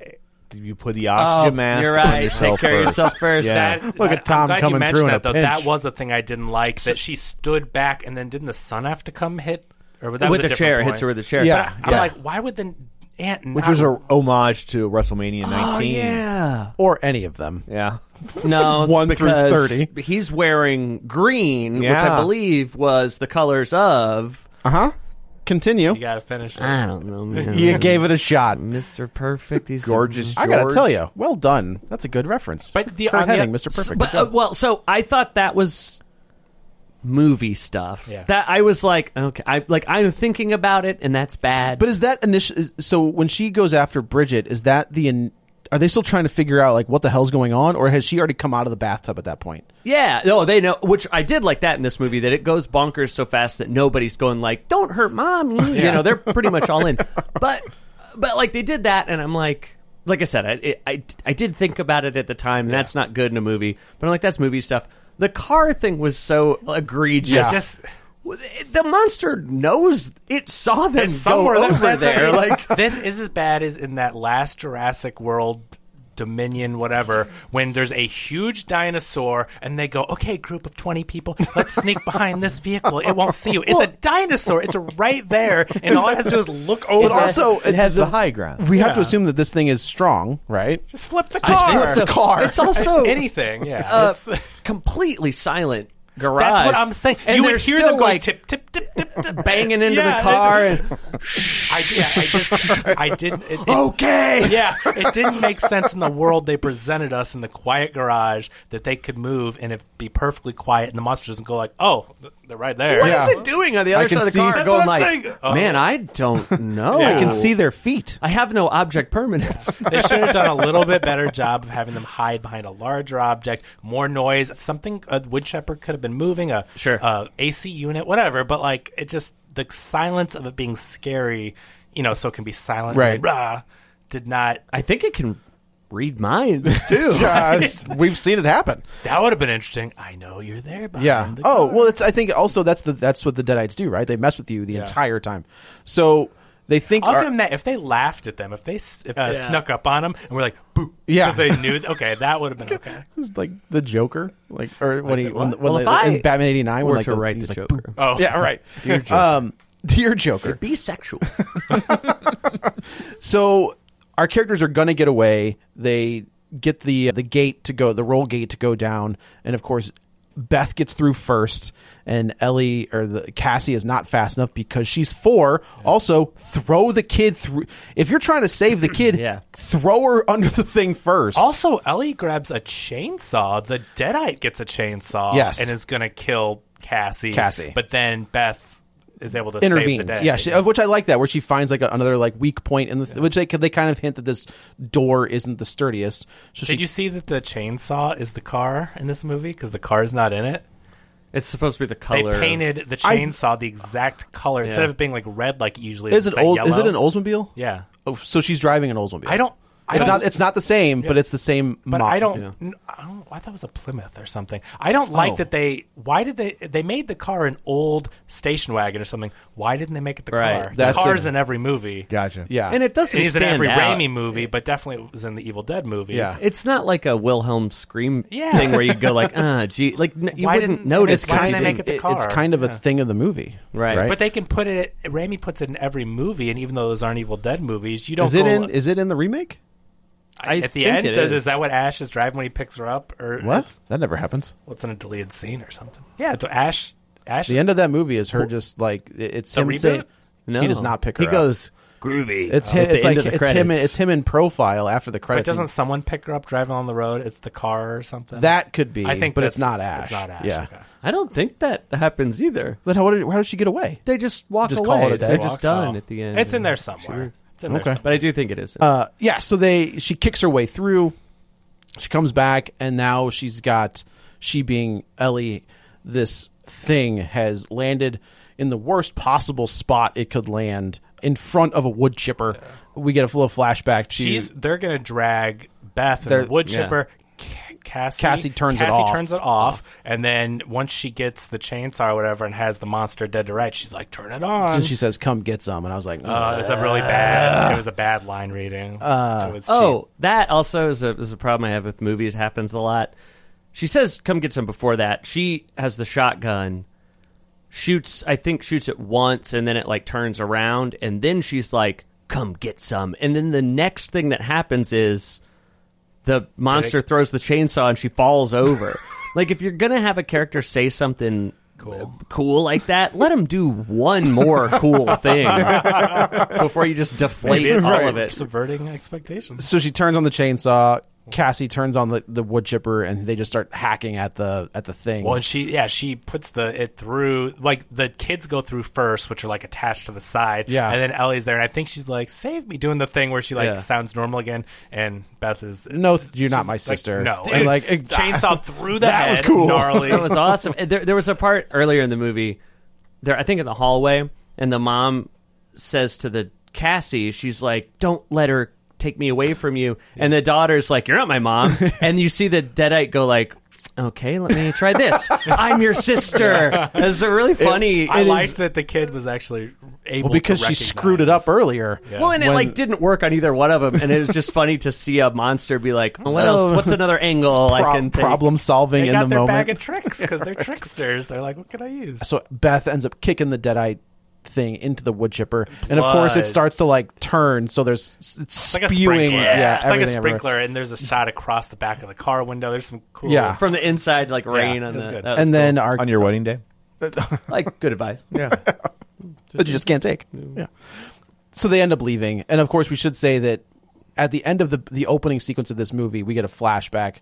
Speaker 3: you put the oxygen
Speaker 5: Oh,
Speaker 3: mask
Speaker 5: you're
Speaker 3: on
Speaker 5: right.
Speaker 3: yourself
Speaker 5: Take care of
Speaker 3: first.
Speaker 5: yourself first.
Speaker 3: Yeah.
Speaker 6: That,
Speaker 3: Look
Speaker 6: that-
Speaker 3: at Tom
Speaker 6: I'm glad you
Speaker 3: coming
Speaker 6: mentioned
Speaker 3: through in
Speaker 6: that,
Speaker 3: a
Speaker 6: though.
Speaker 3: pinch.
Speaker 6: That was the thing I didn't like that she stood back and then didn't the sun have to come hit or that was
Speaker 5: with
Speaker 6: a
Speaker 5: the
Speaker 6: different
Speaker 5: chair,
Speaker 6: point.
Speaker 5: hits her with the chair.
Speaker 3: Yeah.
Speaker 5: But-
Speaker 6: Ah, I'm like, why would the aunt?
Speaker 3: which
Speaker 6: not-
Speaker 3: was a homage to WrestleMania 19.
Speaker 5: Oh, yeah.
Speaker 4: or any of them.
Speaker 3: Yeah.
Speaker 5: No, it's
Speaker 4: One through
Speaker 5: because
Speaker 4: 30.
Speaker 5: He's wearing green, which
Speaker 3: Yeah.
Speaker 5: I believe was the colors of.
Speaker 4: Uh huh. Continue.
Speaker 6: You gotta finish it.
Speaker 5: I don't know, man.
Speaker 4: You gave it a shot.
Speaker 5: Mr. Perfect. He's
Speaker 3: Gorgeous.
Speaker 4: I gotta
Speaker 3: George.
Speaker 4: tell you, well done. That's a good reference.
Speaker 6: But the-
Speaker 4: Kurt
Speaker 6: on the-
Speaker 4: Hennig, Mr. Perfect.
Speaker 5: But uh, well, so I thought that was movie stuff.
Speaker 6: Yeah.
Speaker 5: That I was like, okay, I like I'm thinking about it, and that's bad.
Speaker 4: But is that initial? is- So when she goes after Bridget, is that the? In- are they still trying to figure out like what the hell's going on, or has she already come out of the bathtub at that point?
Speaker 5: yeah, no, they know. Which I did like that in this movie that it goes bonkers so fast that nobody's going like, "Don't hurt mom." You know, they're pretty much all in. But but like they did that, and I'm like. Like I said, I, it- I, I did think about it at the time. and That's not good in a movie, but I'm like, that's movie stuff. The car thing was so egregious.
Speaker 6: Just
Speaker 5: the monster knows it saw them
Speaker 6: it's
Speaker 5: go
Speaker 6: somewhere that-
Speaker 5: over
Speaker 6: that's what I
Speaker 5: there.
Speaker 6: mean.
Speaker 5: Like
Speaker 6: this is as bad as in that last Jurassic World Dominion, whatever, when there's a huge dinosaur and they go, "Okay, group of twenty people, let's sneak behind this vehicle. It won't see you. It's a dinosaur. It's right there, and all it has to do is look over."
Speaker 4: But also,
Speaker 3: It has the high ground.
Speaker 4: we have to assume that this thing is strong, right?
Speaker 6: just flip the
Speaker 5: It's
Speaker 6: car.
Speaker 5: also-
Speaker 4: car.
Speaker 5: It's also
Speaker 6: Anything, yeah.
Speaker 5: Oh. uh,
Speaker 6: It's-
Speaker 5: completely silent garage.
Speaker 6: that's what I'm saying.
Speaker 5: And
Speaker 6: you
Speaker 5: they're
Speaker 6: would hear
Speaker 5: still,
Speaker 6: them going
Speaker 5: like
Speaker 6: tip, tip, tip, tip, tip,
Speaker 5: banging into
Speaker 6: Yeah,
Speaker 5: the car.
Speaker 6: they-
Speaker 5: And,
Speaker 6: I, yeah, I just, I didn't. It, it,
Speaker 5: Oh,
Speaker 4: Okay.
Speaker 6: yeah, it didn't make sense in the world they presented us in the quiet garage that they could move and it be perfectly quiet, and the monster doesn't go like, "Oh, th- they're right there."
Speaker 5: what is
Speaker 4: Yeah.
Speaker 5: it doing on the other
Speaker 4: can
Speaker 5: side of the
Speaker 4: see-
Speaker 5: car?
Speaker 4: That's
Speaker 5: going
Speaker 6: what I'm
Speaker 5: like,
Speaker 6: saying. Oh.
Speaker 5: man, I don't know.
Speaker 4: I can see their feet.
Speaker 5: I have no object permanence.
Speaker 6: They should have done a little bit better job of having them hide behind a larger object, more noise, something a wood shepherd could have been moving, a
Speaker 5: Sure.
Speaker 6: a AC unit, whatever. But like, it just the silence of it being scary, you know, so it can be silent,
Speaker 4: Right.
Speaker 6: and Rah, did not.
Speaker 5: I think it can read minds too.
Speaker 4: Yeah, it's- Uh, we've seen it happen.
Speaker 6: That would have been interesting. I know you're there. Behind
Speaker 4: Yeah.
Speaker 6: The
Speaker 4: Oh
Speaker 6: car.
Speaker 4: well, it's. I think also that's the that's what the Deadites do, right? They mess with you the entire time. So they think.
Speaker 6: I'll
Speaker 4: our-
Speaker 6: give them that if they laughed at them, if they s- if, uh, snuck up on them and were like, "Boo,"
Speaker 4: Yeah.
Speaker 6: because they knew. Okay, that would have been okay.
Speaker 4: It's like the Joker, like or when he when, when
Speaker 5: Well,
Speaker 4: they-
Speaker 5: if I
Speaker 4: in Batman eighty nine,
Speaker 5: Or
Speaker 4: when like
Speaker 5: to
Speaker 4: the,
Speaker 5: write
Speaker 4: he's
Speaker 5: the
Speaker 4: like,
Speaker 5: Joker.
Speaker 6: Oh,
Speaker 4: yeah, right. Dear Joker. Um, dear Joker.
Speaker 5: Be sexual.
Speaker 4: So our characters are gonna get away. They get the the gate to go, the roll gate to go down, and of course, Beth gets through first. And Ellie or the Cassie is not fast enough because she's four. Also, throw the kid through. If you're trying to save the kid,
Speaker 5: Yeah.
Speaker 4: throw her under the thing first.
Speaker 6: Also, Ellie grabs a chainsaw. The Deadite gets a chainsaw
Speaker 4: Yes.
Speaker 6: and is going to kill Cassie.
Speaker 4: Cassie.
Speaker 6: But then Beth is able to save the
Speaker 4: intervenes.
Speaker 6: day.
Speaker 4: Yeah, she, uh, which I like that, where she finds like a, another like weak point, in the, which they could- they kind of hint that this door isn't the sturdiest. So she,
Speaker 6: Did you see that the chainsaw is the car in this movie? Because the car's not in it.
Speaker 5: it's supposed to be the
Speaker 6: They
Speaker 5: color. of-
Speaker 6: painted the
Speaker 4: I-
Speaker 6: chainsaw the exact color instead of it being like red, like it usually
Speaker 4: is it
Speaker 6: it's that
Speaker 4: old? Is
Speaker 6: yellow.
Speaker 4: it an Oldsmobile?
Speaker 6: Yeah,
Speaker 4: Oh, so she's driving an Oldsmobile.
Speaker 6: I don't. I
Speaker 4: It's
Speaker 6: don't
Speaker 4: not. It's not the same, but it's the same.
Speaker 6: But
Speaker 4: model.
Speaker 6: I don't, n- I don't. I thought it was a Plymouth or something. I don't like
Speaker 4: Oh.
Speaker 6: that they. Why did they? They made the car an old station wagon or something. Why didn't they make it the
Speaker 5: Right.
Speaker 6: car?
Speaker 4: That's
Speaker 6: the car's
Speaker 4: it.
Speaker 6: in every movie.
Speaker 3: Gotcha.
Speaker 4: Yeah,
Speaker 5: and it doesn't
Speaker 6: It is in
Speaker 5: stand
Speaker 6: every
Speaker 5: out.
Speaker 6: Raimi movie, but definitely it was in the Evil Dead movies.
Speaker 4: Yeah.
Speaker 5: It's not like a Wilhelm scream
Speaker 6: Yeah.
Speaker 5: thing where you go like, ah, gee, like n- you
Speaker 6: Why
Speaker 5: wouldn't
Speaker 6: didn't-
Speaker 5: notice.
Speaker 4: It's
Speaker 6: Why didn't
Speaker 4: kind
Speaker 6: they
Speaker 4: of
Speaker 6: make it the
Speaker 4: it's
Speaker 6: car?
Speaker 4: kind of a thing of the movie,
Speaker 5: Right.
Speaker 6: But they can put it. Raimi puts it in every movie, and even though those aren't Evil Dead movies, you don't.
Speaker 4: is it
Speaker 6: go,
Speaker 4: in? Is it in the remake?
Speaker 5: I
Speaker 6: at the
Speaker 5: think
Speaker 6: end?
Speaker 5: it
Speaker 6: Does,
Speaker 5: is.
Speaker 6: is that what Ash is driving when he picks her up? Or
Speaker 4: What?
Speaker 6: It's,
Speaker 4: That never happens.
Speaker 6: well, it's in a deleted scene or something. Yeah. So Ash. Ash.
Speaker 4: The end of that movie is her just like it- it's
Speaker 6: The
Speaker 4: him
Speaker 6: reboot?
Speaker 4: saying
Speaker 5: No,
Speaker 4: he does not pick her.
Speaker 5: He
Speaker 4: up.
Speaker 5: goes groovy.
Speaker 4: It's
Speaker 5: at
Speaker 4: him.
Speaker 5: the
Speaker 4: It's
Speaker 5: end
Speaker 4: like
Speaker 5: of the
Speaker 4: it's him.
Speaker 5: credits.
Speaker 4: It's him in profile after the
Speaker 6: but
Speaker 4: credits.
Speaker 6: doesn't someone pick her up driving on the road? It's the car or something.
Speaker 4: That could be.
Speaker 6: I think,
Speaker 4: but it's
Speaker 6: that's-
Speaker 4: not Ash.
Speaker 6: It's not Ash.
Speaker 4: Yeah.
Speaker 6: Okay.
Speaker 5: I don't think that happens either.
Speaker 4: Then how did, how did she get away?
Speaker 5: They just walk
Speaker 4: Just
Speaker 5: away.
Speaker 4: call it a day.
Speaker 5: They're
Speaker 4: They
Speaker 5: just
Speaker 6: walk-
Speaker 5: done
Speaker 6: oh.
Speaker 5: at the end.
Speaker 6: It's in
Speaker 5: and
Speaker 6: there
Speaker 5: she
Speaker 6: somewhere.
Speaker 5: works.
Speaker 6: It's in there
Speaker 4: Okay.
Speaker 6: somewhere.
Speaker 5: But I do think it is.
Speaker 4: Uh, yeah. So they she kicks her way through. She comes back, and now she's got she being Ellie. This thing has landed in the worst possible spot it could land in front of a wood chipper. We get a little flashback to
Speaker 6: She's they're gonna drag Beth
Speaker 4: They're-
Speaker 6: and the wood chipper, ki- right? Cassie
Speaker 4: Cassie turns it off.
Speaker 6: turns it off, and then once she gets the chainsaw or whatever and has the monster dead to rights, she's like, "Turn it on."
Speaker 4: And she says, "Come get some," and I was like,
Speaker 6: Uh, it's a really bad. It was a bad line reading.
Speaker 4: Uh,
Speaker 6: it was cheap.
Speaker 5: Oh, that also is a, is a problem I have with movies. Happens a lot. She says, "Come get some." Before that, she has the shotgun, shoots. I think shoots it once, and then it like turns around, and then she's like, "Come get some." And then the next thing that happens is the monster throws the chainsaw, and she falls over. like if you're gonna have a character say something. Cool. cool like that. Let him do one more cool thing before you just deflate
Speaker 6: Maybe it's
Speaker 5: all
Speaker 6: sub-
Speaker 5: of it.
Speaker 6: subverting expectations.
Speaker 4: so she turns on the chainsaw. Cassie turns on the, the wood chipper, and they just start hacking at the at the thing.
Speaker 6: Well, and she yeah she puts the it through like the kids go through first, which are like attached to the side.
Speaker 4: Yeah.
Speaker 6: and then Ellie's there, and I think she's like, "Save me!" doing the thing where she like
Speaker 5: Yeah.
Speaker 6: sounds normal again, and Beth is
Speaker 4: No, th-
Speaker 6: it's
Speaker 4: you're not
Speaker 6: just
Speaker 4: my sister.
Speaker 6: Like, no,
Speaker 4: Dude.
Speaker 6: and
Speaker 4: Like,
Speaker 6: like
Speaker 4: it-
Speaker 6: chainsaw through the
Speaker 4: That was
Speaker 6: head,
Speaker 4: cool.
Speaker 6: gnarly.
Speaker 5: that was awesome. And There, there was a part earlier in the movie, there I think in the hallway, and the mom says to the Cassie, she's like, "Don't let her take me away from you." And the daughter's like, "You're not my mom." and you see the deadite go like. Okay, let me try this. I'm your sister. It's a really funny.
Speaker 6: I
Speaker 4: It is-
Speaker 6: liked that the kid was actually able
Speaker 4: well, because
Speaker 6: to
Speaker 4: she screwed it up
Speaker 6: recognize-
Speaker 4: earlier.
Speaker 5: Well, and it
Speaker 4: When-
Speaker 5: like didn't work on either one of them, and it was just funny to see a monster be like, "Oh, "What else? What's another angle I
Speaker 4: Pro-
Speaker 5: can take?"
Speaker 4: problem solving
Speaker 6: They
Speaker 4: in
Speaker 6: got
Speaker 4: the
Speaker 6: their
Speaker 4: moment.
Speaker 6: bag of tricks because they're tricksters. They're like, "What can I use?"
Speaker 4: so Beth ends up kicking the deadite thing into the wood chipper, and of course it
Speaker 6: Blood.
Speaker 4: starts to like turn. So there's s- it's
Speaker 6: It's like a
Speaker 4: spewing.
Speaker 6: sprinkler.
Speaker 4: yeah,
Speaker 6: it's like a
Speaker 4: everything everywhere.
Speaker 6: sprinkler, and there's a shot across the back of the car window. There's some cool.
Speaker 4: Yeah.
Speaker 5: from the inside, like rain
Speaker 6: Yeah,
Speaker 5: on
Speaker 6: it was
Speaker 5: the.
Speaker 6: good.
Speaker 5: that was
Speaker 4: And
Speaker 5: cool.
Speaker 4: then our
Speaker 3: on your wedding day.
Speaker 5: like good advice.
Speaker 3: Yeah,
Speaker 4: that you just can't take. Yeah. So they end up leaving, and of course we should say that at the end of the the opening sequence of this movie, we get a flashback,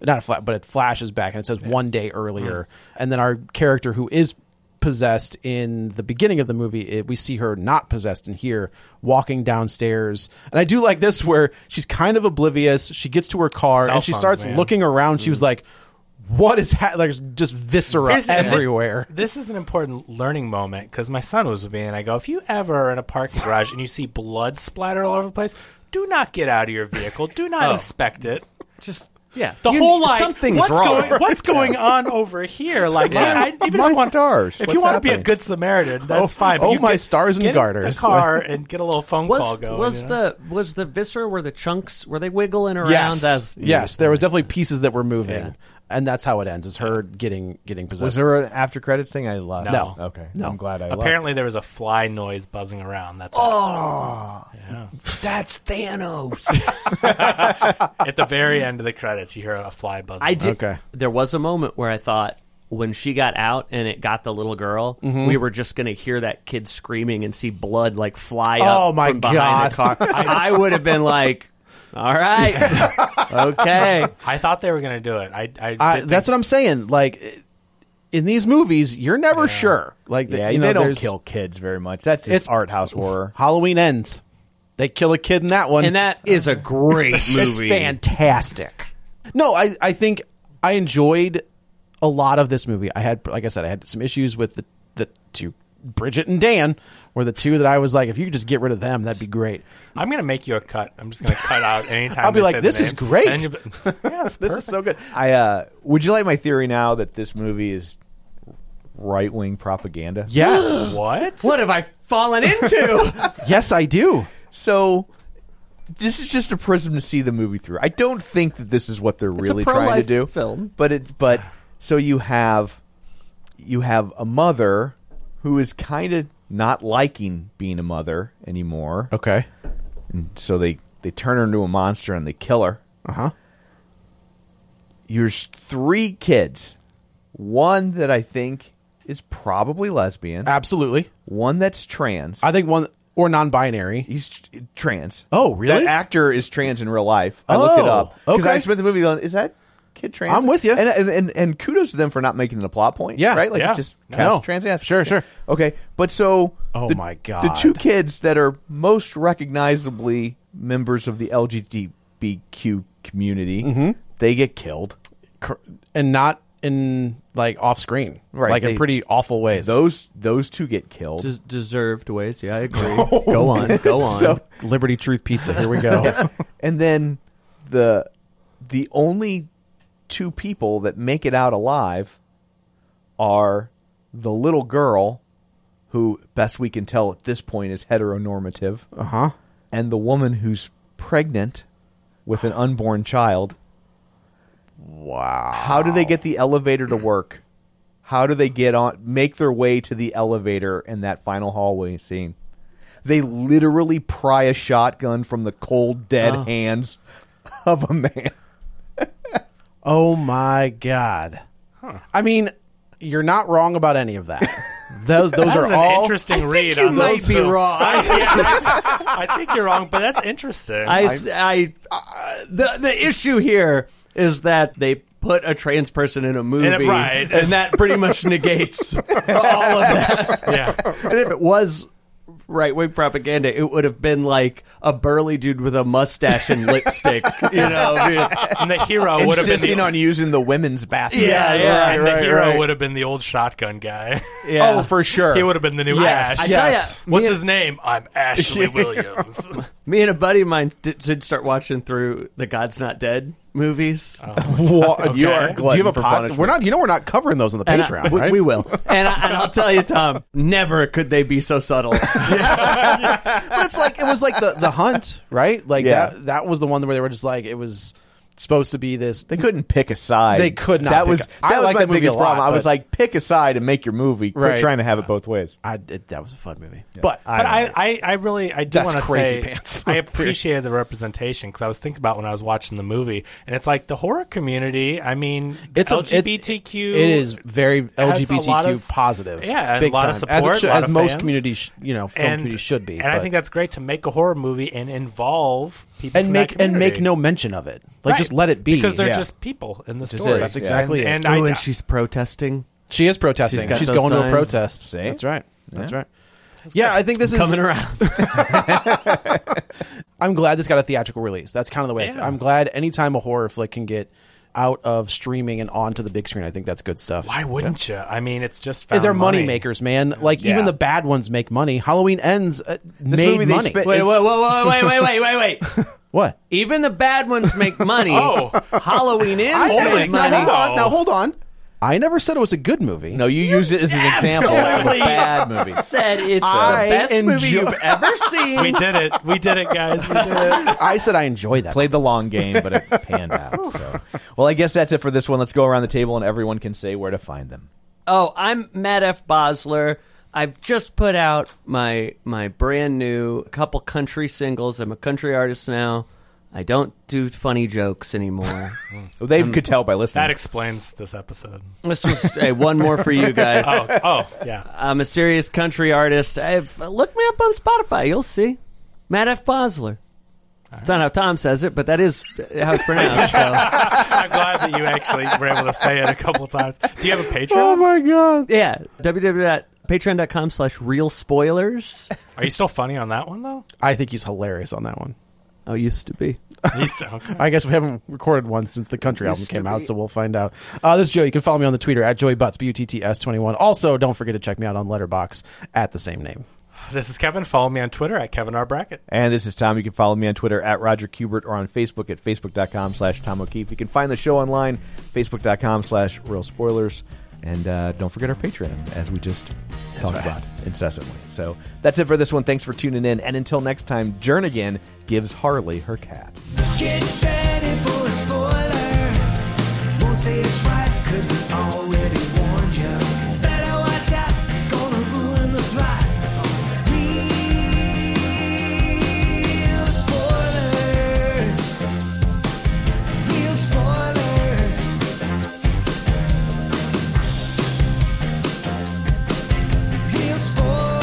Speaker 4: not a flash, but it flashes back, and it says one day earlier, and then our character who is possessed in the beginning of the movie it, we see her not possessed in here walking downstairs and i do like this where she's kind of oblivious she gets to her car
Speaker 6: Cell
Speaker 4: and she
Speaker 6: phones,
Speaker 4: starts
Speaker 6: man.
Speaker 4: looking around she was like what is ha-? like just viscera
Speaker 6: Here's the thing.
Speaker 4: everywhere
Speaker 6: This is an important learning moment because my son was with me, and I go, if you ever are in a parking garage and you see blood splatter all over the place, do not get out of your vehicle. Do not inspect it.
Speaker 5: just yeah.
Speaker 6: The
Speaker 5: You-
Speaker 6: whole light.
Speaker 5: something's
Speaker 6: what's
Speaker 5: wrong.
Speaker 6: Going, what's going on over here? Like, I, even if
Speaker 3: My
Speaker 6: you wanna-
Speaker 3: stars,
Speaker 6: If
Speaker 3: what's
Speaker 6: you want to be
Speaker 3: happening?
Speaker 6: a good Samaritan, that's
Speaker 4: Oh,
Speaker 6: fine. but
Speaker 4: oh,
Speaker 6: you
Speaker 4: my
Speaker 6: get-
Speaker 4: stars and
Speaker 6: get in
Speaker 4: garters.
Speaker 6: The car and get a little phone call
Speaker 5: was
Speaker 6: going.
Speaker 5: was
Speaker 6: you know?
Speaker 5: the was the viscera were the chunks were they wiggling around?
Speaker 4: Yes,
Speaker 5: That's-
Speaker 4: yes, there was definitely pieces that were moving, and that's how it ends. Is her getting getting possessed?
Speaker 3: was there an after credits thing? I love.
Speaker 4: No.
Speaker 3: okay.
Speaker 4: No.
Speaker 3: I'm glad I left.
Speaker 6: apparently there was a fly noise buzzing around. That's oh.
Speaker 5: that's Thanos.
Speaker 6: at the very end of the credits. You hear a fly buzzing.
Speaker 5: I did.
Speaker 4: Okay.
Speaker 5: There was a moment where I thought when she got out and it got the little girl, we were just gonna hear that kid screaming and see blood like fly up.
Speaker 4: Oh, my
Speaker 5: from behind
Speaker 4: God.
Speaker 5: The car. I, I would have been like, all right, okay.
Speaker 6: I thought they were going to do it. I, I,
Speaker 4: I,
Speaker 6: did
Speaker 4: that's what I'm saying. Like i- in these movies, you're never sure. Like
Speaker 3: Yeah,
Speaker 4: you know,
Speaker 3: they don't
Speaker 4: there's-
Speaker 3: kill kids very much. That's just
Speaker 4: It's-
Speaker 3: art house horror.
Speaker 4: Halloween ends. They kill a kid in that one,
Speaker 5: And that is a great
Speaker 4: it's
Speaker 5: movie.
Speaker 4: fantastic. No, I I think I enjoyed a lot of this movie. I had, like I said, I had some issues with the the two. Bridget and Dan were the two that I was like, if you could just get rid of them, that'd be great.
Speaker 6: I'm gonna make you a cut. I'm just gonna cut out anytime.
Speaker 4: I'll be
Speaker 6: they
Speaker 4: like,
Speaker 6: say the
Speaker 4: "This is
Speaker 6: names."
Speaker 4: great.
Speaker 6: And you'll be- yeah, it's
Speaker 4: This is so good.
Speaker 3: I uh, would you like my theory now that this movie is right wing propaganda?
Speaker 4: Yes,
Speaker 6: what?
Speaker 5: What have I fallen into?
Speaker 4: yes, I do.
Speaker 3: So this is just a prism to see the movie through. I don't think that this is what they're
Speaker 5: a
Speaker 3: really trying to
Speaker 5: pro-life
Speaker 3: do.
Speaker 5: film.
Speaker 3: But it but so you have you have a mother who is kind of not liking being a mother anymore.
Speaker 4: Okay.
Speaker 3: So they they turn her into a monster and they kill her.
Speaker 4: Uh huh.
Speaker 3: There's three kids. One that I think is probably lesbian.
Speaker 4: Uh, Absolutely.
Speaker 3: one that's trans.
Speaker 4: I think one or non-binary.
Speaker 3: He's tr- trans.
Speaker 4: Oh, really?
Speaker 3: That actor is trans in real life. I looked it
Speaker 4: Oh,
Speaker 3: up because
Speaker 4: okay.
Speaker 3: I spent the movie going, "Is that kid trans?"
Speaker 4: I'm with ya.
Speaker 3: and and, and and kudos to them for not making it a plot point.
Speaker 4: Yeah.
Speaker 3: right. Like
Speaker 6: Yeah.
Speaker 3: just
Speaker 6: No.
Speaker 3: cast trans. Yeah,
Speaker 4: Sure, sure.
Speaker 3: Okay, but so
Speaker 4: Oh
Speaker 3: the-
Speaker 4: my
Speaker 3: the
Speaker 4: God.
Speaker 3: two kids that are most recognizably members of the LGBTQ community,
Speaker 4: Mm-hmm.
Speaker 3: they get killed.
Speaker 4: Cor- and not in like off screen,
Speaker 3: Right,
Speaker 4: Like in
Speaker 3: they-
Speaker 4: pretty awful ways.
Speaker 3: Those those two get killed.
Speaker 5: Des- deserved ways. Yeah, I agree. go on, go on.
Speaker 3: So-
Speaker 4: Liberty Truth Pizza. Here we go.
Speaker 3: and then the the only two people that make it out alive are the little girl, who, best we can tell at this point, is heteronormative,
Speaker 4: Uh huh.
Speaker 3: and the woman who's pregnant with an unborn child.
Speaker 4: Wow.
Speaker 3: How do they get the elevator to work? How do they get on make their way to the elevator in that final hallway scene? They literally pry a shotgun from the cold dead hands of a man.
Speaker 4: Oh my god. I mean, you're not wrong about any of that. Those those
Speaker 6: That was
Speaker 4: are
Speaker 6: an
Speaker 4: all
Speaker 6: interesting read. on this film. I, yeah, I- I think you're wrong, but that's interesting.
Speaker 5: I, I, I- the the issue here is that they put a trans person in a movie,
Speaker 6: it- right.
Speaker 5: and that pretty much negates all of that.
Speaker 6: yeah,
Speaker 5: And if it was right wing propaganda, it would have been like a burly dude with a mustache and lipstick, you know. Yeah,
Speaker 6: and the hero would have been the,
Speaker 3: Insisting on using the women's bathroom.
Speaker 5: yeah,
Speaker 6: and
Speaker 5: yeah.
Speaker 6: the
Speaker 4: right,
Speaker 6: hero
Speaker 4: right.
Speaker 6: would have been the old shotgun guy.
Speaker 4: Oh, for sure.
Speaker 6: he would have been the new
Speaker 4: Yes,
Speaker 6: Ash.
Speaker 5: I tell ya,
Speaker 4: Yes.
Speaker 5: me
Speaker 6: What's
Speaker 5: and-
Speaker 6: his name? I'm Ashley Williams.
Speaker 5: Me and a buddy of mine did, did start watching through the God's Not Dead movies.
Speaker 4: Wa- You
Speaker 6: Okay.
Speaker 4: are
Speaker 6: Do
Speaker 4: Do you have a pod? We're not. You know, we're not covering those on the
Speaker 5: And I-
Speaker 4: Patreon,
Speaker 5: we,
Speaker 4: right?
Speaker 5: we will. And, I, and I'll tell you, Tom, never could they be so subtle.
Speaker 4: but it's like it was like the the hunt, right? Like
Speaker 3: Yeah.
Speaker 4: that that was the one where they were just like it was supposed to be this.
Speaker 3: They couldn't pick a side.
Speaker 4: They could not
Speaker 3: That
Speaker 4: pick
Speaker 3: was
Speaker 4: a-
Speaker 3: that
Speaker 4: I
Speaker 3: was
Speaker 4: like
Speaker 3: my
Speaker 4: that movie
Speaker 3: biggest
Speaker 4: a lot,
Speaker 3: problem. I was
Speaker 4: but-
Speaker 3: like, pick a side and make your movie. Quit
Speaker 4: Right.
Speaker 3: trying to have it both ways.
Speaker 4: I it, that was a fun movie, but
Speaker 6: But I, I, I really, I do
Speaker 4: That's
Speaker 6: want to
Speaker 4: crazy
Speaker 6: say,
Speaker 4: pants.
Speaker 6: I appreciated the representation because I was thinking about when I was watching the movie, and it's like the horror community. I mean,
Speaker 4: it's a- it's-
Speaker 6: LGBTQ.
Speaker 4: it is very
Speaker 6: has a
Speaker 4: LGBTQ
Speaker 6: lot of-
Speaker 4: positive.
Speaker 6: yeah, and
Speaker 4: big
Speaker 6: a lot of
Speaker 4: time. as, it
Speaker 6: support,
Speaker 4: should,
Speaker 6: a lot
Speaker 4: as
Speaker 6: of
Speaker 4: most
Speaker 6: fans.
Speaker 4: communities, sh- you know, film communities should be.
Speaker 6: and I
Speaker 4: but-
Speaker 6: think that's great to make a horror movie and involve people
Speaker 4: and
Speaker 6: from that
Speaker 4: make and make
Speaker 6: community.
Speaker 4: no mention of it. Like
Speaker 6: Right.
Speaker 4: just let it be
Speaker 6: because they're
Speaker 3: yeah.
Speaker 6: just people in the
Speaker 3: is,
Speaker 6: story.
Speaker 3: that's
Speaker 4: exactly it.
Speaker 6: and,
Speaker 5: Ooh,
Speaker 6: And I,
Speaker 5: Oh, and she's protesting.
Speaker 4: She is protesting.
Speaker 5: She's
Speaker 4: She's,
Speaker 5: got those
Speaker 4: going to a
Speaker 5: signs.
Speaker 4: protest.
Speaker 3: See?
Speaker 4: That's right. That's right. yeah, I think this
Speaker 5: Coming
Speaker 4: is.
Speaker 5: around.
Speaker 4: I'm glad this got a theatrical release. That's kind of the way. I feel. I'm glad anytime a horror flick can get out of streaming and onto the big screen, I think that's good stuff.
Speaker 6: why wouldn't you? I mean, it's just found
Speaker 4: They're money
Speaker 6: money
Speaker 4: makers, man. Like even
Speaker 3: Yeah.
Speaker 4: the bad ones make money. Halloween ends uh, made
Speaker 3: movie they
Speaker 4: money.
Speaker 3: spent-
Speaker 5: Wait,
Speaker 3: It's-
Speaker 5: wait, wait, wait, wait, wait, wait, wait, wait.
Speaker 4: what?
Speaker 5: Even the bad ones make money.
Speaker 6: Oh.
Speaker 5: Halloween ends
Speaker 6: said
Speaker 5: make
Speaker 6: it. No,
Speaker 5: money.
Speaker 4: Now, hold on.
Speaker 6: No.
Speaker 4: Now hold on. I never said it was a good movie.
Speaker 3: No, you used it as an example of a
Speaker 5: Absolutely.
Speaker 3: bad movie.
Speaker 5: Said it's
Speaker 4: I
Speaker 5: the best movie
Speaker 4: enjoy-
Speaker 5: you've ever seen.
Speaker 6: We did it. We did it, guys. We did it.
Speaker 4: I said I enjoy that.
Speaker 3: Played the long game, but it panned out. So, well, I guess that's it for this one. Let's go around the table and everyone can say where to find them.
Speaker 5: Oh, I'm Matt F. Bosler. I've just put out my my brand new couple country singles. I'm a country artist now. I don't do funny jokes anymore.
Speaker 3: Well, they
Speaker 4: Um,
Speaker 3: could tell by listening.
Speaker 6: That explains this episode.
Speaker 5: this was hey, one more for you guys.
Speaker 6: Oh, oh, yeah.
Speaker 5: I'm a serious country artist. I've, look me up on Spotify. You'll see. Matt F. Bosler. It's not how Tom says it, but that is uh, how it's pronounced. So.
Speaker 6: I'm glad that you actually were able to say it a couple times. Do you have a Patreon?
Speaker 4: Oh, my god.
Speaker 5: Yeah, www.patreon.com slash real spoilers.
Speaker 6: Are you still funny on that one though?
Speaker 4: I think he's hilarious on that one.
Speaker 5: Oh, used to be.
Speaker 6: You still- okay.
Speaker 4: I guess we haven't recorded one since the country album came out, so we'll find out. Uh, this is Joe. You can follow me on the Twitter at Joey Butts, B U T T S 21. Also, don't forget to check me out on Letterbox at the same name.
Speaker 6: This is Kevin. Follow me on Twitter at Kevin R Brackett.
Speaker 3: And this is Tom. You can follow me on Twitter at Roger Kubert or on Facebook at facebook.com slash Tom O'Keefe. You can find the show online, facebook.com slash real spoilers. And uh, don't forget our Patreon, as we just talked about incessantly. So that's it for this one. Thanks for tuning in. And until next time, Jernigan gives Harley her cat.
Speaker 2: Get ready for a spoiler. Won't say it twice, cause we already warned you. Better watch out, it's gonna ruin the plot. Real spoilers. Real spoilers. Real spoilers.